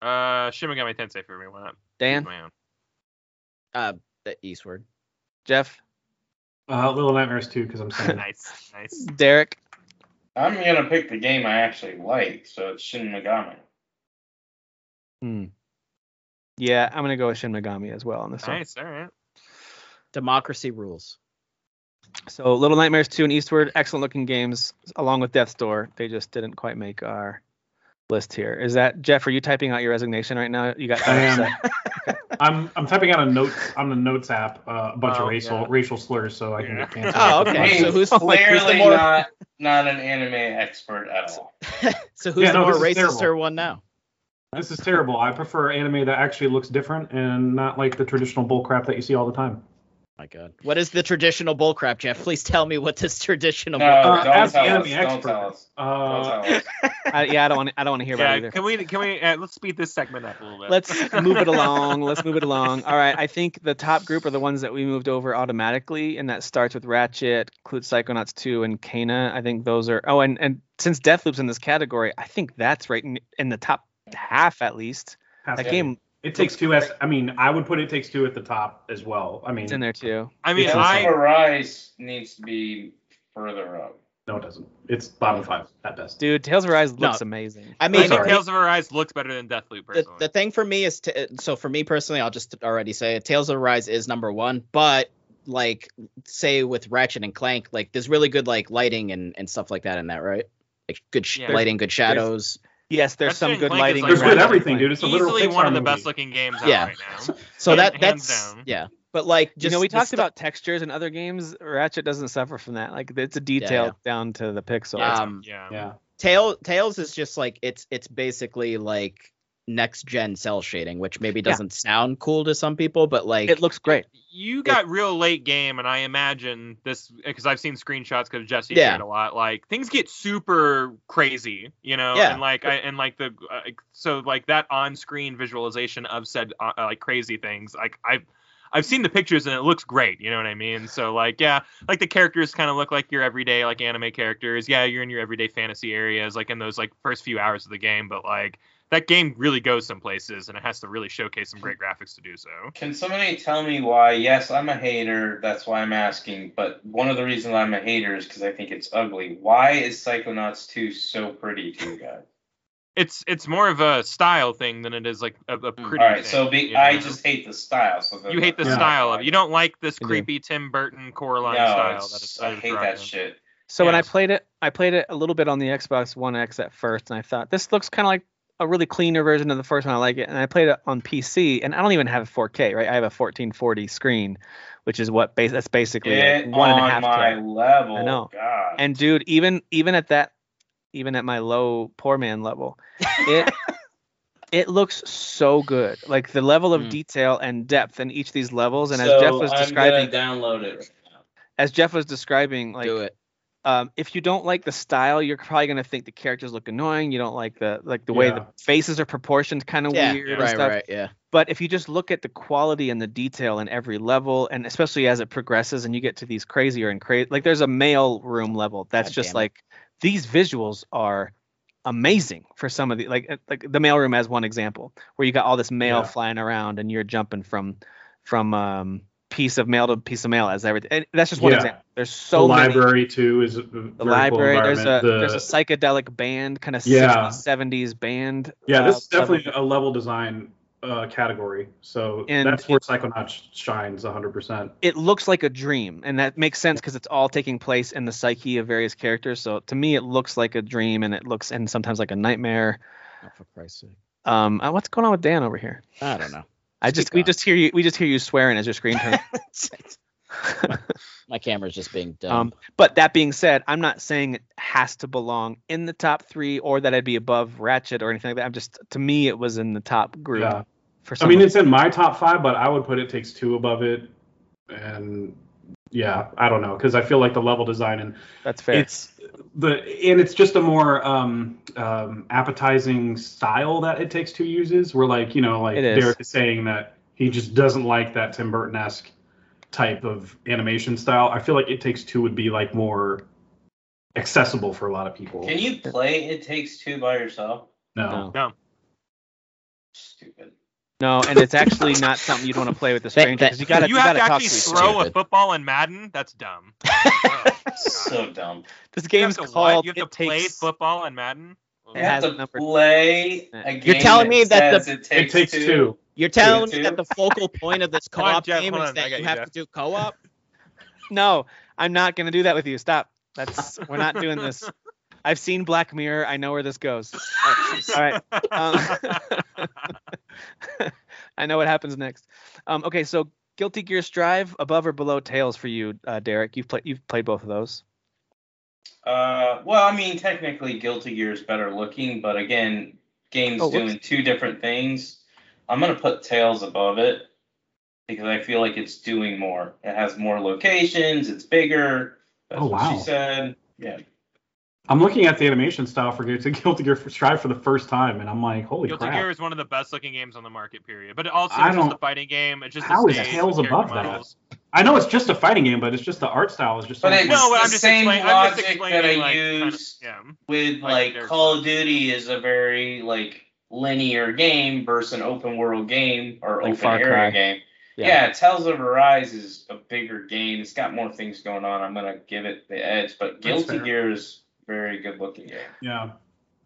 Uh, Shin Megami Tensei for me. Why not? Dan, My own. The E eastward. Jeff, Uh, Little Nightmares too, because I'm saying Nice, nice. Derek, I'm gonna pick the game I actually like, so it's Shin Megami. Hmm. Yeah, I'm gonna go with Shin Megami as well on this one. Nice. All right. Democracy rules. So Little Nightmares 2 and Eastward, excellent looking games, along with Death's Door. They just didn't quite make our list here. Is that Jeff? Are you typing out your resignation right now? You got I am. upset. I'm I'm typing out a notes on the notes app uh, a bunch Oh, of racial yeah. racial slurs so I can Yeah. get Oh, canceled. okay. Hey, So who's- like, who's the clearly more- not not an anime expert at all. So who's Yeah, the no, more this is racist terrible. or one now? This is terrible. I prefer anime that actually looks different and not like the traditional bullcrap that you see all the time. My God. What is the traditional bullcrap, Jeff? Please tell me what this traditional Uh, No, bullcrap. don't ask the tell us. anime Don't expert. tell us. Don't Uh, tell us. I, yeah, I don't want. I don't want to hear about it Yeah. either. Can we? Can we? Uh, let's speed this segment up a little bit. Let's move it along. Let's move it along. All right. I think the top group are the ones that we moved over automatically, and that starts with Ratchet, includes Psychonauts 2, and Kana. I think those are. Oh, and and since Deathloop's in this category, I think that's right in, in the top half at least. has That to be. game It takes two as I mean I would put it takes two at the top as well. I mean is in there too. I mean, Yeah. I. Rise needs to be further up. no it doesn't. It's Mm. bottom five at best. Dude, Tales of Arise No. looks amazing. I I mean, think sorry. Tales of Arise looks better than Deathloop the, personally. the thing for me is to so for me personally, I'll just already say it, Tales of Rise is number one, but like say with Ratchet and Clank, like there's really good like lighting and and stuff like that in that, right? Like good sh- Yeah. lighting, good shadows. Yes, there's Ratchet some and good Clank is lighting. like- There's around good it. everything, dude. It's a literal Easily one Pixar of the movie. best looking games out Yeah. right now. So that Hands that's down. yeah. But like just you know, we the talked stu- about textures and other games. Ratchet doesn't suffer from that. Like it's a Yeah, detail yeah. down to the pixel. Yeah. Yeah. Um, yeah. Yeah. Tail Tails is just like it's it's basically like next gen cell shading, which maybe Yeah. doesn't sound cool to some people, but like it looks great. you got real late game, and I imagine this because I've seen screenshots because Jesse Yeah. shared a lot. Like things get super crazy, you know, Yeah. and like I and like the uh, so like that on-screen visualization of said uh, uh, like crazy things. Like I've I've seen the pictures and it looks great, you know what I mean? So like yeah, like the characters kind of look like your everyday like anime characters. Yeah, you're in your everyday fantasy areas, like in those like first few hours of the game, but like. That game really goes some places, and it has to really showcase Hmm. some great graphics to do so. Can somebody tell me why? Yes, I'm a hater. That's why I'm asking. But one of the reasons I'm a hater is because I think it's ugly. Why is Psychonauts 2 so pretty to you guys? it's it's more of a style thing than it is like a, a pretty. Hmm. All right, thing, so you be, know? I just hate the style. So you hate the Yeah. style of it. you don't like this I do. creepy Tim Burton No, Coraline style. it's- That it's, I hate that shit. So when Yeah. I played it, I played it a little bit on the Xbox One X at first, and I thought this looks kind of like a really cleaner version of the first one. I like it, and I played it on PC, and I don't even have a 4K, right? I have a 1440 screen, which is what base. That's basically like Get one and a on half my K. level. I know. God. And dude, even even at that, even at my low poor man level, it it looks so good. Like the level of Mm. detail and depth in each of these levels, and So as Jeff was I'm describing, gonna download it. right now. as Jeff was describing, like Do it. um, if you don't like the style, you're probably gonna think the characters look annoying. You don't like the like the way Yeah. the faces are proportioned, kind of Yeah, weird and right, stuff. right, yeah. But if you just look at the quality and the detail in every level, and especially as it progresses and you get to these crazier and crazy, like there's a mail room level that's God just damn it. like these visuals are amazing for some of the like uh, like the mail room as one example where you got all this mail Yeah. flying around and you're jumping from from um piece of mail to piece of mail as everything. And that's just one Yeah. example. There's the so many library too is a the library there's a the, there's a psychedelic band kind of Yeah. 60s 70s band yeah uh, this is level. definitely a level design uh, category so And that's where psychonauts shines 100% it looks like a dream and that makes sense because it's all taking place in the psyche of various characters so to me it looks like a dream and it looks and sometimes like a nightmare Oh, for Christ's sake. um uh, what's going on with dan over here I don't know. i Just just keep we going. just hear you we just hear you swearing as your screen turns My camera's just being dumb. um but that being said i'm not saying it has to belong in the top three or that i'd be above ratchet or anything like that i'm just to me it was in the top group yeah for i some mean it's in my top five but i would put it takes two above it and yeah i don't know because i feel like the level design and that's fair it's the and it's just a more um, um, appetizing style that it takes two uses. Where like you know like It is. Derek is saying that he just doesn't like that Tim Burton esque type of animation style. I feel like it takes two would be like more accessible for a lot of people. Can you play It Takes Two by yourself? no. No. Stupid. no and it's actually not something you'd want to play with a That- stranger that- because you gotta you, you have gotta to talk actually to each other. throw a Stupid. football in Madden. That's dumb. So dumb. This You game's have to what? called. You have to it play takes. football in Madden. It You has a have to number- play Yeah. a game. You're telling me that the- says it It takes, takes two. two. You're telling Two. me that the focal point of this Hold on, co-op Jeff, game hold is on, I that got you you, have Jeff. to do co-op? No, I'm not gonna do that with you. Stop. That's we're not doing this. I've seen Black Mirror. I know where this goes. All right. Um, I know what happens next. Um, okay, so Guilty Gear Strive, above or below Tails for you, uh, Derek. You've played you've played both of those. Uh, well, I mean, technically, Guilty Gear is better looking, but again, games Oh, whoops. doing two different things. I'm gonna put Tails above it because I feel like it's doing more. It has more locations. It's bigger. That's Oh, what she wow. said. Yeah. I'm looking at the animation style for Guilty Guilty Gear for Strive for the first time, and I'm like, holy Guilty crap! Gear is one of the best looking games on the market, period. But it also I is just don't- a fighting game. It's just How a is stage, with Tails character above that? models. I know it's just a fighting game, but it's just the art style is just. But so it- much- No, It's I'm the just same explaining. I'm just logic that explaining, I like, kind of- used. yeah. With Like, like, there's- Call of Duty is a very like linear game versus an open world game or Like open Far Cry. area game. Yeah. Yeah. Tales of Arise is a bigger game. It's got more things going on. I'm gonna give it the edge, but Guilty fair. Gear is very good looking game. yeah,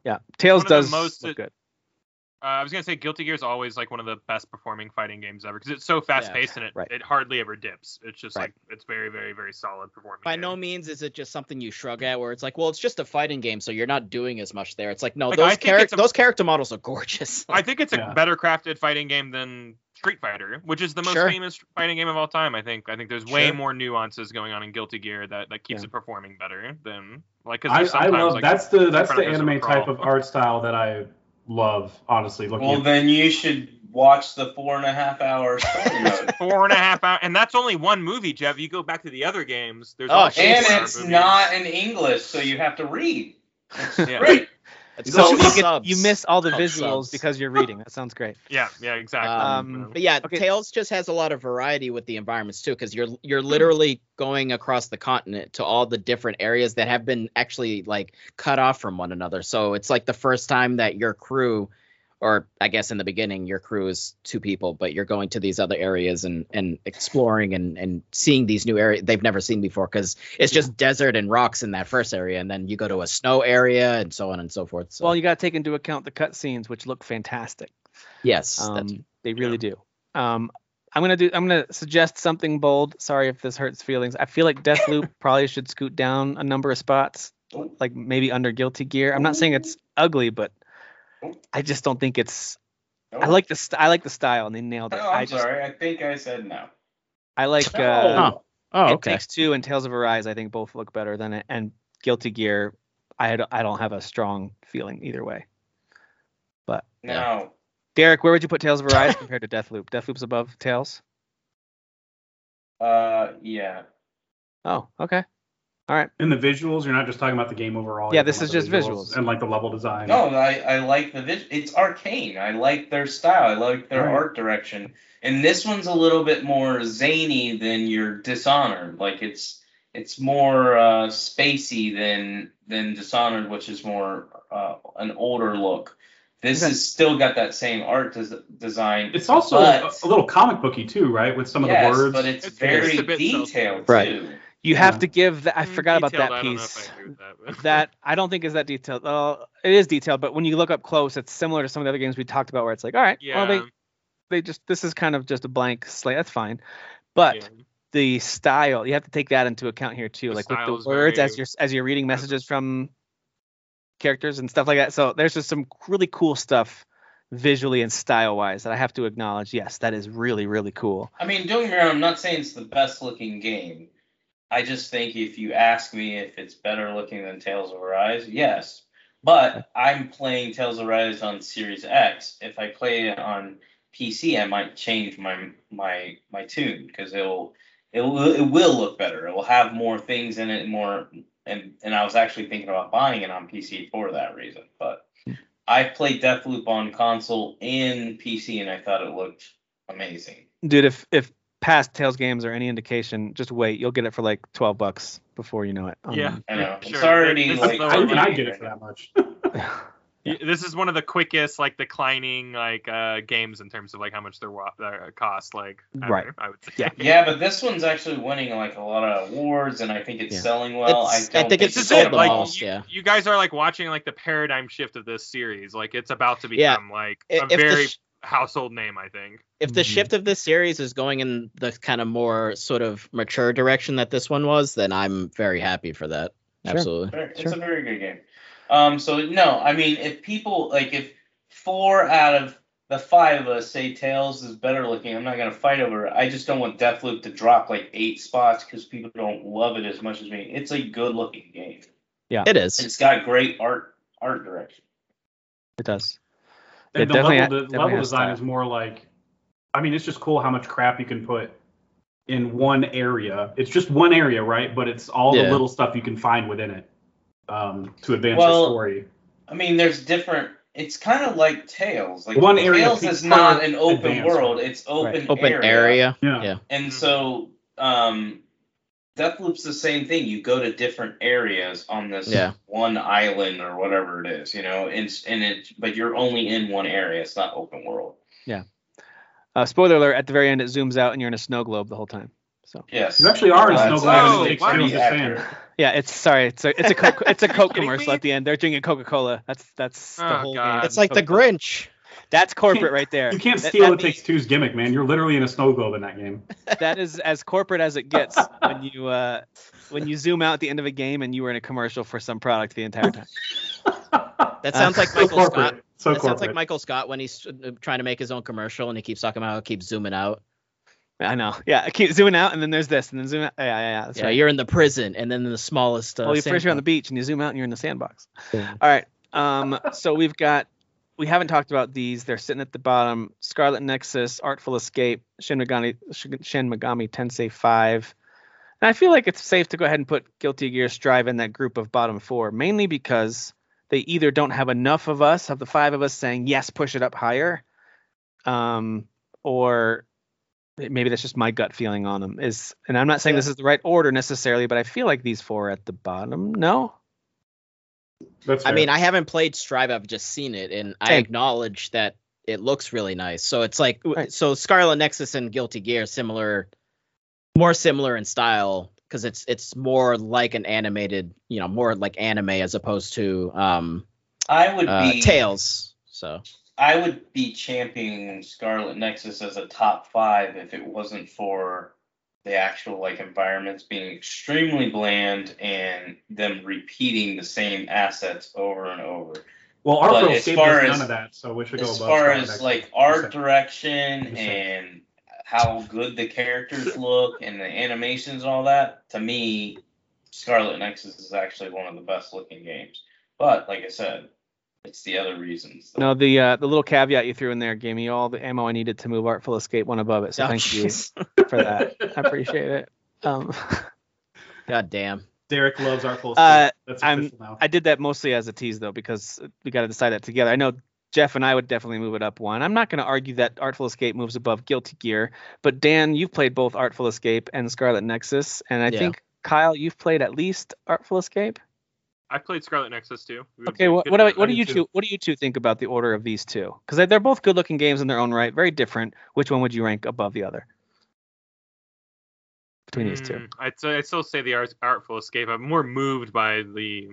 Yeah, Tails One of the does most- look good. Uh, I was gonna say Guilty Gear is always like one of the best performing fighting games ever because it's so fast paced and it right. it hardly ever dips. It's just Right. like it's very very very solid performing. By game. no means is it just something you shrug at, where it's like, well, it's just a fighting game, so you're not doing as much there. It's like, no, Like, I those think it's character a- those character models are gorgeous. I think it's a Yeah. better crafted fighting game than Street Fighter, which is the most Sure. famous fighting game of all time. I think. I think there's way Sure. more nuances going on in Guilty Gear that that keeps Yeah. it performing better than like because I, I sometimes love like that's the that's the Predators are anime crawl. type of art style that I love. Honestly, looking Well, at then you should watch the four and a half hour story mode. four and a half hours, and that's only one movie, Jeff. You go back to the other games. There's Oh, all shit. and four-hour it's movies. not in English, so you have to read. Yeah. Great. It's So called you, get, subs. you miss all the Oh, visuals subs. because you're reading. That sounds great. Yeah, yeah, exactly. Mm-hmm. Um, But yeah, Okay. Tails just has a lot of variety with the environments too, because you're you're Mm-hmm. literally going across the continent to all the different areas that have been actually like cut off from one another. So it's like the first time that your crew, or I guess in the beginning, your crew is two people, but you're going to these other areas and and exploring and and seeing these new areas they've never seen before, because it's just desert and rocks in that first area, and then you go to a snow area and so on and so forth. So Well, you got to take into account the cutscenes, which look fantastic. yes, that's, Um, they really do. Um, I'm gonna do. I'm gonna suggest something bold. Sorry if this hurts feelings. I feel like Deathloop probably should scoot down a number of spots, like maybe under Guilty Gear. I'm not saying it's ugly, but I just don't think it's. I Nope. like the st- I like the style, and they nailed it. Oh, I I'm just sorry. I think I said no. I like. No. Uh, Huh. Oh, It okay. Takes Two and Tales of Arise, I think both look better than it. And Guilty Gear, I had, I don't have a strong feeling either way. No. Derek, where would you put Tales of Arise compared to Deathloop? Deathloop's above Tales. Uh, yeah. Oh, okay. And the visuals, you're not just talking about the game overall. Yeah, you're this talking is about just the visuals. And like the level design. No, I, I like the vis- it's arcane. I like their style. I like their Right. art direction. And this one's a little bit more zany than your Dishonored. Like it's it's more uh, spacey than than Dishonored, which is more uh, an older look. This Okay. has still got that same art des- design. It's also But- a, a little comic booky too, right? With some of yes, the words. but It's- it's, it's very a bit detailed Right. too. You Yeah. have to give. The, I Mm, forgot about detailed, that I don't know if piece. I agree with that, but- that I don't think is that detailed. Well, it is detailed, but when you look up close, it's similar to some of the other games we talked about, where it's like, all right, yeah, well, they they just this is kind of just a blank slate. That's fine, but yeah. the style you have to take that into account here too, The like with style is the words very- as you're as you're reading messages from characters and stuff like that. So there's just some really cool stuff visually and style wise that I have to acknowledge. Yes, that is really really cool. I mean, don't get me wrong. I'm not saying it's the best looking game. I just think if you ask me if it's better looking than Tales of Arise, yes. But I'm playing Tales of Arise on Series X. If I play it on PC, I might change my my my tune because it'll it will it will look better. It will have more things in it, and more and and I was actually thinking about buying it on PC for that reason. But I played Deathloop on console and PC, and I thought it looked amazing. dude if if past tails games are any indication just wait you'll get it for like 12 bucks before you know it Um, Yeah. I know. Sure. It's already This is like the I, one even I Right. get it for that much. Y- This is one of the quickest, like declining, like uh, games in terms of like how much their wa- their cost, like ever, Right. I would say. Yeah. Yeah, but this one's actually winning like a lot of awards, and I think it's Yeah. selling well. It's- I, I don't think It's It's just sold it. the Like most, you, yeah. you guys are like watching like the paradigm shift of this series. Like it's about to Yeah. become like If a the very sh- household name. I think. if the Mhm. shift of this series is going in the kind of more sort of mature direction that this one was, then I'm very happy for that. Sure. Absolutely. Very- It's Sure. a very good game. Um, so no, I mean, if people like, if four out of the five of us say Tails is better looking, I'm not gonna fight over it. I just don't want Deathloop to drop like eight spots because people don't love it as much as me. It's a good looking game. It is. It's got great art art direction. it does And It the definitely- level, the definitely level has design style. is more like, I mean, it's just cool how much crap you can put in one area. It's just one area, right? But it's all Yeah. the little stuff you can find within it um, to advance Well, the story. I mean, there's different. It's kind of like Tails. Like One area Tails pe- is not per an open advance. world. It's open Open area. Yeah. Yeah. And so um, Deathloop's the same thing. You go to different areas on this Yeah. one island or whatever it is, you know. And s- and it, but you're only in one area. It's not open world. uh, spoiler alert at the very end it zooms out and you're in a snow globe the whole time so Yes. You actually are in Uh, Snow it's Globe. oh, and it takes wow. you to the sand. Accurate. yeah it's sorry it's a it's a coke, it's a coke Kidding commercial me? at the end they're drinking coca-cola that's that's the Oh, whole God. game. It's like the Coca-Cola. Grinch. that's corporate right there You can't That- steal that It Takes Two's gimmick, man. You're literally in a snow globe in that game. that is as corporate as it gets when you uh when you zoom out at the end of a game and you were in a commercial for some product the entire time That sounds like so Michael corporate. Scott. So that corporate. sounds like Michael Scott when he's uh, trying to make his own commercial and he keeps talking about how it keeps zooming out. i know yeah i keep zooming out and then there's this and then zoom out yeah yeah yeah that's yeah, right you're in the prison and then the smallest. Uh, well, you first you're on the sandbox. beach and you zoom out and you're in the sandbox. Yeah. All right. Um, so we've got we haven't talked about these. They're sitting at the bottom. Scarlet Nexus, Artful Escape, Shin Megami, Shin Megami Tensei 5. And I feel like it's safe to go ahead and put Guilty Gear Strive in that group of bottom four, mainly because they either don't have enough of us, of the five of us saying yes, push it up higher, um, or maybe that's just my gut feeling on them is and i'm not saying this is the right order necessarily but i feel like these four are at the bottom no That's I fair. mean, I haven't played Strive. I've just seen it, and I Same. acknowledge that it looks really nice. So it's like, w- Right. so Scarlet Nexus and Guilty Gear similar, more similar in style because it's it's more like an animated, you know, more like anime as opposed to um I would uh, be Tails. So I would be championing Scarlet Nexus as a top five if it wasn't for the actual like environments being extremely bland and them repeating the same assets over and over. Well, our But world as gave far us as- none of that, so we should go as above far Star as Trek. like art Percent. direction Percent. and how good the characters look and the animations and all that, to me, Scarlet Nexus is actually one of the best looking games. But like I said, it's the other reasons. No, the uh, the little caveat you threw in there gave me all the ammo I needed to move Artful Escape one above it. So Oh, thank jeez. you for that. I appreciate it. Um, God damn. Derek loves artful. Uh, escape. That's I'm- official now. I did that mostly as a tease though, because we got to decide that together. I know Jeff and I would definitely move it up one. I'm not going to argue that Artful Escape moves above Guilty Gear, but Dan, you've played both Artful Escape and Scarlet Nexus, and I Yeah. think Kyle, you've played at least Artful Escape. I played Scarlet Nexus too. We would Okay, say what good what, do about what do it. you two what do you two think about the order of these two? Because they're both good-looking games in their own right, very different. Which one would you rank above the other? Between these two, Mm, I'd, say- I'd still say the art, Artful Escape. I'm more moved by the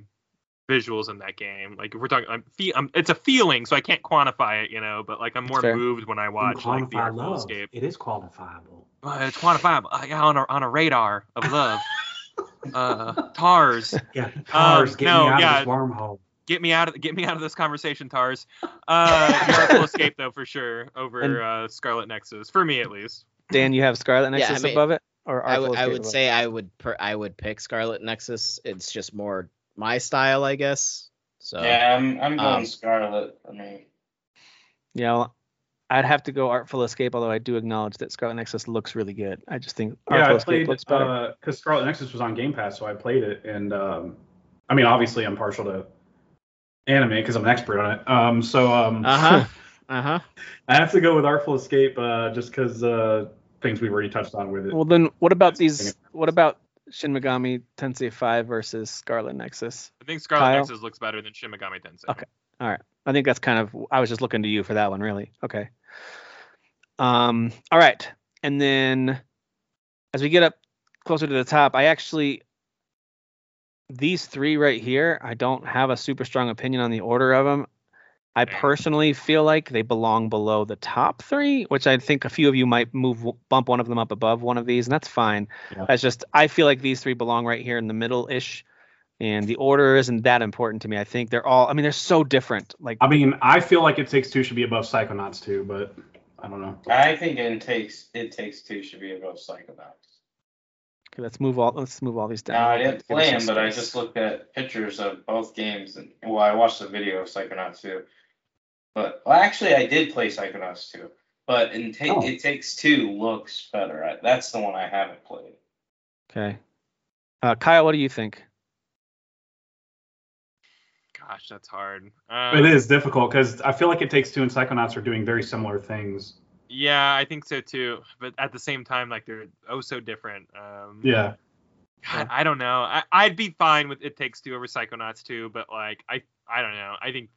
visuals in that game. Like if we're talking, I'm, fe- I'm it's a feeling, so I can't quantify it, you know. But like I'm more fair. moved when I watch like the Artful Escape. It is quantifiable. Uh, it's quantifiable uh, yeah, on a on a radar of love. uh, Tars, Yeah, Tars, get me Um, no, out of yeah. this wormhole. get me out of get me out of this conversation, Tars. Uh, the Artful Escape though for sure over And- uh, Scarlet Nexus for me at least. Dan, you have Scarlet Yeah, I Nexus mean, above it, or I Artful would- I Escape would above it? say I would per- I would pick Scarlet Nexus. It's just more my style, I guess. So yeah, I'm I'm going um, Scarlet. I mean, you know, I'd have to go Artful Escape, although I do acknowledge that Scarlet Nexus looks really good. I just think Yeah, Artful I Escape played uh, looks because better. Scarlet Nexus was on Game Pass, so I played it, and um, I mean, obviously, I'm partial to anime because I'm an expert on it. Um, so um, Uh Uh-huh. huh. Uh huh. I have to go with Artful Escape uh, just because uh, things we've already touched on with it. well, then what about Hang these? What about Shin Megami Tensei 5 versus Scarlet Nexus? I think Scarlet Kyle? Nexus looks better than Shin Megami Tensei. Okay. I think that's kind of. I was just looking to you for that one, really. Okay. Um. All right, and then as we get up closer to the top, I actually these three right here. I don't have a super strong opinion on the order of them. I Hmm. Fair. personally feel like they belong below the top three, which I think a few of you might move bump one of them up above one of these, and that's fine. Yeah. That's just I feel like these three belong right here in the middle ish, and the order isn't that important to me. I think they're all. I mean, they're so different. Like I mean, I feel like It Takes Two should be above Psychonauts too, but I don't know. I think it takes it takes two should be above Psychonauts. okay, let's move all let's move all these down. No, I didn't Give us play some them, but I space. just looked at pictures of both games, and well, I watched the video of Psychonauts 2. But well, actually, I did play Psychonauts 2, but in ta- Oh. it takes two looks better. I, that's the one I haven't played. Okay. Uh, Kyle, what do you think? Gosh, that's hard. Um, It is difficult because I feel like It Takes Two and Psychonauts are doing very similar things. Yeah, I think so too. But at the same time, like they're oh so different. Um, Yeah. God, I don't know. I, I'd be fine with It Takes Two over Psychonauts two, but like I I don't know. I think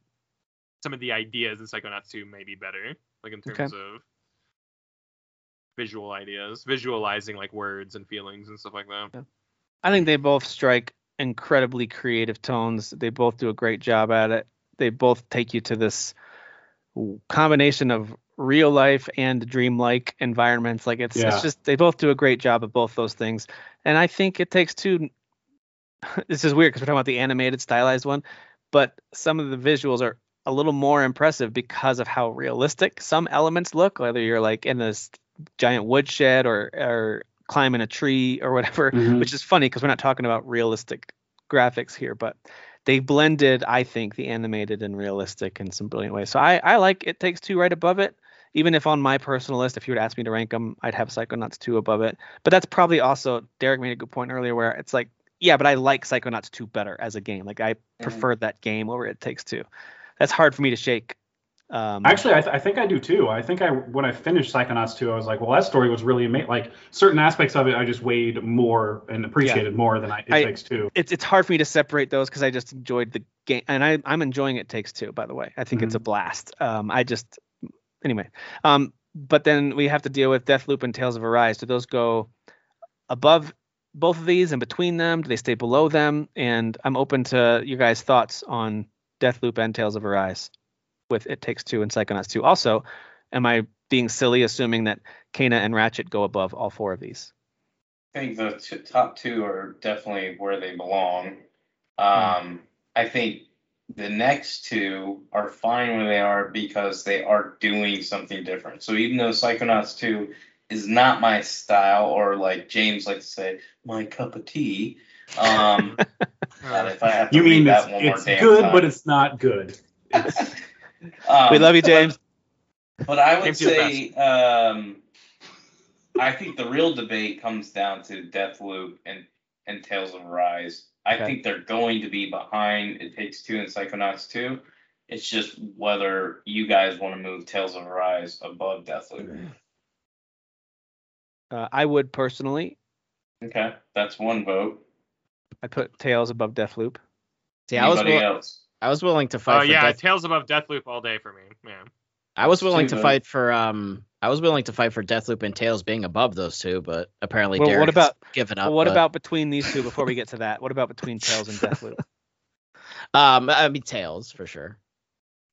some of the ideas in Psychonauts two may be better, like in Okay. terms of visual ideas, visualizing like words and feelings and stuff like that. I think they both strike incredibly creative tones. They both do a great job at it. They both take you to this w- combination of real life and dreamlike environments. Like it's Yeah. it's just they both do a great job of both those things. And I think it takes two. This is weird because we're talking about the animated stylized one, but some of the visuals are a little more impressive because of how realistic some elements look. Whether you're like in this giant woodshed or or climbing a tree or whatever, Mhm. which is funny because we're not talking about realistic graphics here, but they blended, I think, the animated and realistic in some brilliant ways. So I, I like It Takes Two right above it. Even if on my personal list, if you would ask me to rank them, I'd have Psychonauts 2 above it. But that's probably also, Derek made a good point earlier where it's like, yeah, but I like Psychonauts 2 better as a game. Like I preferred that game over It Takes Two. That's hard for me to shake. Um, Actually, I, th- I think I do too. I think I when I finished Psychonauts 2, I was like, well, that story was really amazing. Like certain aspects of it, I just weighed more and appreciated more than I, It I- Takes Two. it's it's hard for me to separate those because I just enjoyed the game, and I I'm enjoying it. Takes two, by the way. I think it's a blast. Um, I just anyway. Um, but then we have to deal with Deathloop and Tales of Arise. Do those go above both of these and between them? Do they stay below them? And I'm open to your guys' thoughts on Deathloop and Tales of Arise with It Takes Two and Psychonauts Two. Also, am I being silly assuming that Kana and Ratchet go above all four of these? I think the t- top two are definitely where they belong. Um, I think The next two are fine when they are because they are doing something different. So even though Psychonauts 2 is not my style, or like James likes to say, my cup of tea. Um, God, if I have to You read mean it's, that one more it's damn good, time. but it's not good. Um, we love you, but- James. But I would James, you're say, um, I think the real debate comes down to Deathloop and and Tales of Rise. I Okay. think they're going to be behind It Takes Two and Psychonauts Two. It's just whether you guys want to move Tales of Rise above Mm-hmm. Deathloop. Uh, I would personally. Okay, that's one vote. I put Tails above Deathloop. See, I was Anybody will- else? I was willing to Oh fight for yeah, Death- Tales above Deathloop all day for me. Yeah. I was willing to Two votes. fight for um I was willing to fight for Deathloop and Tails being above those two, but apparently Well, what Derek has about- given up. Well, what but- about between these two? Before we get to that, what about between Tails and Deathloop? um I mean Tails for sure.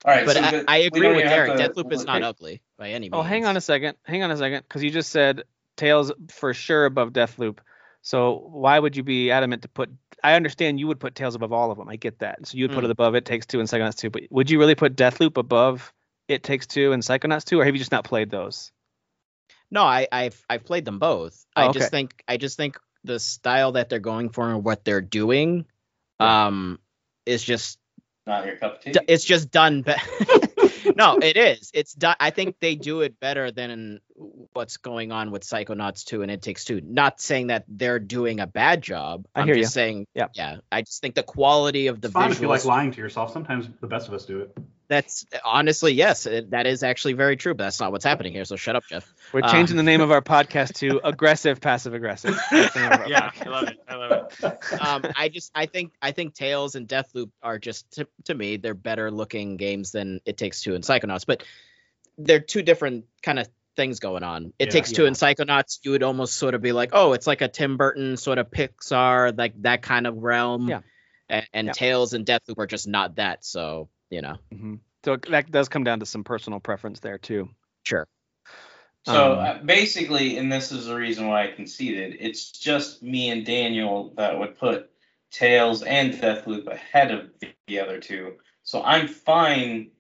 All right, but so I, the- I we agree don't with even have Derek. to- Deathloop is not Hey, ugly by any means. Oh, hang on a second. Hang on a second, because you just said Tails for sure above Deathloop. So why would you be adamant to put? I understand you would put Tails above all of them. I get that. So you'd put Mm. it above It Takes Two and Psychonauts Two. But would you really put Deathloop above It Takes Two and Psychonauts Two, or have you just not played those? No, I I've I've played them both. Oh, I okay. just think I just think the style that they're going for and what they're doing um is just Not your cup of tea. d- it's just done better. no, it is. It's done. I think they do it better than what's going on with Psychonauts 2 and It Takes Two. Not saying that they're doing a bad job. I am hear just ya. saying, Yeah. yeah. I just think the quality of the it's fine if you like visuals. lying to yourself. Sometimes the best of us do it. that's honestly yes, it, that is actually very true. But that's not what's happening here. So shut up, Jeff. We're Um. changing the name of our podcast to Aggressive Passive Aggressive. That's the name of our Yeah, I love it. I love it. um, I just I think I think Tails and Deathloop are just to, to me they're better looking games than It Takes Two and Psychonauts, but they're two different kind of things going on. It Yeah. Takes Two Yeah. and Psychonauts, you would almost sort of be like, oh, it's like a Tim Burton sort of Pixar like that kind of realm. Yeah. A- And, Yeah. Tails and Deathloop are just not that. So you know, hmm So that does come down to some personal preference there too. sure. So Um, uh, basically, and this is the reason why I conceded, it's just me and Daniel that would put Tails and Deathloop ahead of the- the other two. So I'm fine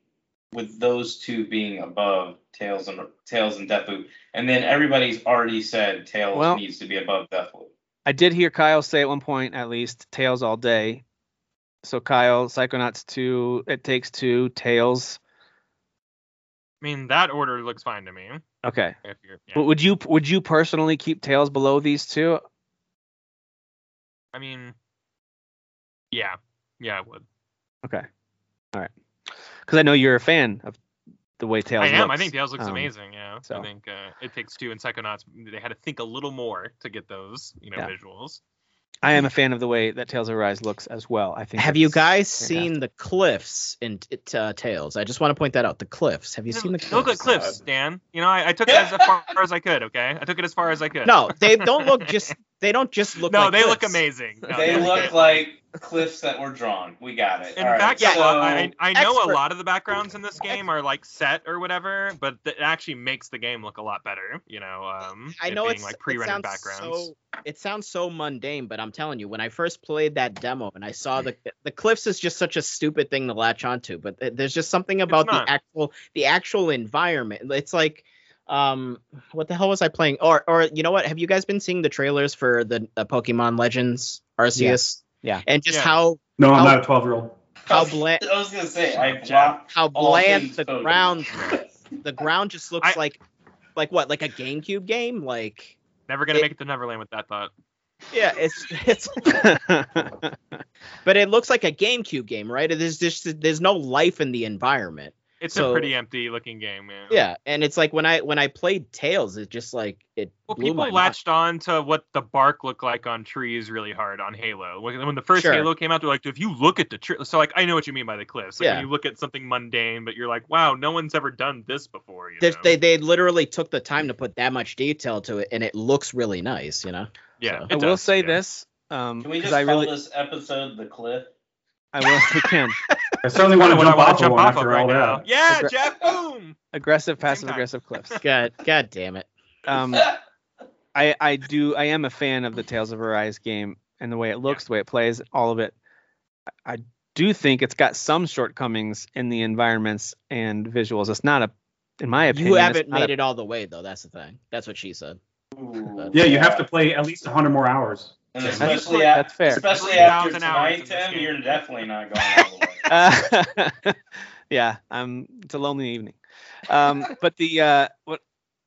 with those two being above Tails and Tails and Deathloop. And then everybody's already said Tails Well- needs to be above Deathloop. I did hear Kyle say at one point, at least, Tails all day. So Kyle, Psychonauts two, It Takes Two, Tails. I mean, that order looks fine to me. Okay, If you're, yeah. but would you would you personally keep Tails below these two? I mean, yeah, yeah, I would. Okay, all right. Because I know you're a fan of the way Tails. I am. I looks. think Tails looks Um, amazing. Yeah, so. I think uh, it takes two and Psychonauts. They had to think a little more to get those, you know, Yeah. visuals. I am a fan of the way that Tails Arise looks as well. I think. Have you it's- guys fantastic. seen the cliffs in t- t- uh, Tails? I just want to point that out. The cliffs. Have you seen the cliffs? Look at cliffs, Dan. You know, I, I took it as far as I could. Okay, I took it as far as I could. No, they don't look just. They don't just look. no, like they look cliffs. amazing. No, they they're look great. like cliffs that were drawn. We got it. In All right, fact, yeah, a lot- I, I know expert- a lot of the backgrounds in this game are like set or whatever, but it actually makes the game look a lot better. You know, um, I it know being it's like it pre-rendered sounds backgrounds. So, it sounds so mundane, but I'm telling you, when I first played that demo and I saw the the cliffs is just such a stupid thing to latch onto, but th- there's just something about the not. actual the actual environment. It's like um what the hell was I playing? Or or you know what? Have you guys been seeing the trailers for the uh, Pokemon Legends Arceus? Yeah. And just Yeah. how No, How- I'm not a 12 year old. how bland I was gonna say I Jeff. blocked how all bland things the Pokemon. ground the ground just looks I- like like what? Like a GameCube game? Like Never gonna it- make it to Neverland with that thought. yeah, it's it's but it looks like a GameCube game, right? There's just there's no life in the environment. It's So- a pretty empty looking game, man. Yeah, and it's like when I when I played Tails, it just like it Well, blew my people latched on to what the bark looked like on trees really hard on Halo. When when the first Sure. Halo came out, they're like, if you look at the tree, so like I know what you mean by the cliffs. Like Yeah. when you look at something mundane, but you're like, wow, no one's ever done this before. You mind. They, know? they they literally took the time to put that much detail to it, and it looks really nice, you know. yeah, so- it I will does, say yeah. this. Um, Can we because just I call really, this episode the cliff? I will. We can. I certainly Kinda want to what I jump wanna off of one after all that. Yeah, Agra- Jeff, boom. Aggressive, passive, time. aggressive clips. God God damn it. Um, I I do I am a fan of the Tales of Arise game and the way it looks, the way it plays, all of it. I do think it's got some shortcomings in the environments and visuals. It's not a, in my opinion, you it's haven't not made a- it all the way though. That's the thing. That's what she said. Ooh, Yeah, you have to play at least 100 more hours. And That's- especially, a- that's fair. especially Thousand after hours tonight, in this Tim, game. you're definitely not going all the way. Uh, yeah, I'm. It's a lonely evening. Um, but the uh, what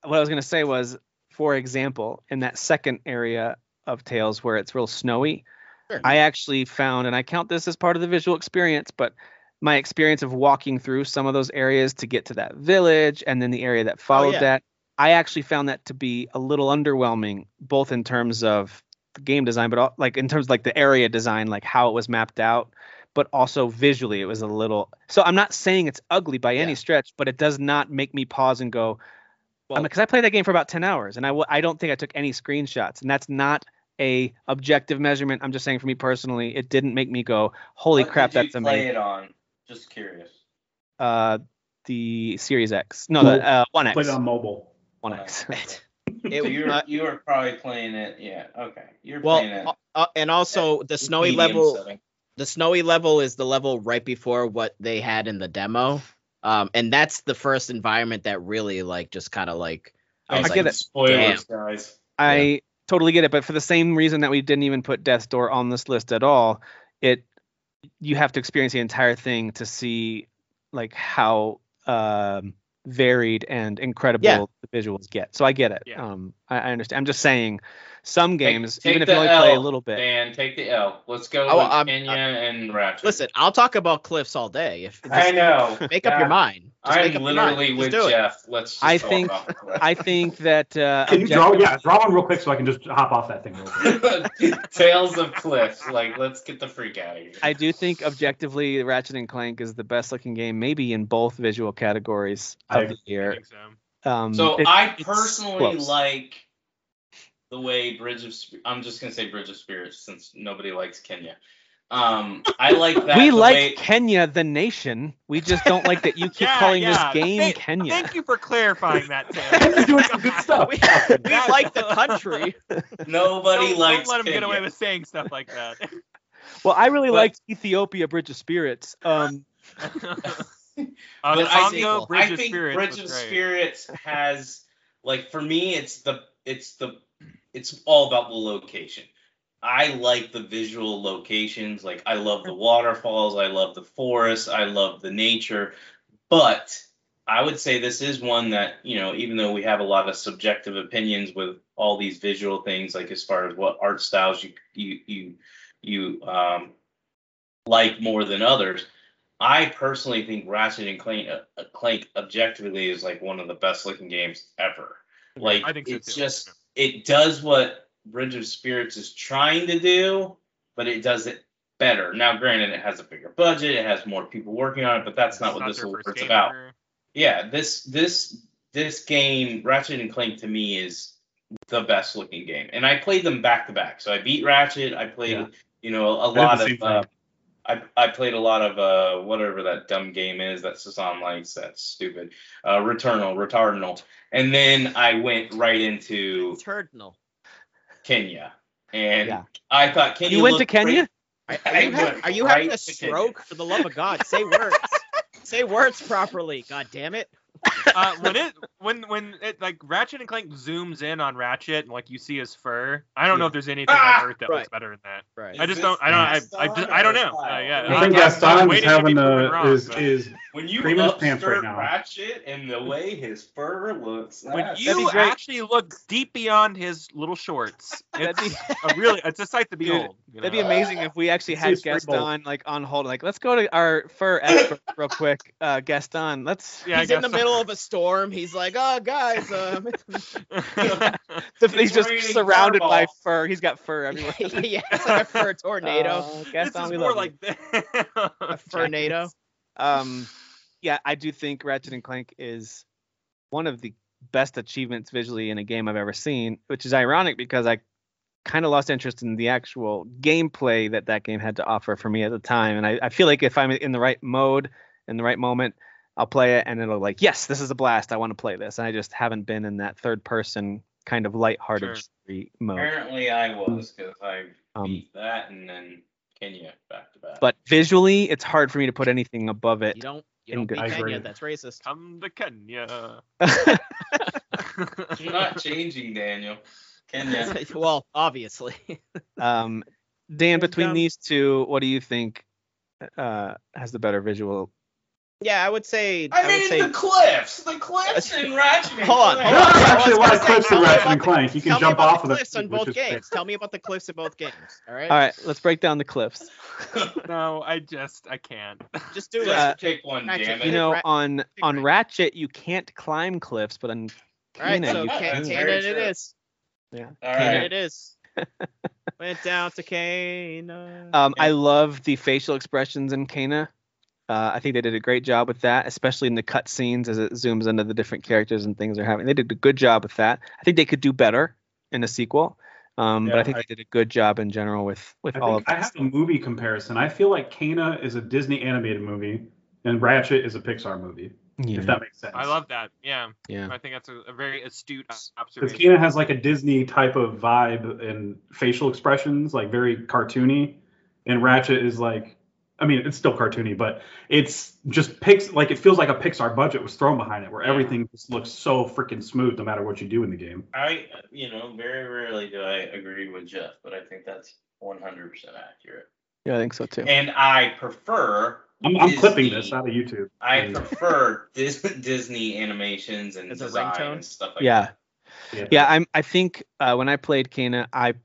what I was gonna say was, for example, in that second area of Tales where it's real snowy, Sure. I actually found, and I count this as part of the visual experience, but my experience of walking through some of those areas to get to that village and then the area that followed Oh, yeah. that, I actually found that to be a little underwhelming, both in terms of the game design, but al- like in terms of like the area design, like how it was mapped out but also visually it was a little so i'm not saying it's ugly by any Yeah. stretch but it does not make me pause and go because Well- i played that game for about 10 hours and I w- I don't think i took any screenshots and that's not a objective measurement i'm just saying for me personally it didn't make me go holy What crap did you that's amazing play it on? Just curious. uh the series x no the uh, one Play it x um, on mobile. one x It- so you were uh, you were probably playing it. Yeah. Okay. You're playing it. well, uh, and also the snowy medium level. setting. the snowy level is the level right before what they had in the demo um and that's the first environment that really like just kind of like i was I like get it. Spoilers, guys. I totally get it, but for the same reason that we didn't even put Death's Door on this list at all, it you have to experience the entire thing to see like how um, varied and incredible Yeah. the visuals get. So I get it. Yeah. Um, I, I understand. I'm just saying, some games, take even if the you only play a L, little bit, Dan, take the L. Let's go Oh, with I'm- Kenya and Ratchet. listen i'll talk about cliffs all day if I just know. make up your God, mind Just make I'm up your literally mind. with Just do it. Jeff. Let's. Just I go think- off the I think that uh, Can you draw? objective- Yeah, draw one real quick so I can just hop off that thing real quick. cliff. Tales of Cliff. Like, let's get the freak out of here. I do think objectively, Ratchet and Clank is the best looking game, maybe in both visual categories I of the I year. think so. Um, So it- I it's personally close. like the way Bridge of Sp- I'm just gonna say Bridge of Spirits since nobody likes Kenya. Um, I like that. we the like way- Kenya, the nation. We just don't like that you keep Yeah, calling yeah. this game Thank- Kenya. Thank you for clarifying that, Tim. You're doing some good stuff. we, we like the country nobody don't, likes. Don't let him Kenya. get away with saying stuff like that. Well, I really But- liked Ethiopia Bridge of Spirits. Um, Uh, the But I Congo think- Bridge I of think Spirits Bridge was of great. Spirits has like for me it's the it's the it's all about the location. I like the visual locations. Like I love the waterfalls, I love the forest, I love the nature. But I would say this is one that, you know, even though we have a lot of subjective opinions with all these visual things like as far as what art styles you you you you um like more than others. I personally think Ratchet and Clank, uh, Clank objectively is like one of the best looking games ever. Like I think so, it's too. just it does what Bridge of Spirits is trying to do, but it does it better. Now, granted, it has a bigger budget, it has more people working on it, but that's not It's what this their award's first game about. ever. Yeah, this this this game, Ratchet and Clank, to me is the best looking game, and I played them back to back. So I beat Ratchet. I played, Yeah. you know, a the lot same of. Uh, I, I played a lot of uh, whatever that dumb game is that Sasan likes. That's stupid. Uh, Returnal, Retardinal, and then I went right into eternal Kenya, and Yeah. I thought Kenya. you went to looked Kenya? are, great. I are you, having, went are you right having a to Kenya. stroke for the love of god say words say words properly god damn it uh, when it when when it like Ratchet and Clank zooms in on Ratchet and like you see his fur, I don't know if there's anything Ah! on Earth that Right. looks better than that. right I just Is this don't. I don't. I, I Gaston just. I don't or know. Uh, Kyle? yeah. I think I'm- I'm Gaston is waiting to be having proven a wrong, is but- is When you Cream in his pants upskirt right now. Ratchet and the way his fur looks. when that's- you great. actually look deep beyond his little shorts, That'd it's be- a really it's a sight to Dude, behold. you That'd be know? amazing if we actually See had a spring bowl. Gaston like on hold. Like, let's go to our fur expert real quick. Uh, Gaston, let's. Yeah, I he's in the guess. middle of a storm he's like oh guys um he's just raining surrounded by fireballs. fur. He's got fur everywhere. yeah it's like a fur tornado Uh, Uh, this Gaston, is we more love you. like a tornado um yeah i do think ratchet and clank is one of the best achievements visually in a game i've ever seen which is ironic because i kind of lost interest in the actual gameplay that that game had to offer for me at the time and I, I feel like if i'm in the right mode in the right moment i'll play it and it'll like yes this is a blast i want to play this and i just haven't been in that third person kind of lighthearted Sure. street mode Apparently I was because I um beat that and then Kenya back to back. But visually, it's hard for me to put anything above You it. don't you In don't good- beat I Kenya. agree. That's racist. Come to Kenya. you're not changing, Daniel. Kenya. well, obviously. um, Dan, And, between um, these two, what do you think uh, has the better visual? Yeah, I would say. I, I, mean would say. the cliffs, the cliffs in Ratchet. Hold on, Clank. There hold are on. actually a lot I was of gonna clips say, in tell me Ratchet about and the- Clank. tell You can me jump about off the of it. cliffs on which both is games. Tell me about the cliffs in both games. All right. Uh, All right, let's break down the cliffs. no, I just I can't. Just do it. Just pick one, Ratchet, damn it. You know, Ra- on on Ratchet. Ratchet, you can't climb cliffs, but on All right. Kena, So you Ca- can. That's Canaan very it true. is. All Canaan right. it is. Went down to uh, Canaan. Um, I Yeah. love the facial expressions in Kana. Uh, I think they did a great job with that, especially in the cut scenes as it zooms into the different characters and things they're having. They did a good job with that. I think they could do better in a sequel, um, but Yeah, I think I- they did a good job in general with with I all of think I have this. a movie comparison. I feel like Kana is a Disney animated movie, and Ratchet is a Pixar movie. If Yeah, that makes sense. I love that. Yeah, yeah. I think that's a, a very astute because observation. Kana has like a Disney type of vibe and facial expressions, like very cartoony, and Ratchet is like, I mean, it's still cartoony, but it's just pix like it feels like a Pixar budget was thrown behind it, where everything just looks so freaking smooth no matter what you do in the game. I, you know, very rarely do I agree with Jeff, but I think that's 100% accurate. Yeah, I think so too. And I prefer. I'm, I'm clipping Disney- this out of YouTube. I prefer Dis- Disney animations and As a design ringtone? and stuff like Yeah, that. yeah. I'm. I think uh, when I played Kana, I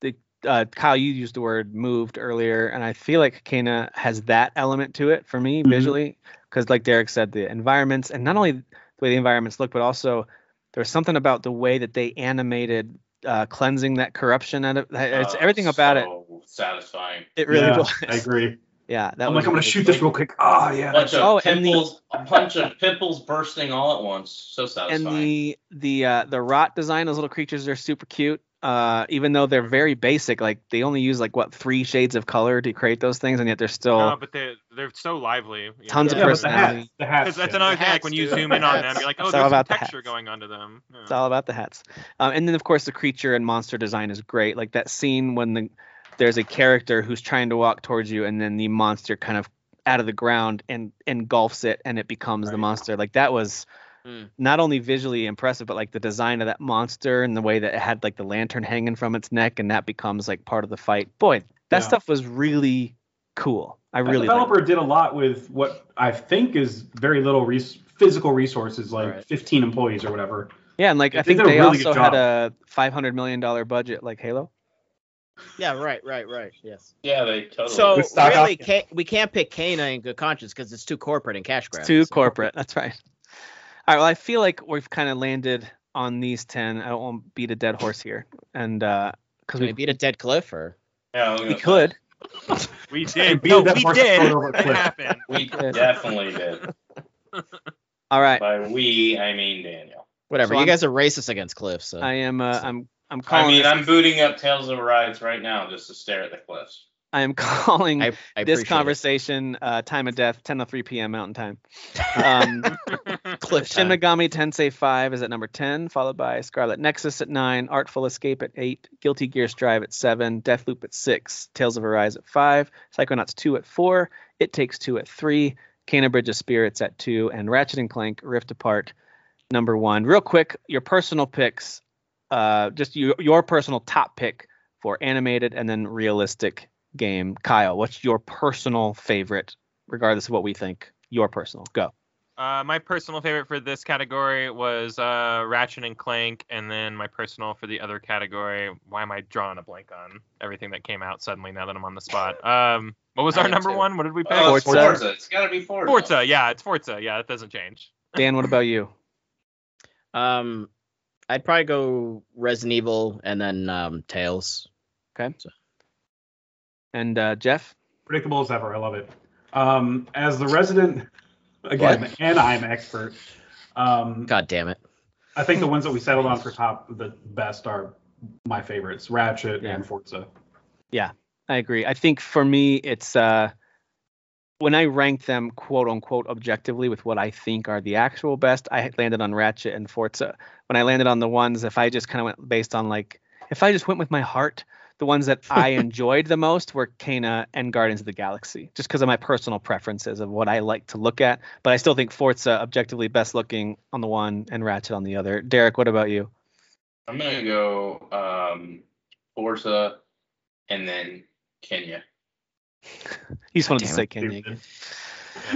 the uh, Kyle, you used the word moved earlier, and I feel like Kana has that element to it for me Mhm. visually, because like Derek said, the environments, and not only the way the environments look, but also there was something about the way that they animated uh, cleansing that corruption out of it's Oh, everything about it. so Satisfying. It really Yeah, was. I agree. Yeah, that I'm was like, I'm gonna really shoot cool. this real quick. Ah, A yeah. bunch of Oh, and the- pimples, a bunch of pimples bursting all at once. So satisfying. and the the uh, the rot design those little creatures are super cute uh, even though they're very basic like they only use like what three shades of color to create those things and yet they're still No, but they they're so lively. you know. Tons of yeah, but the personality. hat, the hat. Because that's yeah. another The thing. Like hats, when you dude. zoom The in on them, hats. you're like, It's oh, all there's some about the texture hats. going onto them. Yeah. it's all about the hats um, and then of course the creature and monster design is great like that scene when the there's a character who's trying to walk towards you and then the monster kind of out of the ground and engulfs it and it becomes the Right. Hmm. monster like that was Mm. not only visually impressive but like the design of that monster and the way that it had like the lantern hanging from its neck and that becomes like part of the fight boy that Yeah. stuff was really cool i The really liked developer did a lot with what I think is very little res- physical resources, like Right. 15 employees or whatever. it. yeah and like They i did think a they really good also had a 500 million dollar budget like halo Yeah. Right. Right. Right. Yes. yeah, they totally. So With stock really, options. Ca- we can't pick Kana in good conscience because it's too corporate and cash grab. It's too corporate. That's right. All right. Well, I feel like we've kind of landed on these ten. I don't want to beat a dead horse here, and because Can we we beat a dead cliff or? yeah, we're we gonna- could. We They did. beat No, that we horse did. over a It cliff. happened. We definitely did. All right. By we, I mean Daniel. Whatever. So you I'm- guys are racist against cliffs. So. I am. Uh, I'm. I'm calling. I mean, this- I'm booting up Tales of Rides right now just to stare at the cliffs. I am calling I, I this appreciate conversation uh, time of death, 10:03 p.m. Mountain Time. Um, it. cliff Shin time. Megami Tensei 5 is at number 10, followed by Scarlet Nexus at 9, Artful Escape at 8, Guilty Gear Strive at 7, Deathloop at 6, Tales of Arise at 5, Psychonauts 2 at 4, It Takes 2 at 3, Cana Bridge of Spirits at 2, and Ratchet and Clank Rift Apart number 1. Real quick, your personal picks, uh, just you, your personal top pick for animated and then realistic game. Kyle, what's your personal favorite, regardless of what we think? Your personal. Go. Uh, my personal favorite for this category was uh, Ratchet and Clank, and then my personal for the other category. Why am I drawing a blank on everything that came out suddenly now that I'm on the spot? Um, what was I our am number too. one? What did we pick? Oh, it's Forza. Forza. It's got to be Forza. Forza. Yeah, it's Forza. Yeah, that doesn't change. Dan, what about you? Um, I'd probably go Resident Evil and then um, Tails. And uh, Jeff? Predictable as ever. I love it. Um, as the resident, again, and I'm expert. Um, God damn it. I think the ones that we settled on for top, the best are my favorites: Ratchet Yeah. and Forza. I agree. I think for me, it's uh, when I rank them quote unquote objectively with what I think are the actual best, I had landed on Ratchet and Forza. When I landed on the ones, if I just kind of went based on like, if I just went with my heart, the ones that I enjoyed the most were Kena and Guardians of the Galaxy, just because of my personal preferences of what I like to look at. But I still think Forza objectively best looking on the one and Ratchet on the other. Derek, what about you? I'm gonna go um, Forza, and then Kenya. He just wanted to Damn say it. Kenya. again.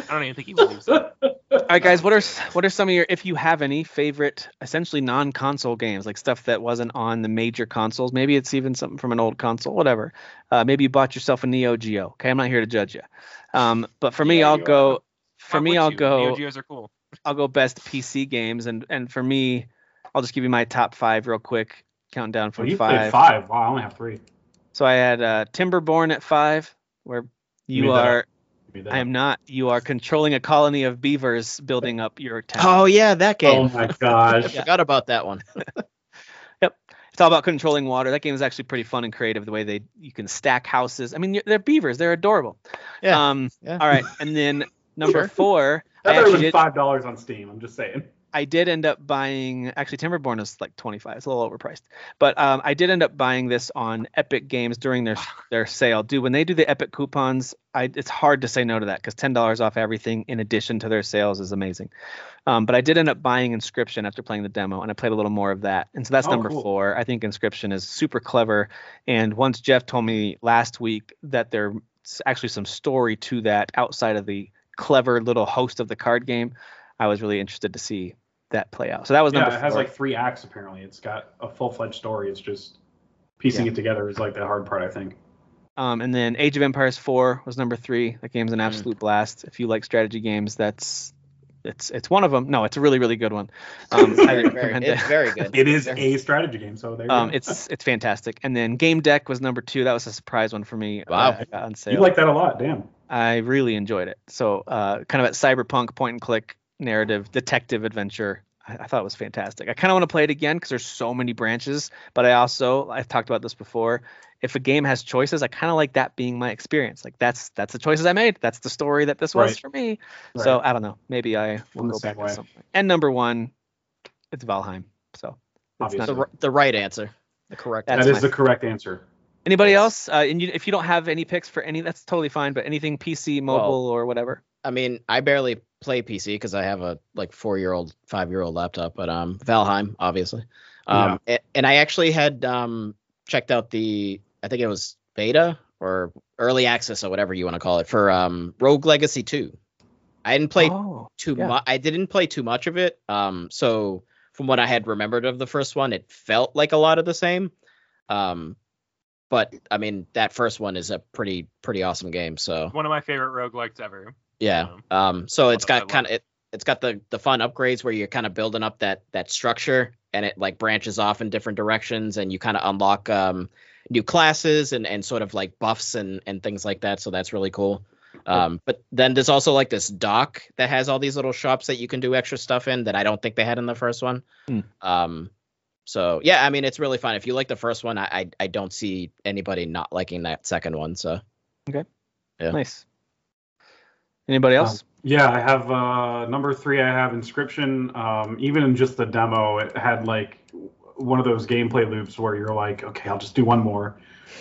I don't even think he believes that. All right, guys. What are s- what are some of your, if you have any favorite, essentially non-console games, like stuff that wasn't on the major consoles? Maybe it's even something from an old console, whatever. Uh, maybe you bought yourself a Neo Geo. Okay, I'm not here to judge you. Um, but for me, Yeah, I'll you are. go. For Why me, would I'll you? go. Neo Geos are cool. I'll go best PC games, and and for me, I'll just give you my top five real quick. Counting down Well, from you played five. five. Wow, I only have three. So I had uh, Timberborn at five, where you made that up. are. Give me that. I am not. You are controlling a colony of beavers building up your town. Oh yeah, that game. Oh my I gosh. forgot about that one. It's all about controlling water. That game is actually pretty fun and creative. The way they you can stack houses. I mean, they're beavers. They're adorable. Yeah, Um, yeah. All right. And then number Sure. four, I That better actually than did. five dollars on Steam. I'm just saying. I did end up buying actually Timberborn is like 25. It's a little overpriced. But um, I did end up buying this on Epic Games during their their sale. Dude, when they do the Epic coupons, I it's hard to say no to that cuz $10 off everything in addition to their sales is amazing. Um, but I did end up buying Inscription after playing the demo and I played a little more of that. And so that's Oh, number cool. 4. I think Inscription is super clever and once Jeff told me last week that there's actually some story to that outside of the clever little host of the card game, I was really interested to see that play out. So that was Yeah, number it four. has like three acts apparently. It's got a full fledged story. It's just piecing it together is like the hard part, I think. um, and then Age of Empires 4 was number three. That game's an Mm. absolute blast. If you like strategy games, that's it's it's one of them. No, it's a really really good one. Um, Very, I very- recommend it. it's very good. It is Very- a strategy game, so there you Um, go. it's it's fantastic. And then Game Deck was number two. That was a surprise one for me. Wow. that I got on sale. you like that a lot, damn. I really enjoyed it. So uh, kind of that cyberpunk point and click narrative detective adventure. I, I thought it was fantastic. I kind of want to play it again because there's so many branches. But I also I've talked about this before. If a game has choices, I kind of like that being my experience. Like that's that's the choices I made. That's the story that this was Right. for me. Right. So I don't know. Maybe I will the go same back way. to something. And number one, it's Valheim. So it's Obviously. not, the, r- the right answer, the correct That's That answer. is my- the correct answer. anybody else? Uh, and you, if you don't have any picks for any, that's totally fine. But anything PC, mobile, or whatever. I mean, I barely play PC because I have a like four year old, five year old laptop, but um, Valheim, obviously. Um, a- and I actually had um checked out the, I think it was beta or early access or whatever you want to call it for um Rogue Legacy 2. I didn't play Oh, too yeah. much. I didn't play too much of it. Um, so from what I had remembered of the first one, it felt like a lot of the same. Um, but I mean, that first one is a pretty pretty awesome game. So One of my favorite roguelikes ever. yeah. Um, Um. So it's I got love- kind of it, it's got the the fun upgrades where you're kind of building up that that structure and it like branches off in different directions and you kind of unlock um new classes and and sort of like buffs and and things like that. So that's really cool. Um, but then there's also like this dock that has all these little shops that you can do extra stuff in that I don't think they had in the first one. Hmm. Um, so yeah, I mean it's really fun. If you like the first one, I, I I don't see anybody not liking that second one. So Yeah. Nice. Anybody Um, else? yeah, I have uh, number three. I have Inscription. Um, even in just the demo, it had like one of those gameplay loops where you're like, okay, I'll just do one more.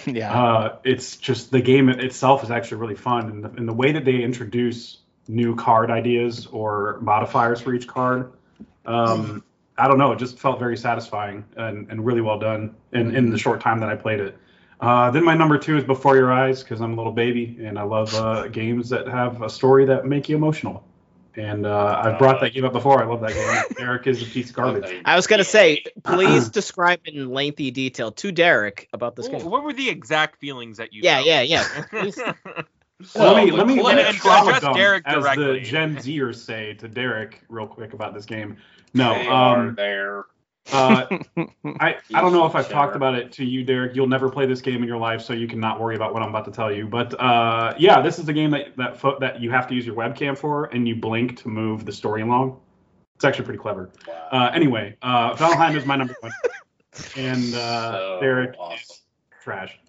yeah. Uh, it's just the game itself is actually really fun, and the, and the way that they introduce new card ideas or modifiers for each card, um, I don't know, it just felt very satisfying and, and really well done in, in the short time that I played it. Uh, then my number two is Before Your Eyes because I'm a little baby and I love uh, games that have a story that make you emotional. And uh, I've brought that game up before. I love that game. Eric is a piece of garbage. I was gonna say, please describe in lengthy detail to Derek about this Ooh, game. What were the exact feelings that you? Yeah, felt? yeah, yeah. Please- Well, let me the let me clip- let me and trauma address dump, Derek as directly. the Gen Zers say to Derek real quick about this game. No, They are um, there. uh, I I don't know if I've Sure. talked about it to you, Derek. You'll never play this game in your life, so you cannot worry about what I'm about to tell you. But uh, yeah, this is a game that that fo- that you have to use your webcam for, and you blink to move the story along. It's actually pretty clever. Uh, anyway, uh, Valheim is my number one, and uh, So Derek awesome. is trash.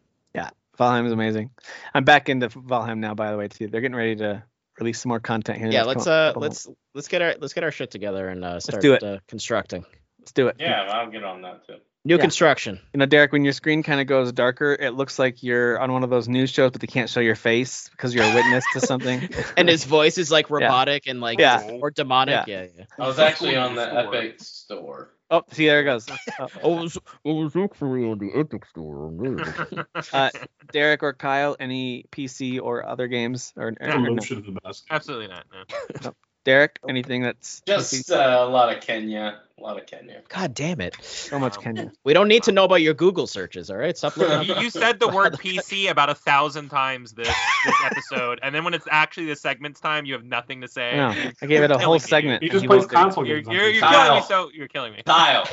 Valheim is amazing. I'm back into Valheim now, by the way, too. They're getting ready to release some more content here. in yeah, the let's com- uh couple months. let's let's get our let's get our shit together and uh start do it. Uh, constructing. Let's do it. Yeah, I'll get on that too. New Yeah. construction. You know, Derek, when your screen kind of goes darker, it looks like you're on one of those news shows, but they can't show your face because you're a witness to something. And his voice is like robotic and like Yeah. or demonic. Yeah. yeah, I was actually on the Before. Epic store. Oh, see, there it goes. Oh, was, it was actually on the Epic Store. Uh, Derek or Kyle, any PC or other games? Or, or- or no. Evolution is the best. Absolutely not. No. Derek, anything that's PC? Just uh, a lot of Kenya, a lot of Kenya. God damn it. so much Kenya. We don't need to know about your Google searches, all right? Stop looking. up- you, you said the word PC about a thousand times this this episode, and then when it's actually the segment's time, you have nothing to say. No, I gave it a whole You're killing me, dude. segment. He and just he plays won't do it. console You're, games. on you're, you're PC. killing me Kyle. so you're killing me. Kyle,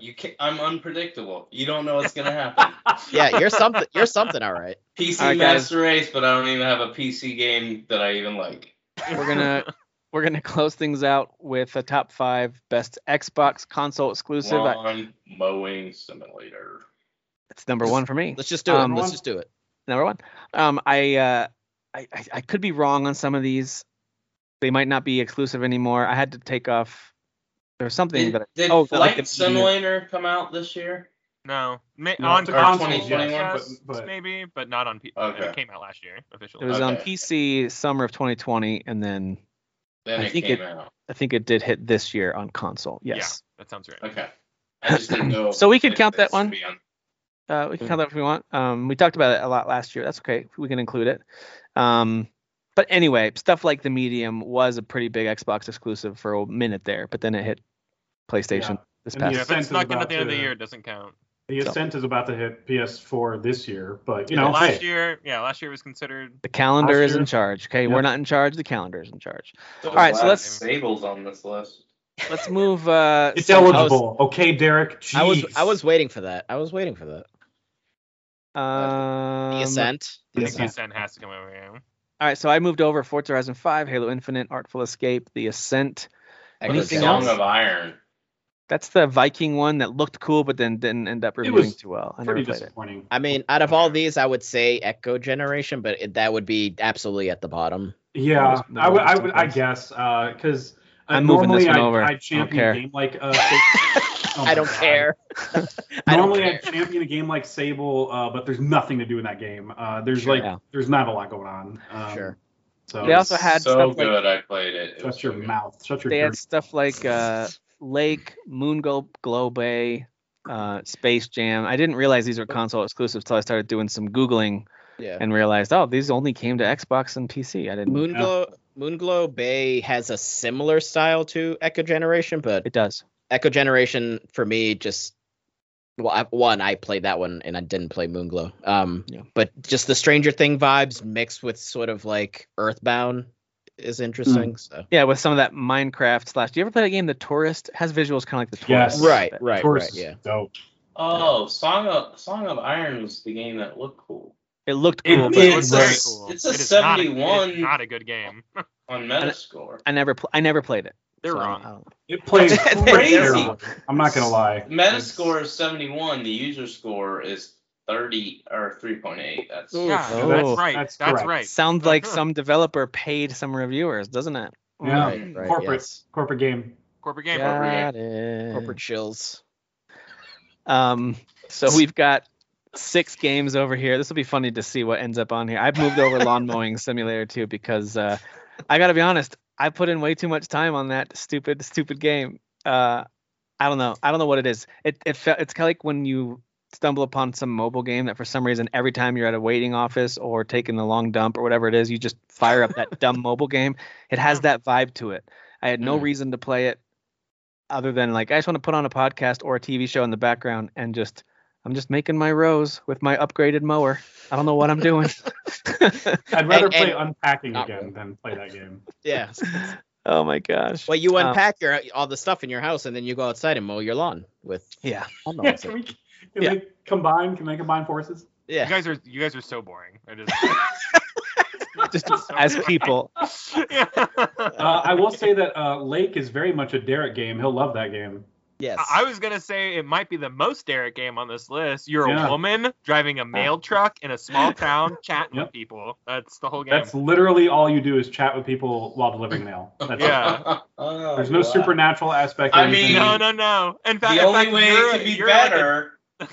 you can, I'm unpredictable. You don't know what's gonna happen. yeah, you're something you're something all right. PC All right, guys. Master Race, but I don't even have a PC game that I even like. We're gonna we're gonna close things out with a top five best Xbox console exclusive. I- Lawn mowing simulator. It's number one for me. Let's just do Um, it. Let's just do it. Number one. Um, I, uh, I I I could be wrong on some of these. They might not be exclusive anymore. I had to take off. There was something Did, that. I, did oh, the- Flight like the- Simulator come out this year? No, Ma- No, on it's a console, console, yes, yes, but- but- maybe, but not on P Okay. It came out last year It officially. was uh, on Okay. PC summer of 2020, and then Then I it think came it- out. I think it did hit this year on console. Yeah. Yes. that sounds right. Okay. I just didn't know. So we could if count this that one? would be on- Uh, we can count that if we want. Um, we talked about it a lot last year. That's okay. We can include it. Um, but anyway, stuff like the Medium was a pretty big Xbox exclusive for a minute there, but then it hit PlayStation Yeah. this past. And Yeah, year. if it's Ascent not is good at about the end of the to- year, it doesn't count. The So- Ascent is about to hit PS4 this year, but you Yeah, know, last hey, year, yeah, last year was considered. The calendar last is in year- charge. Okay, Yeah. we're not in charge. The calendar is in charge. So All right, so glad let's- Sable's on this list. Let's move. Uh, it's so- eligible. okay, Derek. Jeez. I was I was waiting for that. I was waiting for that. The Um, ascent. I Yeah. think the Ascent has to come over here. All right, so I moved over Forza Horizon 5, Halo Infinite, Artful Escape, The Ascent. What a Anything Song else? of Iron. That's the Viking one that looked cool, but then didn't end up It reviewing was too well. I never pretty played it. disappointing. I mean, out of all these, I would say Echo Generation, but it, that would be absolutely at the bottom. Yeah, Most- I would, I most would, I sometimes. guess, because uh, I'm moving this normally one I, over. I I don't champion care. a game like. Uh, Oh I my don't God. care. I don't Normally I care. champion a game like Sable, uh, but there's nothing to do in that game. Uh, there's Sure. like, Yeah. there's not a lot going on. Um, Sure. So They also had so stuff like- good. I played it. it was shut your so good. mouth. Shut your. They had Dirty. stuff like uh, Lake, Moon Go- Glow Bay, uh, Space Jam. I didn't realize these were console exclusives till I started doing some Googling Yeah. and realized, oh, these only came to Xbox and PC. uh, I didn't. Moonglow Moonglow Bay has a similar style to Echo Generation, but It does. Echo Generation for me just well, I, one I played that one and I didn't play Moonglow. Um, Yeah. but just the Stranger Thing vibes mixed with sort of like Earthbound is interesting. So Yeah, with some of that Minecraft slash. Do you ever play that game? The Tourist It has visuals kind of like the Yes. Tourist. right, right, Taurus right, is yeah. Dope. Oh, Song of Song of Iron was the game that looked cool It looked It cool, but did. It was It's a- very cool. it's a It is not it is 71. Not a good game. on Metascore. I never, pl- I never played it. They're so, wrong. I don't know. It plays They're crazy. wrong. I'm not gonna lie. Metascore is 71. The user score is 30 or 3.8. That's Ooh. Yeah, Oh. that's right. That's That's, correct. right. Sounds like Uh-huh. some developer paid some reviewers, doesn't it? Yeah. Right, right, corporate, yes. corporate game. Corporate game. over. Got it. Corporate chills. Um, so we've got six games over here. This will be funny to see what ends up on here. I've moved over Lawn Mowing Simulator too because uh, I gotta be honest, I put in way too much time on that stupid, stupid game. Uh, I don't know. I don't know what it is. It it felt it's kind of like when you stumble upon some mobile game that for some reason every time you're at a waiting office or taking a long dump or whatever it is, you just fire up that dumb mobile game. It has that vibe to it. I had no Mm. reason to play it other than like I just want to put on a podcast or a TV show in the background and just I'm just making my rows with my upgraded mower. I don't know what I'm doing. I'd rather And- play and- Unpacking Not again really. than play that game. Yeah. oh my gosh. Well, you Um, unpack your all the stuff in your house and then you go outside and mow your lawn with. Yeah. lawn Yeah, mowers. can we, can Yeah. they combine? Can they combine forces? yeah. You guys are you guys are so boring. I just, Just You're so as boring. people. Yeah. Uh, I will say that uh, Lake is very much a Derek game. He'll love that game. Yes. I-, I was gonna say it might be the most Derek game on this list. You're Yeah. a woman driving a mail truck in a small town, chatting Yep. with people. That's the whole game. That's literally all you do is chat with people while delivering mail. That's it. Yeah. Oh, There's no wow. supernatural aspect. or I mean, anything. no, no, no. In fact, The in only fact, way you're- it could be you're like a- better.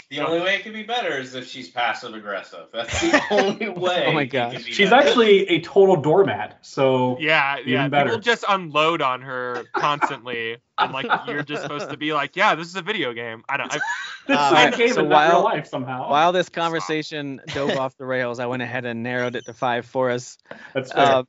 the only way it could be better is if she's passive aggressive. That's the only way. Oh my it could gosh. be she's better. actually a total doormat. So Yeah, yeah. better. People just unload on her constantly, and like you're just supposed to be like, yeah, this is a video game. I don't. I, this Uh, is alright, a game so and not while- real life somehow. While this conversation dove off the rails, I went ahead and narrowed it to five for us That's fair. uh,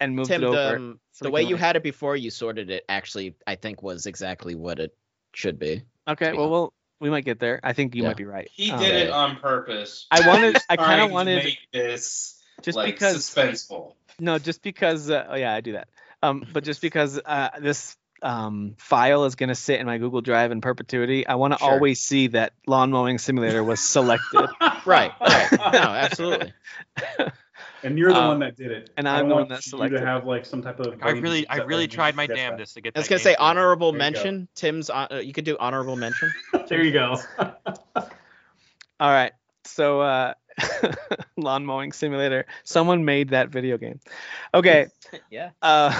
and moved Tim, it the, over. um, so the we way can you wait. had it before you sorted it actually, I think, was exactly what it should be. Okay, we well, go. we'll we might get there. I think you Yeah. might be right. He Um, did it on purpose. I wanted. I kind Trying of to wanted make this just like because suspenseful. No, just because. Uh, oh yeah, I do that. Um, but just because uh, this um, file is going to sit in my Google Drive in perpetuity, I want to Sure. always see that lawn mowing simulator was selected, Right. right. no, absolutely. and you're the Um, one that did it. and I I'm don't the want one that you selected. to have like some type of. I really, I that, really like, you tried my forget damnest that. to get. I was that gonna game say through. honorable There you go. mention. Tim's. hon- Uh, you could do honorable mention. There you go. All right. So uh, lawn mowing simulator. Someone made that video game. Okay. Yeah. Uh,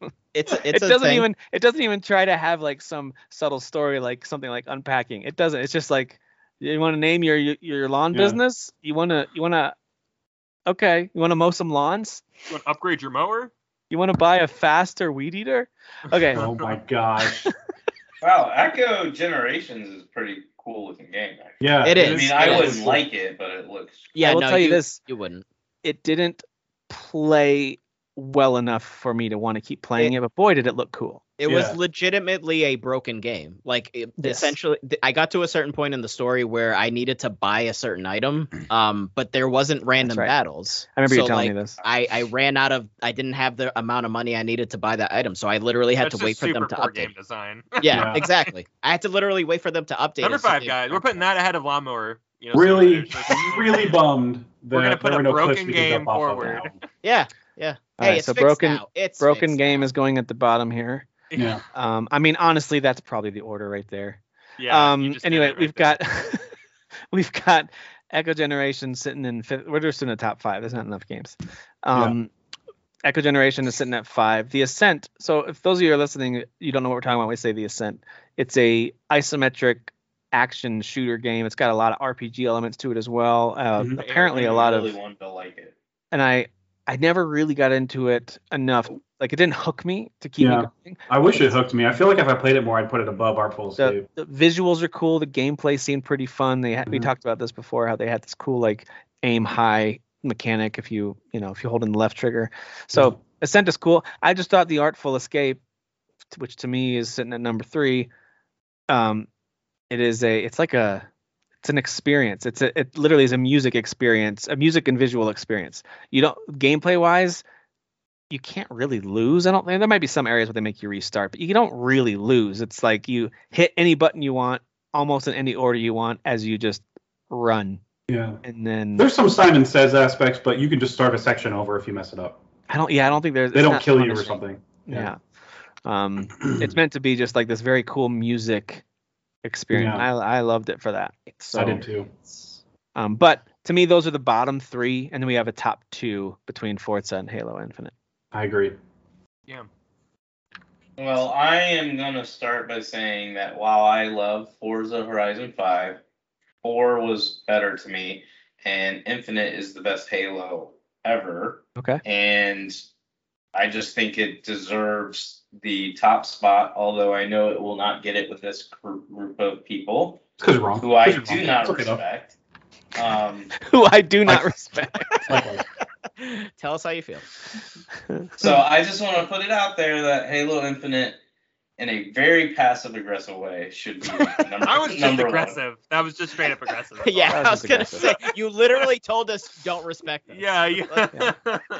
It's. a- it It's a doesn't thing. even. It doesn't even try to have like some subtle story, like something like unpacking. It doesn't. It's just like you want to name your your- your lawn Yeah. business. You want to. You want to. Okay. You want to mow some lawns. You want to upgrade your mower? You want to buy a faster weed eater? Okay. oh my gosh. Wow, Echo Generations is a pretty cool looking game. Actually. Yeah. It I is. mean, Yes, I it wouldn't is. like it, but it looks. Yeah. I will no, tell you you this. You wouldn't. It didn't play well enough for me to want to keep playing it, but boy, did it look cool. It was Yeah. legitimately a broken game. Like it, Yes. essentially, th- I got to a certain point in the story where I needed to buy a certain item, um, but there wasn't random right. battles. I remember So, you telling like, me this. I, I ran out of I didn't have the amount of money I needed to buy that item, so I literally had That's to wait just for them super to poor update. game design. Yeah, Yeah. exactly. I had to literally wait for them to update. Number it so five, they- guys. We're putting that ahead of lawnmower. You know, Really, simulators. That's- really bummed that We're gonna put there a were no clips broken we could game jump off of forward. now. Yeah. All hey, right, it's so fixed broken now. It's broken fixed game now. is going at the bottom here. Yeah. Um, I mean, honestly, that's probably the order right there. Yeah. you um, just did anyway, it right we've there. got we've got Echo Generation sitting in fifth. We're just in the top five. There's not enough games. Um, Echo Generation is sitting at five. The Ascent. So if those of you are listening, you don't know what we're talking about. when We say the Ascent. It's a isometric action shooter game. It's got a lot of RPG elements to it as well. Uh, Mm-hmm. Mhm. Apparently, I a lot really of wanted to like it. and I I never really got into it enough. Like it didn't hook me to keep Yeah. me going. I wish it hooked me. I feel like if I played it more, I'd put it above Artful the, Escape. the visuals are cool. The gameplay seemed pretty fun. They had, we Mhm. talked about this before how they had this cool like aim high mechanic if you you know if you hold in the left trigger. So Ascent is cool. I just thought the Artful Escape, t- which to me is sitting at number three, um, it is a it's like a it's an experience. It's a it literally is a music experience, a music and visual experience. You don't gameplay wise. You can't really lose. I don't think there might be some areas where they make you restart, but you don't really lose. It's like you hit any button you want, almost in any order you want, as you just run. Yeah. And then There's some Simon Says aspects, but you can just start a section over if you mess it up. I don't. Yeah, I don't think there's. They it's don't not kill you or punishing. something. Yeah. Um, it's meant to be just like this very cool music experience. Yeah. I I loved it for that. So I did too. Um, but to me, those are the bottom three, and then we have a top two between Forza and Halo Infinite. I agree. Yeah. Well, I am gonna start by saying that while I love Forza Horizon 5, 4 was better to me, and Infinite is the best Halo ever. Okay. And I just think it deserves the top spot, although I know it will not get it with this gr- group of people It's because you're wrong. who I 'Cause you're do wrong. not It's okay, though. respect. Um, Who I do not I- respect. Likewise. Tell us how you feel. So I just want to put it out there that Halo Infinite, in a very passive aggressive way, should be number, I was just number aggressive. That was just straight up aggressive. That's yeah, that I was was gonna say aggressive. you literally told us don't respect all. them. Yeah. Yeah.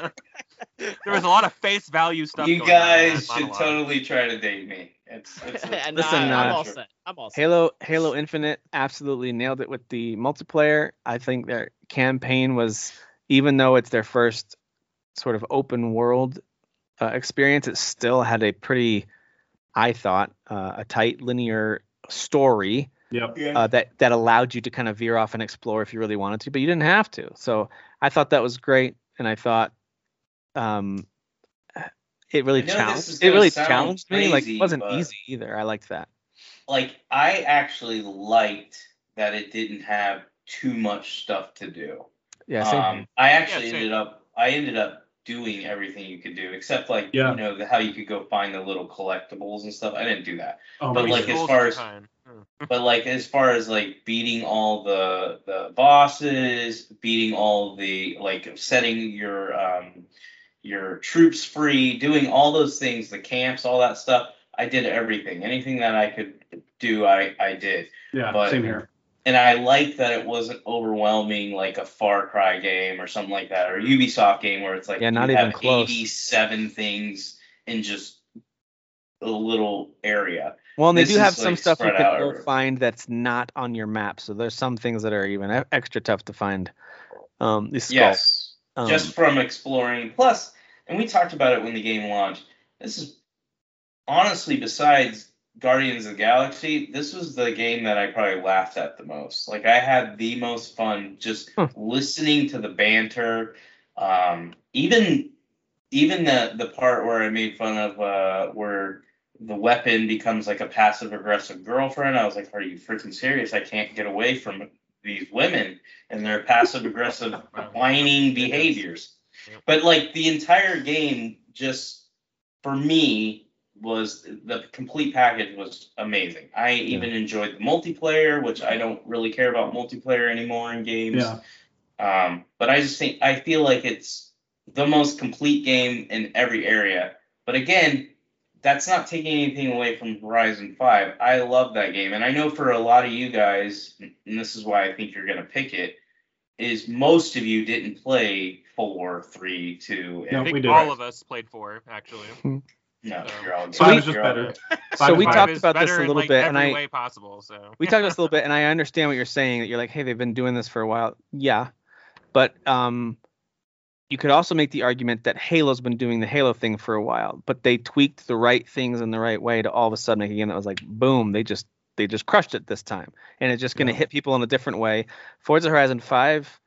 there was a lot of face value stuff. one. You going on in that guys should monologue. totally try to date me. It's, it's, and Listen, I, am uh, all set. I'm all set. Halo Halo Infinite absolutely nailed it with the multiplayer. I think their campaign was, even though it's their first sort of open world uh, experience, it still had a pretty I thought, uh, a tight linear story Yep. Yeah. uh, that that allowed you to kind of veer off and explore if you really wanted to, but you didn't have to. So I thought that was great, and I thought um, it really I know this is challenged it gonna really sound challenged me. Like crazy, it wasn't but- easy either. I liked that. like I actually liked that it didn't have too much stuff to do. Yeah, same um, here. I actually Yeah, same. ended up I ended up doing everything you could do except like Yeah. you know the, how you could go find the little collectibles and stuff. I didn't do that. Oh, But my like God. as Scrolls far of as- time. Hmm. But like as far as like beating all the the bosses, beating all the like setting your um your troops free, doing all those things, the camps, all that stuff, I did everything. Anything that I could do, I I did. yeah, but- same here. And I like that it wasn't overwhelming like a Far Cry game or something like that, or a Ubisoft game where it's like Yeah, not you even have close. 87 things in just a little area. Well, and they this do have is, some like, stuff you spread can out go over- find that's not on your map. So there's some things that are even e- extra tough to find. Um, these skulls. Yes. Um, just from exploring. Plus, and we talked about it when the game launched. This is honestly, besides Guardians of the Galaxy, this was the game that I probably laughed at the most. Like I had the most fun just Hmm. listening to the banter. Um, even even the the part where I made fun of uh, where the weapon becomes like a passive aggressive girlfriend. I was like, "Are you freaking serious? I can't get away from these women and their passive aggressive whining behaviors." Yep. But like the entire game, just for me, was the complete package was amazing. I even enjoyed the multiplayer, which I don't really care about multiplayer anymore in games. Yeah. Um, but I just think I feel like it's the most complete game in every area. But again, that's not taking anything away from Horizon 5. I love that game. And I know for a lot of you guys, and this is why I think you're going to pick it, is most of you didn't play 4, 3, 2, I Yeah, and think we did. all of us played four actually. no, so- you're all good. So we- Five is just You're all better. good. So we Five. talked is about this better a in, little like, bit, and every I- way possible. So we talked about this a little bit, and I understand what you're saying. That you're like, hey, they've been doing this for a while. Yeah, but um, you could also make the argument that Halo's been doing the Halo thing for a while, but they tweaked the right things in the right way to all of a sudden make a game that was like, boom, they just they just crushed it this time, and it's just going to Yeah. hit people in a different way. Forza Horizon Five,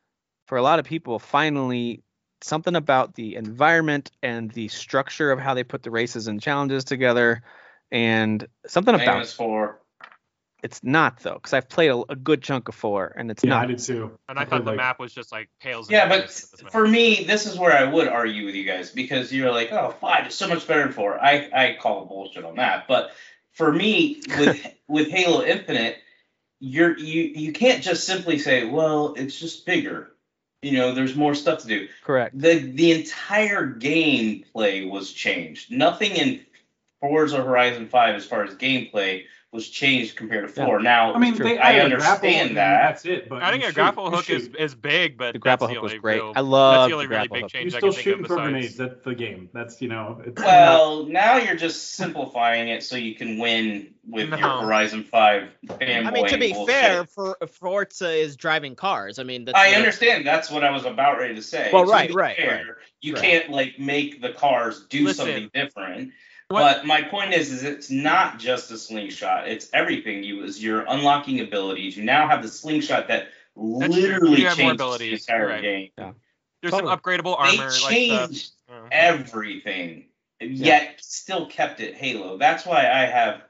for a lot of people, finally something about the environment and the structure of how they put the races and challenges together, and something about Famous 4. it's not though, because I've played a, a good chunk of four, and it's Yeah, I not. did too. and I thought the Like- map was just like pales. in Yeah, but comparison to this for map. me, this is where I would argue with you guys because you're like, oh, five is so much better than four. I, I call bullshit on that. But for me, with with Halo Infinite, you're you you can't just simply say, well, it's just bigger. You know, there's more stuff to do. Correct. The the entire gameplay was changed. Nothing in Forza Horizon Five as far as gameplay was changed compared to Yeah. four. Now I mean, It's true. they I added a understand grapple and that. That's it. But I think you a shoot- grapple you hook is, shoot- is big, but The grapple that's hook was the only great. Real, I love that's the only the really grapple big hook. You're change I can still think of shooting throw grenades. besides. That's the game. That's you know. It's Well, now you're just simplifying it so you can win with your No. Horizon Five fanboy. I mean, to be bullshit. fair, for Forza is driving cars. I mean, that's I what- understand. That's what I was about ready to say. Well, To right, be right, fair, You right. can't like make the cars do Listen. something different. What- But my point is, is it's not just a slingshot. It's everything. You is you're unlocking abilities. You now have the slingshot that true. literally You have more changes the abilities, entire right. game. There's Totally. some upgradable armor. they Like uh, changed stuff. Yeah. everything, yet still kept it Halo. That's why I have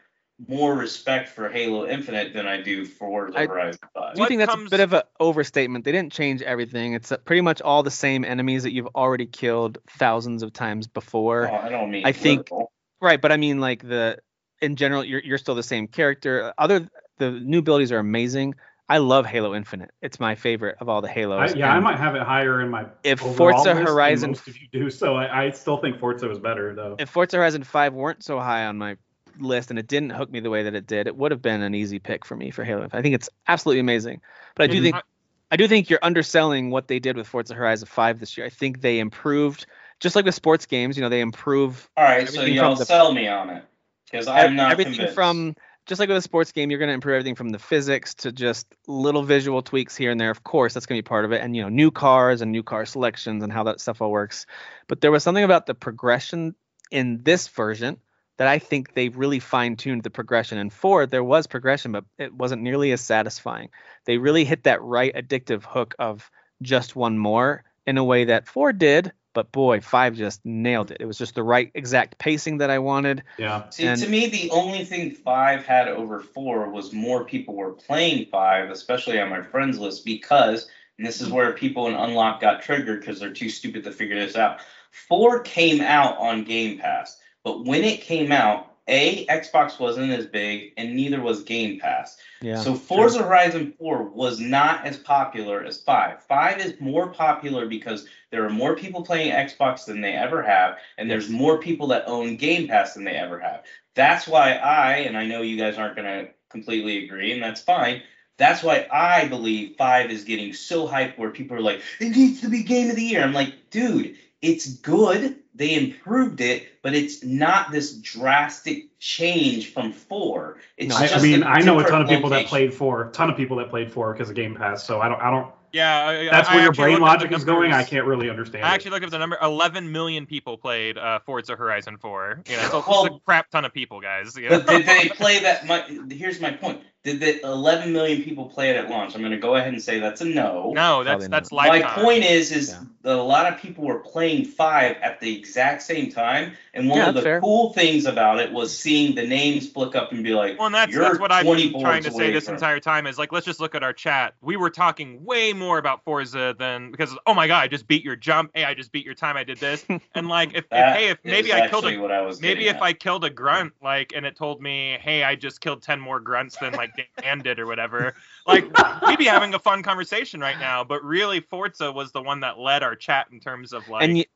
more respect for Halo Infinite than I do for I- the Horizon 5. Do you What think that's a comes- bit of an overstatement? They didn't change everything. It's uh, pretty much all the same enemies that you've already killed thousands of times before. Oh, I don't mean I think- literal. Right, but I mean like the in general, you're you're still the same character. Other the new abilities are amazing. I love Halo Infinite. It's my favorite of all the I, Halos. yeah, I and might have it higher in my If overall Forza list than Horizon- Most of you do, so I, I still think Forza was better though. If Forza Horizon 5 weren't so high on my list and it didn't hook me the way that it did, it would have been an easy pick for me for Halo. Infinite. I think it's absolutely amazing. But I do Mm-hmm. Mhm. think I do think you're underselling what they did with Forza Horizon 5 this year. I think they improved, just like with sports games, you know, they improve All right, so everything y'all from the- sell me on it because I'm not everything convinced. from, just like with a sports game, you're going to improve everything from the physics to just little visual tweaks here and there. Of course, that's going to be part of it. And, you know, new cars and new car selections and how that stuff all works. But there was something about the progression in this version that I think they really fine tuned the progression. In four, there was progression, but it wasn't nearly as satisfying. They really hit that right addictive hook of just one more in a way that four did, but boy, five just nailed it. It was just the right exact pacing that I wanted. Yeah. See, And- to me, the only thing five had over four was more people were playing five, especially on my friends list, because, and this is where people in Unlock got triggered because they're too stupid to figure this out. Four came out on Game Pass, but when it came out, A, Xbox wasn't as big, and neither was Game Pass. Yeah. So Forza Horizon 4 was not as popular as 5. 5 is more popular because there are more people playing Xbox than they ever have, and there's more people that own Game Pass than they ever have. That's why I, and I know you guys aren't going to completely agree, and that's fine. That's why I believe 5 is getting so hyped where people are like, it needs to be Game of the Year. I'm like, dude, it's good. They improved it, but it's not this drastic change from 4. It's No, I, I just mean, I know a ton different of people that location. played four, ton of people that played four because of Game Pass. So I don't, I don't. Yeah, I- I- That's I where your actually brain looked up the logic is going. I numbers. can't really understand. I it. actually looked up the number. Eleven million people played uh, Forza Horizon 4. You know, it's a, it's Well- a crap ton of people, guys. You know? But did they play that? My, here's my point. Did the 11 million people play it at launch? I'm going to go ahead and say that's a no. no, Probably that's that's not. my lifetime. point is, is Yeah. that a lot of people were playing five at the exact same time, and one Yeah, of the that's fair. cool things about it was seeing the names flick up and be like, Well, and that's "You're that's what I've 20 been trying boards to say away this from-" entire time is like, let's just look at our chat. We were talking way more about Forza than because oh my god, I just beat your jump. Hey, I just beat your time. I did this. And like, if, if That hey, if is maybe I killed actually a what I was maybe getting if at. I killed a grunt like and it told me, hey, I just killed ten more grunts than like Dan did or whatever. Like we'd be having a fun conversation right now. But really, Forza was the one that led our chat in terms of like and y-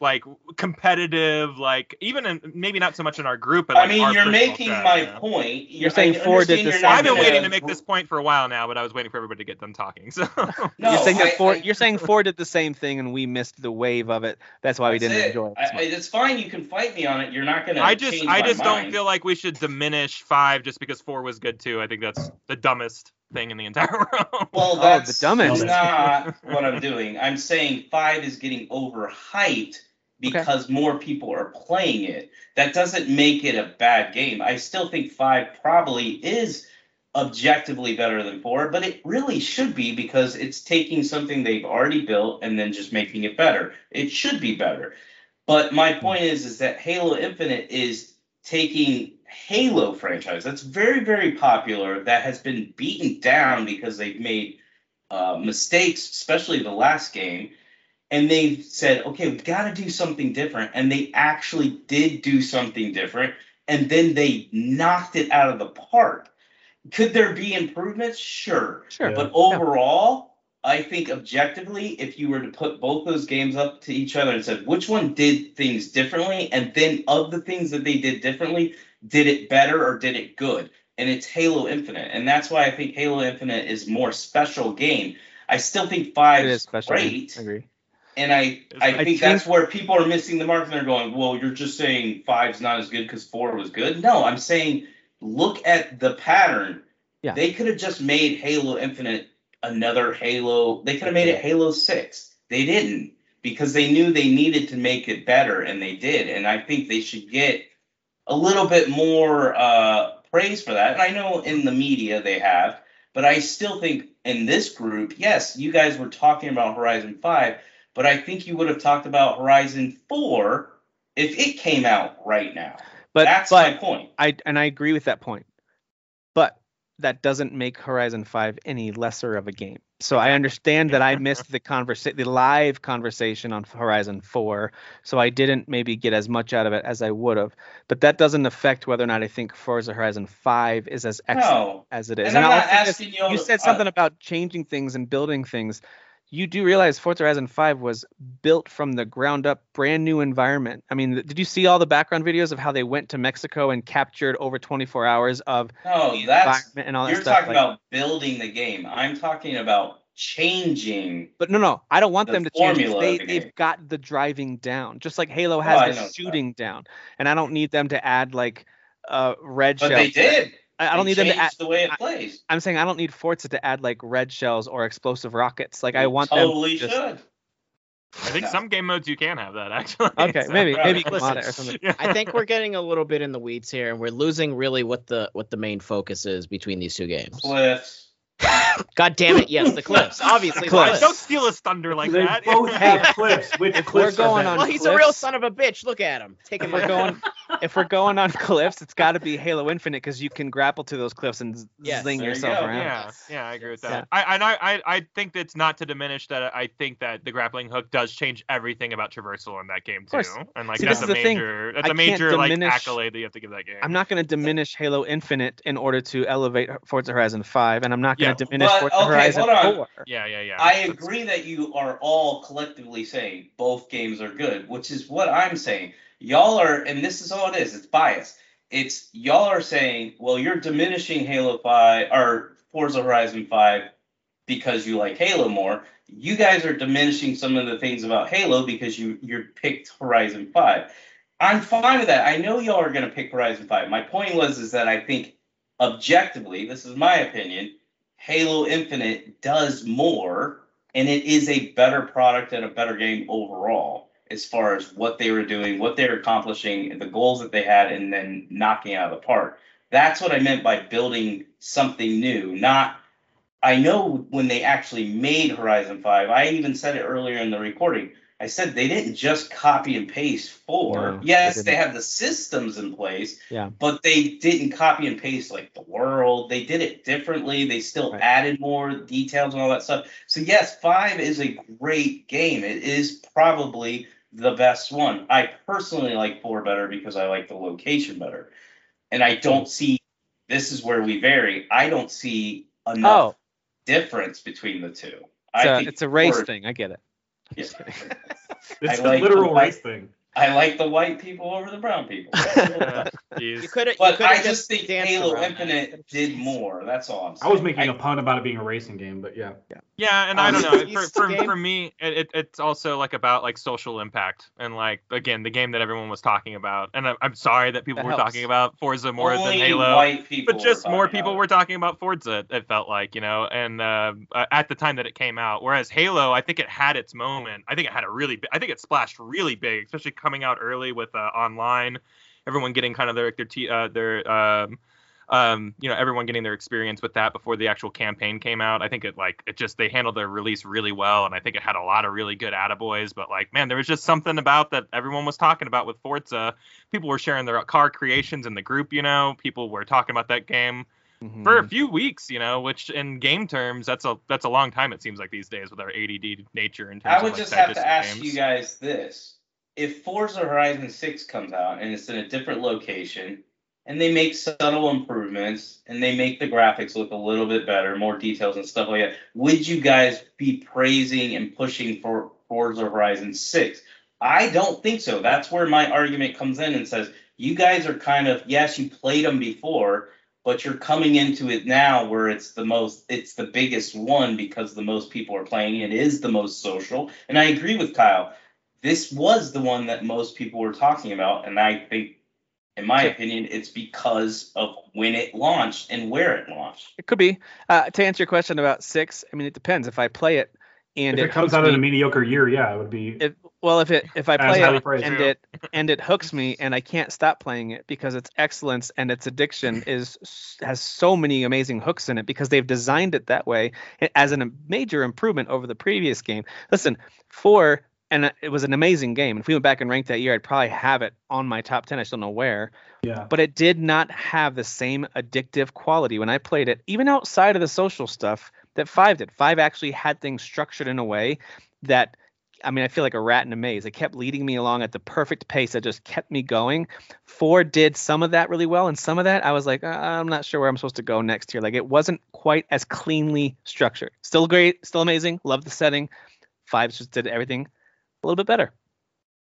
like competitive, like even in, maybe not so much in our group, but I like mean, our you're personal making chat, my you know? point. You're, saying I Ford did understand this Well, you're not I've been gonna- waiting to make this point for a while now, but I was waiting for everybody to get done talking. So No, you're saying I- that four, I- you're saying four did the same thing, and we missed the wave of it. That's why we That's didn't it. enjoy it. I, as I, much. it's fine. You can fight me on it. You're not gonna. I just change I my just don't mind. feel like we should diminish five just because four was good too. I think that's the dumbest thing in the entire world. Well, Oh, that's the dumbest. not what I'm doing. I'm saying five is getting overhyped because more people are playing it. That doesn't make it a bad game. I still think five probably is objectively better than four, but it really should be because it's taking something they've already built and then just making it better. It should be better. But my point is is that Halo Infinite is taking Halo franchise that's very very popular that has been beaten down because they've made uh, mistakes, especially the last game, and they said, okay, we got to do something different, and they actually did do something different, and then they knocked it out of the park. Could there be improvements? Sure, Sure. Yeah. But but overall, I think objectively, if you were to put both those games up to each other and said which one did things differently, and then of the things that they did differently, did it better or did it good? And it's Halo Infinite, and that's why I think Halo Infinite is more special game. I still think five it is is special. great, I agree. and I I I think, think- that's where people are missing the mark, and they're going, "Well, you're just saying five's not as good because four was good." No, I'm saying look at the pattern. Yeah. They could have just made Halo Infinite another Halo. They could have made it Halo Six. They didn't because they knew they needed to make it better, and they did. And I think they should get a little bit more uh, praise for that. And I know in the media they have, but I still think in this group, yes, you guys were talking about Horizon Five, but I think you would have talked about Horizon Four if it came out right now. But That's but my point. I and I agree with that point. But that doesn't make Horizon 5 any lesser of a game. So I understand that I missed the conversa- the live conversation on Horizon 4, so I didn't maybe get as much out of it as I would have. But that doesn't affect whether or not I think Forza Horizon 5 is as excellent No. as it is. And I'm I'll not say this- asking you. you said uh, something about changing things and building things. You do realize Forza Horizon 5 was built from the ground up, brand new environment. I mean, th- did you see all the background videos of how they went to Mexico and captured over 24 hours of no, that's environment and all that you're stuff? talking like- about building the game. I'm talking about changing. but no, no, I don't want the them to change. it. formula They, of the they've game. got the driving down, just like Halo Oh, I has know the that. shooting down, and I don't need them to add like uh, red But shells. they did. I, I don't They need them to changed add. the way it I- plays. I'm saying I don't need Forza to add like red shells or explosive rockets. Like I They want them totally to just should. I think No. some game modes you can have that actually. Okay, maybe maybe you Listen, can mod it or something. I think we're getting a little bit in the weeds here, and we're losing really what the what the main focus is between these two games. Cliffs. God damn it! Yes, the cliffs. Obviously, the Cliffs. cliffs. Don't steal his thunder like they that. both have cliffs. Which If we're cliffs are going better? on Well, he's a real cliffs. son of a bitch. Look at him taking If my we're going. going if we're going on cliffs, it's got to be Halo Infinite because you can grapple to those cliffs and z- Yes. zing There you yourself go, around. yeah, yeah, I agree with that. Yeah. I and I, I I think that's not to diminish that. I think that the grappling hook does change everything about traversal in that game too. course. And like See, that's this a is the thing. major that's I a can't major like diminish- accolade that you have to give that game. I'm not going to diminish Halo Infinite in order to elevate Forza Horizon 5, and I'm not going Yeah. to diminish But, Forza okay, Horizon hold on. 4. Yeah, yeah, yeah. I agree that you are all collectively saying both games are good, which is what I'm saying. Y'all are, and this is all it is. It's bias. It's y'all are saying, well, you're diminishing Halo Five or Forza Horizon Five because you like Halo more. You guys are diminishing some of the things about Halo because you you picked Horizon Five. I'm fine with that. I know y'all are gonna pick Horizon Five. My point was is that I think objectively, this is my opinion, Halo Infinite does more and it is a better product and a better game overall as far as what they were doing, what they were accomplishing, the goals that they had, and then knocking out of the park. That's what I meant by building something new. Not, I know when they actually made Horizon 5, I even said it earlier in the recording. I said they didn't just copy and paste 4. No, they yes, they didn't. have the systems in place, Yeah. but they didn't copy and paste like the world. They did it differently. They still Right. added more details and all that stuff. So yes, five is a great game. It is probably the best one. I personally like four better because I like the location better, and I Hmm. don't see. This is where we vary. I don't see enough Oh, difference between the two. it's I a, think it's a race four- thing. I get it. I'm Yeah. just kidding. It's I a like literal the- race thing. I like the white people over the brown people. Uh, You geez. could have. But I just think Halo Infinite did more. That's all I'm I saying. was making a pun about it being a racing game, but yeah. Yeah, and I Um, don't know. For, East for, game? for me, it, it, it's also like about like social impact and like again the game that everyone was talking about. And I'm, I'm sorry that people That were helps. talking about Forza more Only than Halo, white people but were just more talking people about were it. talking about Forza. It felt like you know, and uh, uh, at the time that it came out, whereas Halo, I think it had its moment. I think it had a really, bi- I think it splashed really big, especially coming out early with uh, online, everyone getting kind of their their t- uh, their um, um, you know, everyone getting their experience with that before the actual campaign came out. I think it like it just they handled their release really well, and I think it had a lot of really good attaboys. But like, man, there was just something about that everyone was talking about with Forza. People were sharing their car creations in the group, you know. People were talking about that game Mhm. for a few weeks, you know, which in game terms, that's a that's a long time. It seems like these days with our ADD nature and I would just have to ask you guys this: if Forza Horizon Six comes out and it's in a different location, and they make subtle improvements and they make the graphics look a little bit better, more details and stuff like that, would you guys be praising and pushing for Forza Horizon Six? I don't think so. That's where my argument comes in and says you guys are kind of yes, you played them before. But you're coming into it now where it's the most, it's the biggest one because the most people are playing. It is the most social. And I agree with Kyle. This was the one that most people were talking about. And I think, in my Sure. opinion, it's because of when it launched and where it launched. It could be. Uh, to answer your question about six, I mean, it depends. If I play it and if it, it comes hooks out me, in a mediocre year, yeah, it would be. if- well, if it if I That's play highly it praised. and it and it hooks me and I can't stop playing it because its excellence and its addiction is has so many amazing hooks in it because they've designed it that way eh, as a major improvement over the previous game. Listen, four and it was an amazing game. If we went back and ranked that year, I'd probably have it on my top ten. I still don't know where yeah. but it did not have the same addictive quality when I played it, even outside of the social stuff that Five did. Five actually had things structured in a way that, I mean, I feel like a rat in a maze. It kept leading me along at the perfect pace. It just kept me going. Four did some of that really well, and some of that I was like, uh, I'm not sure where I'm supposed to go next here. Like it wasn't quite as cleanly structured. Still great, still amazing. Love the setting. Five just did everything a little bit better.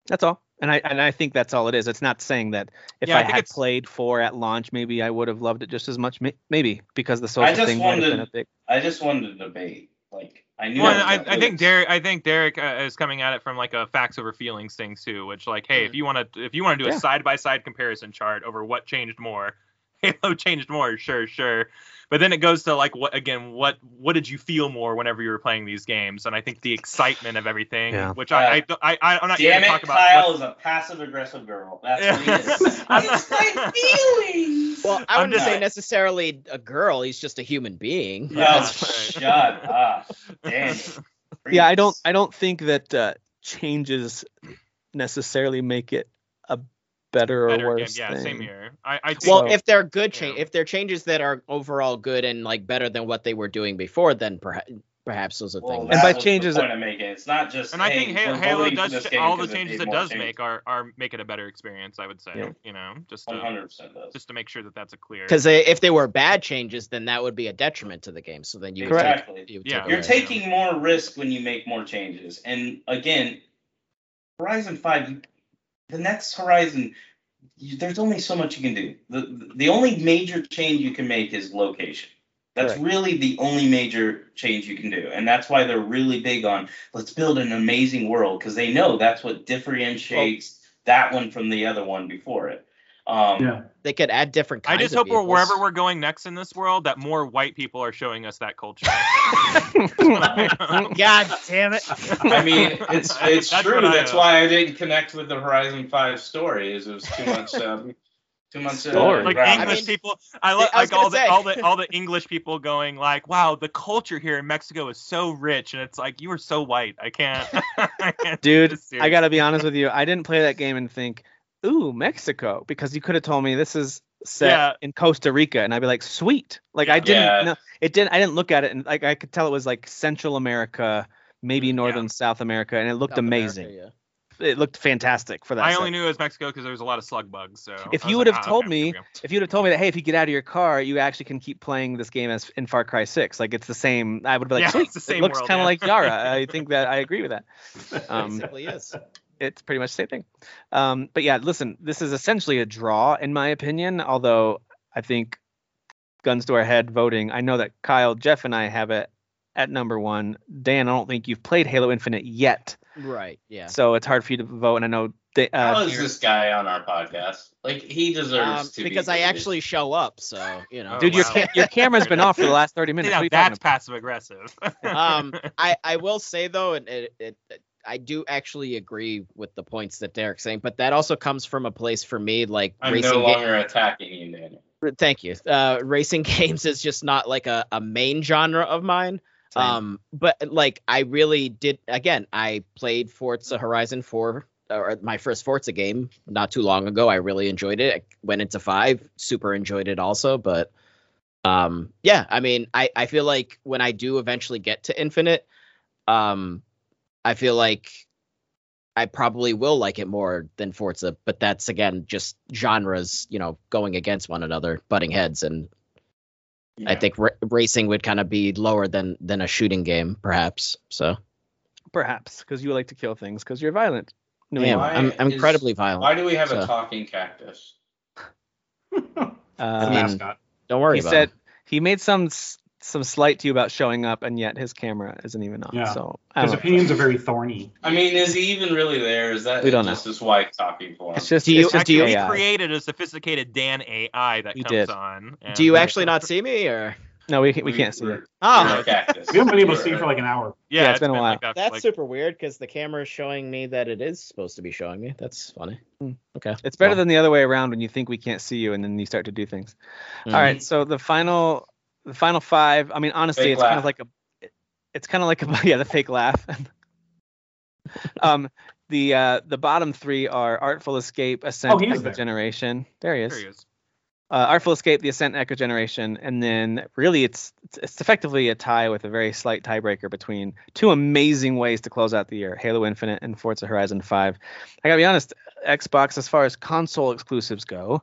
That's all. And I and I think that's all it is. It's not saying that if Yeah, I I, think had it's- played four at launch, maybe I would have loved it just as much. may- Maybe because the social just thing might have been wanted- a big. I just wanted to debate. Like, I knew. Well, was and gonna I, I do think this. Derek, I think Derek uh, is coming at it from like a facts over feelings thing too, which like, hey, if you want to, if you want to do Mm-hmm. Yeah. a side by side comparison chart over what changed more, Halo changed more, sure, sure. But then it goes to like what again? What what did you feel more whenever you were playing these games? And I think the excitement of everything, Yeah. which I, I I I'm not here Damn to it, talk about. Kyle what- is a passive aggressive girl. That's what he is. I'm It's my not- feelings. Well, I I'm wouldn't just- say necessarily a girl. He's just a human being. Yo, That's shut up. Damn. it. yeah i don't i don't think that uh, changes necessarily make it a better or Better game. worse Yeah, same thing. here. I, I think Well, So- if they're good change, Yeah. if they're changes that are overall good and like better than what they were doing before, then perhaps perhaps those are Well, things. And by that was changes- the point I'm making. It's not just. and I hey, think Halo, we're Halo voting for does this ch- game all 'cause the it changes made it more does changes. make are, are make it a better experience. I would say, Yeah. you know, just Oh, to, 100% does. just to make sure that that's a clear. Because if they were bad changes, then that would be a detriment to the game. So then you would take- exactly. you would Yeah. take You're away. taking more risk when you make more changes. And again, Horizon 5, the next Horizon, you, there's only so much you can do. The, the only major change you can make is location. That's Correct. really the only major change you can do. And that's why they're really big on let's build an amazing world because they know that's what differentiates that one from the other one before it. Um, Yeah. They could add different I kinds. just of hope we're vehicles. wherever we're going next in this world that more white people are showing us that culture. God damn it! I mean, it's it's That's true. what I That's know. why I didn't connect with the Horizon Five story. Is it was too much, um, too much uh, Story. like ground. English I mean, people. I love I was like all gonna the say. all the all the English people going like, "Wow, the culture here in Mexico is so rich," and it's like you are so white. I can't. I can't Dude, do this to you. I gotta be honest with you. I didn't play that game and think, "Ooh, Mexico," because you could have told me this is set Yeah. in Costa Rica, and I'd be like, "Sweet!" Like I didn't Yeah. know it didn't. I didn't look at it, and like I could tell it was like Central America, Mm, maybe Northern South America, and it looked South America, amazing. yeah. It looked fantastic for that. I set. only knew it was Mexico because there was a lot of slug bugs. So If I you was would've like, "Ah, told okay, me- here we go." if you'd have told me that, hey, if you get out of your car, you actually can keep playing this game as in Far Cry Six. Like it's the same. I would be like, Yeah, "Sweet." it's the same it looks world, kind of yeah. like Yara. I think that I agree with that. Um, Basically is. it's pretty much the same thing. Um, but yeah, listen, this is essentially a draw in my opinion. Although I think guns to our head voting, I know that Kyle, Jeff, and I have it at number one. Dan, I don't think you've played Halo Infinite yet, Right. Yeah. so it's hard for you to vote. And I know da- How uh, is this guy on our podcast? Like he deserves Um, to be because I deleted. actually show up, so you know. Oh, dude, your wow. ca- your camera's been off for the last thirty minutes. Yeah, What are you talking that's passive aggressive. Ah, um, I, I will say though, and it, it, it, I do actually agree with the points that Derek's saying, but that also comes from a place for me like I'm racing. no ga- longer attacking you, Daniel. thank you. Uh, racing games is just not like a, a main genre of mine. Same. Um, but like I really did again. I played Forza Horizon Four, or my first Forza game, not too long ago. I really enjoyed it. I went into five, super enjoyed it also. But um, yeah, I mean, I I feel like when I do eventually get to Infinite, um, I feel like I probably will like it more than Forza, but that's again just genres, you know, going against one another, butting heads, and I Yeah. think ra- racing would kind of be lower than than a shooting game, perhaps. So Perhaps because you like to kill things because you're violent. No, damn, yeah. why I'm, I'm is- incredibly violent. Why do we have a So- talking cactus? uh, I mean, mascot. Don't worry he about said it. he made some s- some slight to you about showing up, and yet his camera isn't even on. Yeah. So I don't His know. opinions are very thorny. I mean, is he even really there? Is that We don't just this white talking for him? it's just Um, Do you- it's just do you- Actually, AI. we created a sophisticated Dan AI that We comes did. on. and- Do you actually not see me, or No, we, we can't see it. oh? a cactus. We haven't been able to see for like an hour. Yeah, Yeah, it's been a Like that, That's like, super weird because the camera is showing me that it is supposed to be showing me. That's funny. Hmm. Okay. It's better Well, than the other way around when you think we can't see you, and then you start to do things. mm. All right, so the final the final five. I mean, honestly, Fake it's kind of laugh. like a it's kind of like a yeah the fake laugh. um, the uh the bottom three are Artful Escape, Ascent, he is Echo there. Generation. There he is. There he is. uh, Artful Escape, The Ascent, Echo Generation, and then really it's it's effectively a tie with a very slight tiebreaker between two amazing ways to close out the year: Halo Infinite and Forza Horizon 5. I gotta be honest, Xbox, as far as console exclusives go,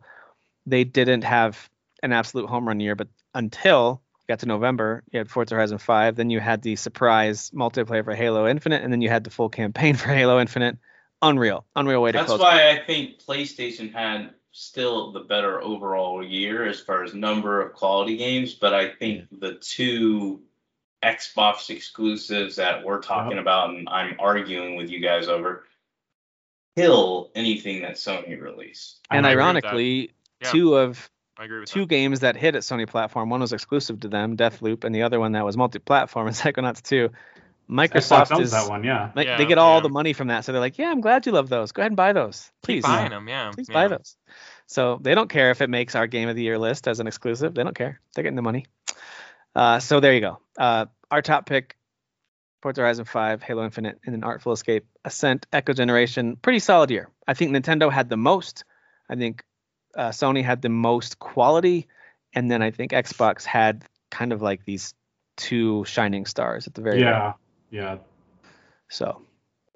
they didn't have an absolute home run year, but until you got to November, you had Forza Horizon 5, then you had the surprise multiplayer for Halo Infinite, and then you had the full campaign for Halo Infinite. Unreal, unreal way to That's close. why I think PlayStation had still the better overall year as far as number of quality games, but I think the two Xbox exclusives that we're talking about and I'm arguing with you guys over kill anything that Sony released. and I agree with that. ironically, Yeah. two of I agree with two that. games that hit at Sony platform. One was exclusive to them, Deathloop, and the other one that was multi-platform is Psychonauts 2. Xbox Microsoft owns is that one, yeah. like, Yeah, they get all yeah. the money from that, so they're like, yeah, I'm glad you love those. Go ahead and buy those, please. Keep buying them, yeah. Please yeah. buy those. So they don't care if it makes our game of the year list as an exclusive. They don't care. They're getting the money. Uh, so there you go. Uh, our top pick: Forza Horizon 5, Halo Infinite, and an Artful Escape, Ascent, Echo Generation. Pretty solid year. I think Nintendo had the most. I think uh, Sony had the most quality, and then I think Xbox had kind of like these two shining stars at the very end. Yeah. Yeah. So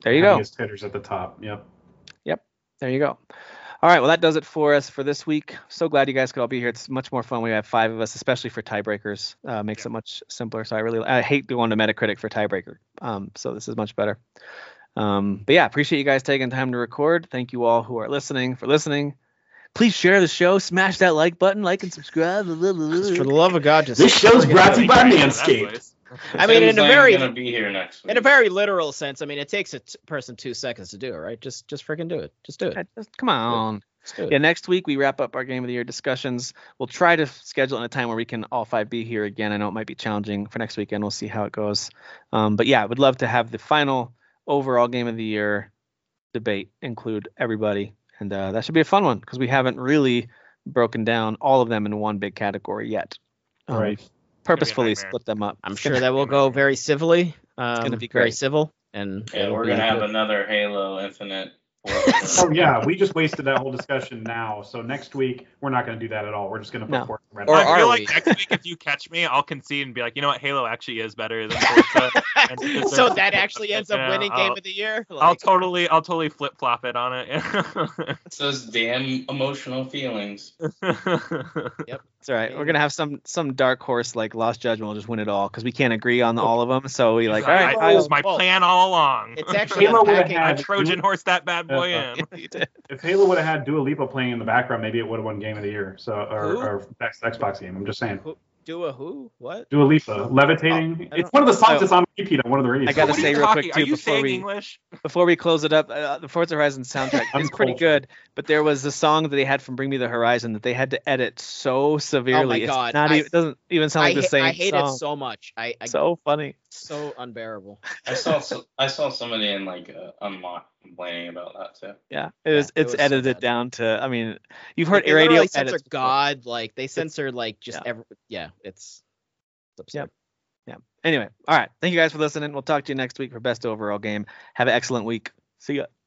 there you go. Heaviest hitters at the top. Yep. there you go. All right, well that does it for us for this week. So glad you guys could all be here. It's much more fun. when We have five of us, especially for tiebreakers. Uh, makes it much simpler. So I really I hate going to Metacritic for tiebreaker. Um, so this is much better. Um, but yeah, appreciate you guys taking time to record. Thank you all who are listening for listening. Please share the show. Smash that like button. Like and subscribe. blah, blah, blah, For blah. the love of God, just This show's forget about brought to it. you by Right, that Manscaped. place. I mean, in a Seems very I'm gonna be here next week. in a very literal sense. I mean, it takes a t- person two seconds to do it, right? Just just freaking do it. Just do it. Yeah, just- Come on. Just do it. Yeah, next week we wrap up our game of the year discussions. We'll try to schedule in a time where we can all five be here again. I know it might be challenging for next weekend. We'll see how it goes. Um, but yeah, I would love to have the final overall game of the year debate include everybody, and uh, that should be a fun one because we haven't really broken down all of them in one big category yet. Um, Right. Purposefully nightmare. split them up. I'm It's sure gonna- that will go very civilly. Um, gonna be very great. civil, and Yeah, it'll we're be gonna have good. another Halo Infinite. Oh yeah, we just wasted that whole discussion now. So next week we're not going to do that at all. We're just going to put No. forth red Or I light. are feel we? like next week if you catch me, I'll concede and be like, you know what, Halo actually is better than Forza. and it deserves so to that be actually ends Yeah, up winning I'll- game of the year. I'll Like, totally, I'll totally flip flop it on it. It's those damn emotional feelings. It's all right. We're gonna have some some dark horse like lost judgment will just win it all because we can't agree on all of them. So we He's like, all right, I, I'll- it was my well, plan all along. it's actually Halo would have unpacking. I had Trojan horse that bad boy in. if Halo would have had Dua Lipa playing in the background, maybe it would have won Game of the Year. So or, Who? or best Xbox game. I'm just saying. Who- Do a who? What? Dua Lipa, levitating. I it's one of the songs oh. that's on repeat on one of the radios. I gotta What are say you real quick, talking- too, Are you before saying we- English? before we close it up, uh, the Forza Horizon soundtrack I'm is pretty cold. good, but there was a song that they had from Bring Me the Horizon that they had to edit so severely. Oh God, It's not I- even, it doesn't even sound I, like the ha- same I hate song. it so much. I, I so, So funny. unbearable. I saw so, I saw somebody in like uh, unlock complaining about that too. Yeah, it Yeah, was. it It's was so edited bad. down to. I mean, you've Like, heard they radio literally edits. censor before. God. Like they censor like just every. Yeah, it's. it's absurd. Yep. Anyway, all right. Thank you guys for listening. We'll talk to you next week for best overall game. Have an excellent week. See ya.